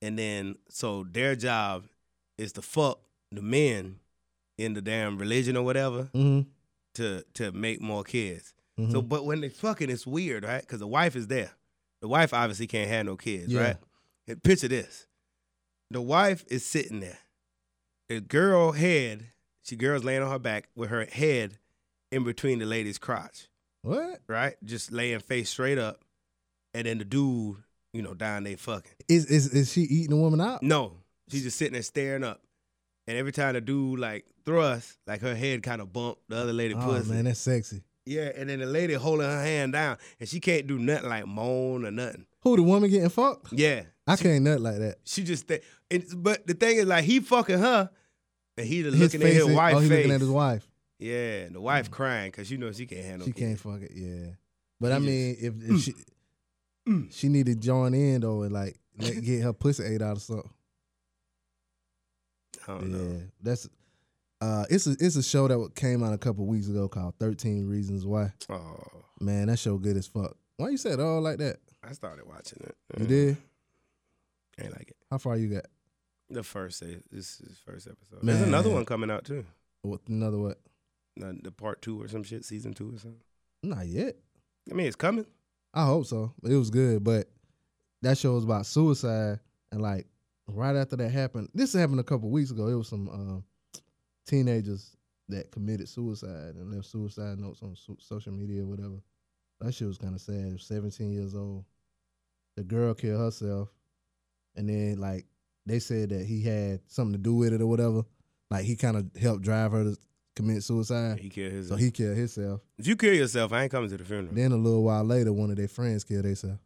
[SPEAKER 1] and then so their job is to fuck the men in the damn religion or whatever
[SPEAKER 2] hmm
[SPEAKER 1] to to make more kids.
[SPEAKER 2] hmm
[SPEAKER 1] So, but when they fucking, it's weird, right? Because the wife is there. The wife obviously can't have no kids,
[SPEAKER 2] Yeah.
[SPEAKER 1] right? And picture this: the wife is sitting there. The girl head, She girls laying on her back with her head in between the lady's crotch,
[SPEAKER 2] Mm-hmm. What
[SPEAKER 1] right? Just laying face straight up, and then the dude, you know, down they fucking.
[SPEAKER 2] is is is she eating the woman out?
[SPEAKER 1] No, she's just sitting there staring up, and every time the dude like thrust, like her head kind of bumped the other lady
[SPEAKER 2] oh
[SPEAKER 1] pussy.
[SPEAKER 2] man, that's sexy.
[SPEAKER 1] Yeah, and then the lady holding her hand down, and she can't do nothing like moan or nothing.
[SPEAKER 2] Who the woman getting fucked?
[SPEAKER 1] Yeah,
[SPEAKER 2] I can't nut like that.
[SPEAKER 1] she just. Th- it's but the thing is, like he fucking her, and he the
[SPEAKER 2] His
[SPEAKER 1] looking at his
[SPEAKER 2] is-
[SPEAKER 1] wife
[SPEAKER 2] oh, he
[SPEAKER 1] face.
[SPEAKER 2] looking at his wife.
[SPEAKER 1] Yeah, and the wife crying because you know she can't handle.
[SPEAKER 2] She
[SPEAKER 1] kids.
[SPEAKER 2] can't fuck it. Yeah, but I
[SPEAKER 1] She
[SPEAKER 2] mean, if, if she
[SPEAKER 1] Mm.
[SPEAKER 2] she need to join in though and like let- get her pussy ate out or something.
[SPEAKER 1] I don't know.
[SPEAKER 2] Yeah, that's uh, it's a it's a show that came out a couple weeks ago called Thirteen Reasons Why.
[SPEAKER 1] Oh,
[SPEAKER 2] Man, that show good as fuck. Why you said all like that?
[SPEAKER 1] I started watching it.
[SPEAKER 2] You did?
[SPEAKER 1] Ain't like it.
[SPEAKER 2] How far you got?
[SPEAKER 1] The first se- this is first episode. There's
[SPEAKER 2] Man.
[SPEAKER 1] another one coming out too.
[SPEAKER 2] What, another what?
[SPEAKER 1] Uh, The part two or some shit, season two or something.
[SPEAKER 2] Not yet.
[SPEAKER 1] I mean, it's coming.
[SPEAKER 2] I hope so. It was good, but that show was about suicide and like right after that happened. This happened a couple weeks ago. It was some um, teenagers that committed suicide and left suicide notes on so- social media or whatever. That shit was kind of sad. It was 17 years old. The girl killed herself, and then like they said that he had something to do with it or whatever. Like he kind of helped drive her to commit suicide,
[SPEAKER 1] He killed his.
[SPEAKER 2] so he killed himself.
[SPEAKER 1] if you kill yourself, I ain't coming to the funeral.
[SPEAKER 2] Then a little while later, one of their friends killed themselves.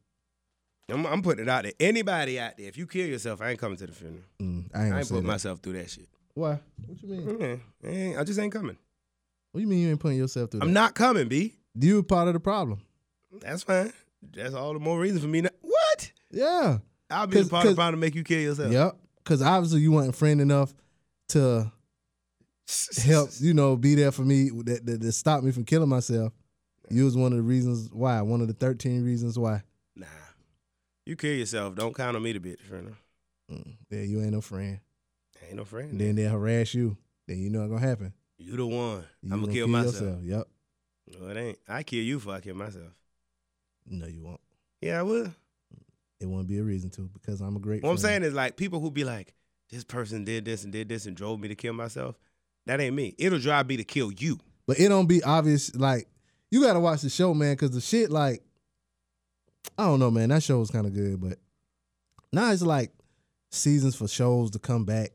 [SPEAKER 1] I'm, I'm putting it out there. Anybody out there, if you kill yourself, I ain't coming to the funeral.
[SPEAKER 2] Mm, I ain't,
[SPEAKER 1] I
[SPEAKER 2] gonna
[SPEAKER 1] ain't
[SPEAKER 2] say
[SPEAKER 1] putting
[SPEAKER 2] that.
[SPEAKER 1] myself through that shit.
[SPEAKER 2] Why? What you mean?
[SPEAKER 1] Mm, I ain't- I just ain't coming.
[SPEAKER 2] What you mean you ain't putting yourself through
[SPEAKER 1] I'm
[SPEAKER 2] that?
[SPEAKER 1] not coming, B.
[SPEAKER 2] You were part of the problem.
[SPEAKER 1] That's fine. That's all the more reason for me not. What?
[SPEAKER 2] Yeah.
[SPEAKER 1] I'll be the
[SPEAKER 2] Cause-
[SPEAKER 1] part of
[SPEAKER 2] cause-
[SPEAKER 1] the problem to make you kill yourself.
[SPEAKER 2] Yep. Because obviously you weren't friend enough to help, you know, be there for me that, that, that stopped me from killing myself. You was one of the reasons why. One of the 13 reasons why.
[SPEAKER 1] Nah. You kill yourself. Don't count on me to be at the funeral.
[SPEAKER 2] Mm, yeah, you ain't no friend.
[SPEAKER 1] Ain't no friend.
[SPEAKER 2] And then they harass you. Then you know it's gonna happen.
[SPEAKER 1] You the one.
[SPEAKER 2] You
[SPEAKER 1] I'm
[SPEAKER 2] gonna
[SPEAKER 1] gonna kill, myself.
[SPEAKER 2] Yep.
[SPEAKER 1] No, it ain't. I kill you before I kill myself.
[SPEAKER 2] No, you won't.
[SPEAKER 1] Yeah, I will.
[SPEAKER 2] It won't be a reason to because I'm a great.
[SPEAKER 1] What I'm saying
[SPEAKER 2] friend.
[SPEAKER 1] is like people who be like, this person did this and did this and drove me to kill myself. That ain't me. It'll drive me to kill you.
[SPEAKER 2] But it don't be obvious. Like you gotta watch the show, man, because the shit, like, I don't know, man. That show was kind of good, but now it's like seasons for shows to come back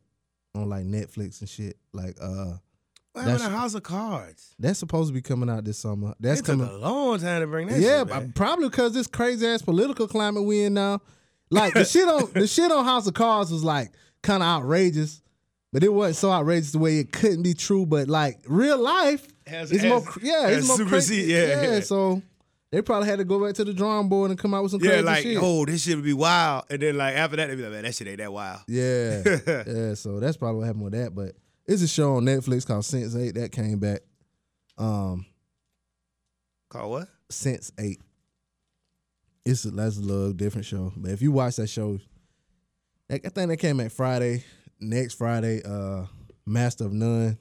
[SPEAKER 2] on like Netflix and shit. Like, uh,
[SPEAKER 1] What happened
[SPEAKER 2] That's-
[SPEAKER 1] to House of Cards?
[SPEAKER 2] that's supposed to be coming out this summer. That's
[SPEAKER 1] it
[SPEAKER 2] coming.
[SPEAKER 1] took a long time to bring that.
[SPEAKER 2] yeah,
[SPEAKER 1] shit
[SPEAKER 2] but
[SPEAKER 1] back.
[SPEAKER 2] probably because this crazy ass political climate we in now. Like the shit on the shit on House of Cards was like kind of outrageous, but it wasn't so outrageous the way it couldn't be true. But like real life,
[SPEAKER 1] Has-
[SPEAKER 2] it's more
[SPEAKER 1] has-
[SPEAKER 2] cr- yeah,
[SPEAKER 1] has
[SPEAKER 2] it's more crazy.
[SPEAKER 1] supersede- yeah, yeah.
[SPEAKER 2] so they probably had to go back to the drawing board and come out with some
[SPEAKER 1] yeah,
[SPEAKER 2] crazy
[SPEAKER 1] like
[SPEAKER 2] shit.
[SPEAKER 1] oh, this shit would be wild, and then like after that, they be like, man, that shit ain't that wild.
[SPEAKER 2] Yeah, yeah. So that's probably what happened with that. But it's a show on Netflix called Sense Eight that came back. Um,
[SPEAKER 1] Call what?
[SPEAKER 2] Sense Eight. It's a that's a little different show. But if you watch that show, like, I think that came out Friday, next Friday, uh, Master of None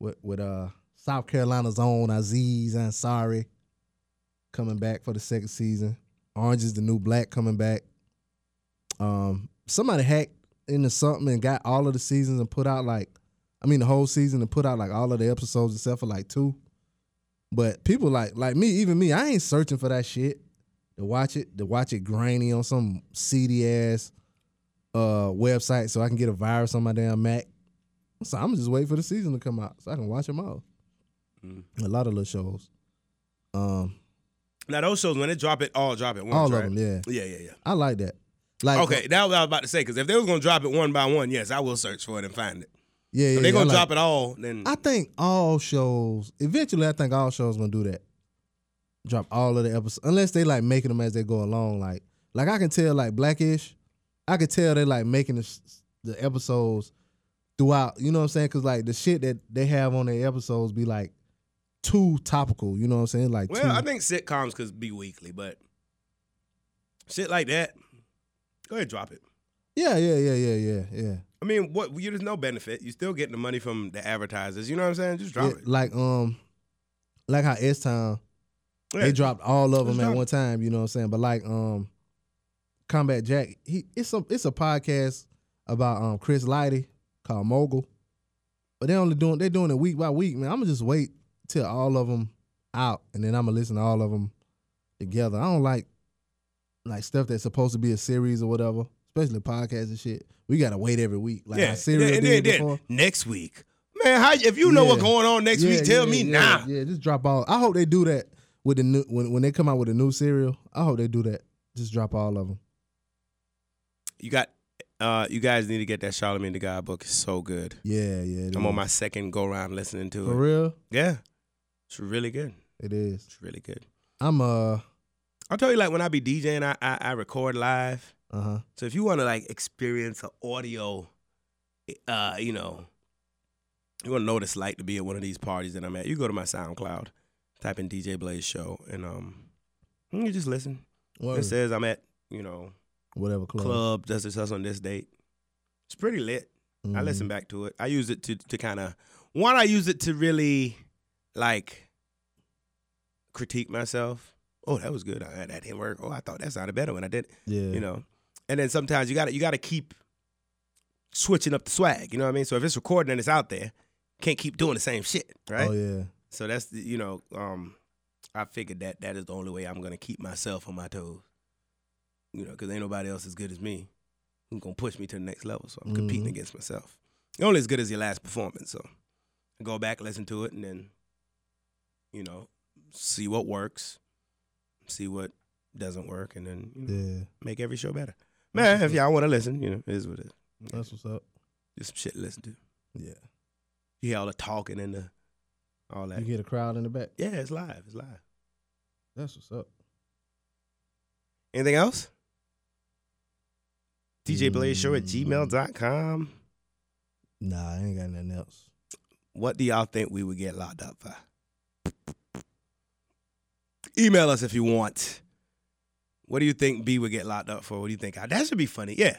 [SPEAKER 2] with with uh South Carolina's own Aziz Ansari coming back for the second season. Orange is the new black coming back. Um somebody hacked into something and got all of the seasons and put out like I mean the whole season and put out like all of the episodes except for like two. But people like like me, even me, I ain't searching for that shit to watch it, to watch it grainy on some seedy ass uh website so I can get a virus on my damn Mac. So I'm just waiting for the season to come out so I can watch them all.
[SPEAKER 1] Mm.
[SPEAKER 2] A lot of little shows. Um
[SPEAKER 1] Now those shows when they drop it, all drop it. Once,
[SPEAKER 2] all
[SPEAKER 1] right?
[SPEAKER 2] of them, yeah.
[SPEAKER 1] Yeah, yeah, yeah.
[SPEAKER 2] I like that. Like
[SPEAKER 1] Okay, that was what I was about to say because if they was gonna drop it one by one, yes, I will search for it and find it.
[SPEAKER 2] Yeah, yeah.
[SPEAKER 1] If they gonna
[SPEAKER 2] I like-
[SPEAKER 1] drop it all, then
[SPEAKER 2] I think all shows eventually. I think all shows gonna do that. Drop all of the episodes unless they like making them as they go along. Like like I can tell like Blackish, I could tell they like making the, s- the episodes throughout. You know what I'm saying? Because like the shit that they have on their episodes be like too topical. You know what I'm saying? Like too,
[SPEAKER 1] well, I think sitcoms could be weekly, but shit like that, go ahead, drop it.
[SPEAKER 2] yeah yeah yeah yeah yeah yeah.
[SPEAKER 1] I mean, what? You there's no benefit. You still getting the money from the advertisers. You know what I'm saying? Just drop
[SPEAKER 2] Yeah,
[SPEAKER 1] it.
[SPEAKER 2] Like um like how S Town
[SPEAKER 1] Yeah.
[SPEAKER 2] They dropped all of
[SPEAKER 1] Let's
[SPEAKER 2] them at
[SPEAKER 1] drop
[SPEAKER 2] one time. You know what I'm saying? But like, um, Combat Jack, he it's a it's a podcast about um Chris Lighty called Mogul, But they only doing they doing it week by week, man. I'm gonna just wait till all of them out, and then I'm gonna listen to all of them together. I don't like like stuff that's supposed to be a series or whatever, especially podcasts and shit. We gotta wait every week, like
[SPEAKER 1] yeah.
[SPEAKER 2] our serial
[SPEAKER 1] and
[SPEAKER 2] did
[SPEAKER 1] then, then
[SPEAKER 2] before.
[SPEAKER 1] next week, man. How if you know what's
[SPEAKER 2] Yeah.
[SPEAKER 1] going on next
[SPEAKER 2] Yeah,
[SPEAKER 1] week? Tell
[SPEAKER 2] yeah,
[SPEAKER 1] me
[SPEAKER 2] yeah,
[SPEAKER 1] now.
[SPEAKER 2] Yeah, just drop all. I hope they do that with the new when when they come out with a new cereal. I hope they do that. Just drop all of them.
[SPEAKER 1] You got. Uh, you guys need to get that Charlemagne the God book. It's so good.
[SPEAKER 2] Yeah, yeah. it
[SPEAKER 1] I'm on
[SPEAKER 2] is.
[SPEAKER 1] my second go round listening to
[SPEAKER 2] Mm. for
[SPEAKER 1] it.
[SPEAKER 2] real.
[SPEAKER 1] Yeah, it's really good.
[SPEAKER 2] It is.
[SPEAKER 1] It's really good.
[SPEAKER 2] I'm uh uh
[SPEAKER 1] I'll tell you, like when I be DJing, I I, I record live.
[SPEAKER 2] huh.
[SPEAKER 1] So if you want to like experience an audio, uh, you know, you want to know what it's like to be at one of these parties that I'm at. You go to my SoundCloud, type in DJ Blaze Show, and um, you just listen. It says I'm at you know
[SPEAKER 2] Whatever club.
[SPEAKER 1] club does this us on this date. It's pretty lit. I
[SPEAKER 2] Mhm.
[SPEAKER 1] listen back to it. I use it to to kind of one. I use it to really like critique myself. Oh, that was good. Uh, That didn't work. Oh, I thought that sounded better when I did. it,
[SPEAKER 2] Yeah.
[SPEAKER 1] You know, and then sometimes you got to you got to keep switching up the swag. You know what I mean? So if it's recording and it's out there, can't keep doing the same shit, right?
[SPEAKER 2] Oh yeah.
[SPEAKER 1] So that's the, you know, um, I figured that that is the only way I'm gonna keep myself on my toes. You know, because ain't nobody else as good as me who's gonna push me to the next level. So I'm competing
[SPEAKER 2] Mhm.
[SPEAKER 1] against myself. You're only as good as your last performance. So go back, listen to it, and then you know, see what works, see what doesn't work, and then you know,
[SPEAKER 2] Yeah.
[SPEAKER 1] make every show better.
[SPEAKER 2] That's
[SPEAKER 1] Man, if
[SPEAKER 2] what's
[SPEAKER 1] y'all want to listen, you know, it is what it is.
[SPEAKER 2] That's what's up.
[SPEAKER 1] Just some shit to listen to.
[SPEAKER 2] Yeah.
[SPEAKER 1] You hear all the talking and the all that.
[SPEAKER 2] You get a crowd in the back.
[SPEAKER 1] yeah, it's live. It's live.
[SPEAKER 2] That's what's up.
[SPEAKER 1] Anything else? DJ Blaze Show at
[SPEAKER 2] Mm.
[SPEAKER 1] gmail.com.
[SPEAKER 2] Nah, I ain't got nothing else.
[SPEAKER 1] What do y'all think we would get locked up for? Email us if you want. What do you think B would get locked up for? What do you think? That should be funny. Yeah.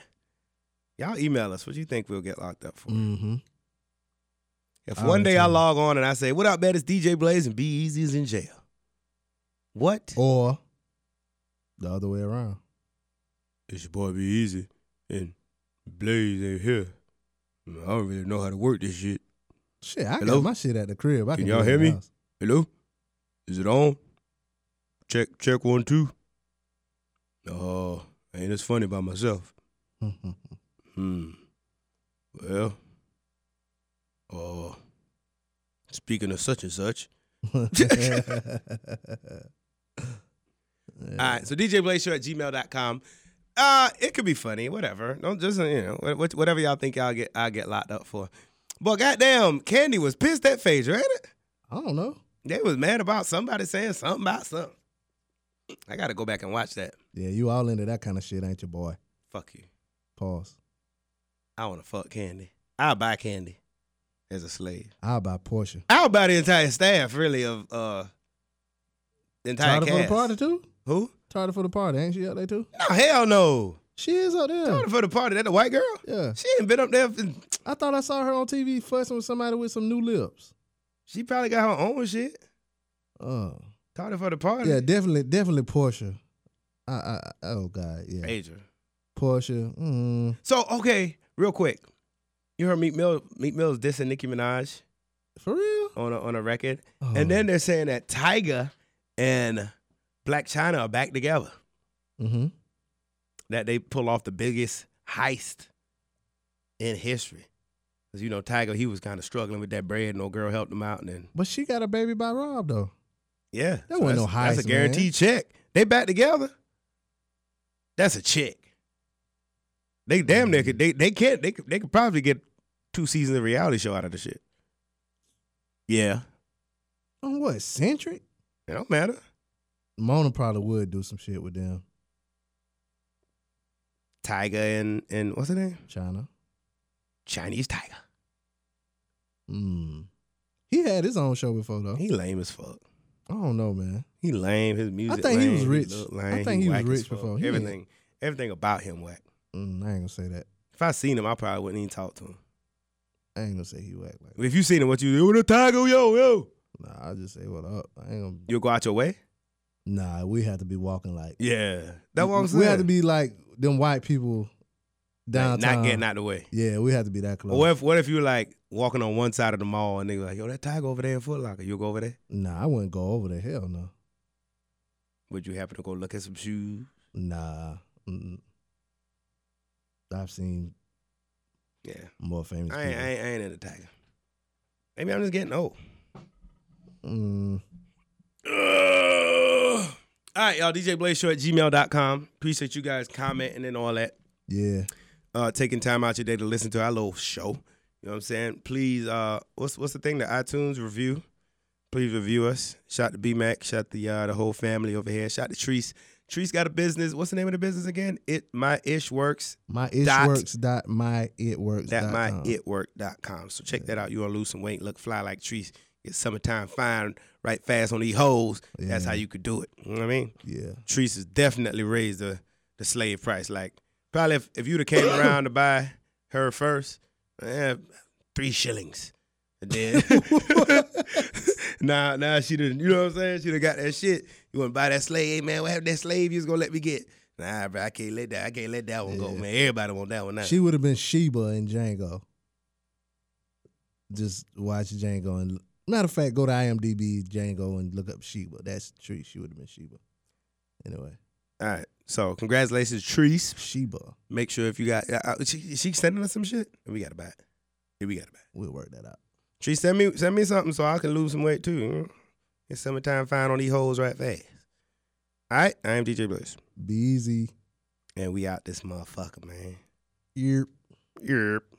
[SPEAKER 1] Y'all email us. What do you think we'll get locked up for?
[SPEAKER 2] Mm-hmm.
[SPEAKER 1] If
[SPEAKER 2] I'll
[SPEAKER 1] one day Mm, I
[SPEAKER 2] entertain.
[SPEAKER 1] log on and I say, What up, man? It's DJ Blaze and B Easy is in jail. What?
[SPEAKER 2] Or the other way around.
[SPEAKER 1] It's your boy Be Easy, and Blaze ain't here. I don't really know how to work this shit.
[SPEAKER 2] Shit, I
[SPEAKER 1] Hello?
[SPEAKER 2] got my shit at the crib. I
[SPEAKER 1] Can
[SPEAKER 2] can,
[SPEAKER 1] y'all
[SPEAKER 2] do it
[SPEAKER 1] hear
[SPEAKER 2] at
[SPEAKER 1] me?
[SPEAKER 2] the house.
[SPEAKER 1] Hello? Is it on? Check check one two. Oh, ain't as funny by myself.
[SPEAKER 2] Mhm.
[SPEAKER 1] Hmm. Well. Oh. Speaking of such and such. All right, so DJ Blaze Show at gmail.com. Uh, it could be funny, whatever. Don't just you know, what- what- whatever y'all think I'll get I'll get locked up for. But goddamn, Candy was pissed at Phaedra, ain't it?
[SPEAKER 2] I don't know.
[SPEAKER 1] They was mad about somebody saying something about something. I gotta go back and watch that.
[SPEAKER 2] Yeah, you all into that kind of shit, ain't you, boy?
[SPEAKER 1] Fuck you.
[SPEAKER 2] Pause.
[SPEAKER 1] I want to fuck candy. I'll buy candy as a slave.
[SPEAKER 2] I'll buy Porsche.
[SPEAKER 1] I'll buy the entire staff, really, of uh, the entire
[SPEAKER 2] Tired for the
[SPEAKER 1] cast.
[SPEAKER 2] party too?
[SPEAKER 1] Who?
[SPEAKER 2] Tired for the party, ain't she out there too?
[SPEAKER 1] No, hell no.
[SPEAKER 2] She is out there.
[SPEAKER 1] Tardy for the party. That the white girl?
[SPEAKER 2] Yeah.
[SPEAKER 1] She ain't been up there. for-
[SPEAKER 2] I thought I saw her on TV fussing with somebody with some new lips.
[SPEAKER 1] She probably got her own shit.
[SPEAKER 2] Oh.
[SPEAKER 1] Tardy for the party.
[SPEAKER 2] Yeah, definitely, definitely Porsche. I, I, I- oh God, yeah.
[SPEAKER 1] Adrian.
[SPEAKER 2] Porsche. Mm,
[SPEAKER 1] So okay, real quick, you heard Meek Mill. Meek Mill's dissing Nicki Minaj
[SPEAKER 2] for real?
[SPEAKER 1] on a, on a record,
[SPEAKER 2] Oh.
[SPEAKER 1] and then they're saying that Tyga and Black China are back together.
[SPEAKER 2] Mhm.
[SPEAKER 1] that they pull off the biggest heist in history. Cause you know, Tiger, he was kind of struggling with that bread. No girl helped him out, and then,
[SPEAKER 2] But she got a baby by Rob though.
[SPEAKER 1] yeah,
[SPEAKER 2] That wasn't no
[SPEAKER 1] that's- That's a
[SPEAKER 2] heist, man.
[SPEAKER 1] guaranteed check. They back together. That's a check. They damn near could. They they can't. They could, they could probably get two seasons of reality show out of the shit. Yeah,
[SPEAKER 2] On what? Centric?
[SPEAKER 1] it don't matter.
[SPEAKER 2] Mona probably would do some shit with them.
[SPEAKER 1] Tiger and and what's her name?
[SPEAKER 2] China.
[SPEAKER 1] Chinese Tiger.
[SPEAKER 2] Mm. He had his own show before though.
[SPEAKER 1] He lame as fuck.
[SPEAKER 2] I don't know, man.
[SPEAKER 1] He lame. His music.
[SPEAKER 2] think he was
[SPEAKER 1] lame,
[SPEAKER 2] rich.
[SPEAKER 1] look
[SPEAKER 2] I
[SPEAKER 1] lame,
[SPEAKER 2] think he was
[SPEAKER 1] whack as
[SPEAKER 2] rich
[SPEAKER 1] fuck.
[SPEAKER 2] before. He ain't-
[SPEAKER 1] everything, everything about him whack.
[SPEAKER 2] Mm, I ain't gonna say that.
[SPEAKER 1] If I seen him, I probably wouldn't even talk to him.
[SPEAKER 2] I ain't gonna say he whack like that.
[SPEAKER 1] If you seen him, what you do? What a tiger, yo, yo.
[SPEAKER 2] Nah, I just say what up. I ain't gonna.
[SPEAKER 1] You'll go out your way.
[SPEAKER 2] Nah, we have to be walking like.
[SPEAKER 1] Yeah, that's what I'm
[SPEAKER 2] we
[SPEAKER 1] saying.
[SPEAKER 2] have to be like them white people
[SPEAKER 1] Like,
[SPEAKER 2] downtown.
[SPEAKER 1] not getting out the way.
[SPEAKER 2] Yeah, we have to be that close.
[SPEAKER 1] Or what if what if you like walking on one side of the mall and they like, yo, that tiger over there in Foot Locker, you'll go over there?
[SPEAKER 2] nah, I wouldn't go over there. Hell no.
[SPEAKER 1] Would you happen to go look at some shoes?
[SPEAKER 2] Nah. Mm-mm. I've seen
[SPEAKER 1] Yeah.
[SPEAKER 2] more famous
[SPEAKER 1] I ain't,
[SPEAKER 2] people.
[SPEAKER 1] I ain't I ain't into tiger. Maybe I'm just getting old.
[SPEAKER 2] Mm,
[SPEAKER 1] Ugh. All right, y'all, DJ Blaze Show at gmail.com. Appreciate you guys commenting and all that.
[SPEAKER 2] yeah.
[SPEAKER 1] Uh taking time out your day to listen to our little show. You know what I'm saying? Please, uh what's what's the thing? The iTunes review. Please review us. Shout to B Mac, shout the uh the whole family over here. Shout to Treese. Treese got a business. What's the name of the business again? It my ish works.
[SPEAKER 2] My it
[SPEAKER 1] Dot-
[SPEAKER 2] works dot my it works
[SPEAKER 1] that
[SPEAKER 2] dot
[SPEAKER 1] my
[SPEAKER 2] com.
[SPEAKER 1] itwork.com. So check that out. You want to lose some weight, look fly like trees, get summertime fine, right fast on these hoes. That's
[SPEAKER 2] Yeah.
[SPEAKER 1] how you could do it. You know what I mean?
[SPEAKER 2] Yeah.
[SPEAKER 1] Trees has definitely raised the the slave price. Like probably if, if you'd have came around to buy her first, eh, three shillings. And then now now she didn't you know what I'm saying? She done got that shit. You wanna buy that slave, hey man, what happened to that slave you was gonna let me get? Nah, bro, I can't let that I can't let that one go,
[SPEAKER 2] Yeah.
[SPEAKER 1] man. Everybody want that one now.
[SPEAKER 2] She would have been Sheba in Django. Just watch Django and matter of fact, go to IMDb Django and look up Sheba. That's true. She would have been Sheba. Anyway,
[SPEAKER 1] All right. So congratulations, Trees.
[SPEAKER 2] Sheba.
[SPEAKER 1] Make sure if you got uh, uh, she, she sending us some shit. We gotta buy it. Yeah, we gotta buy it.
[SPEAKER 2] We'll work that out.
[SPEAKER 1] Tree send me send me something so I can lose some weight too. you know? It's summertime fine on these hoes right fast. All right, I am DJ Bliss,
[SPEAKER 2] Be easy.
[SPEAKER 1] and we out this motherfucker, man.
[SPEAKER 2] You're
[SPEAKER 1] Yerp.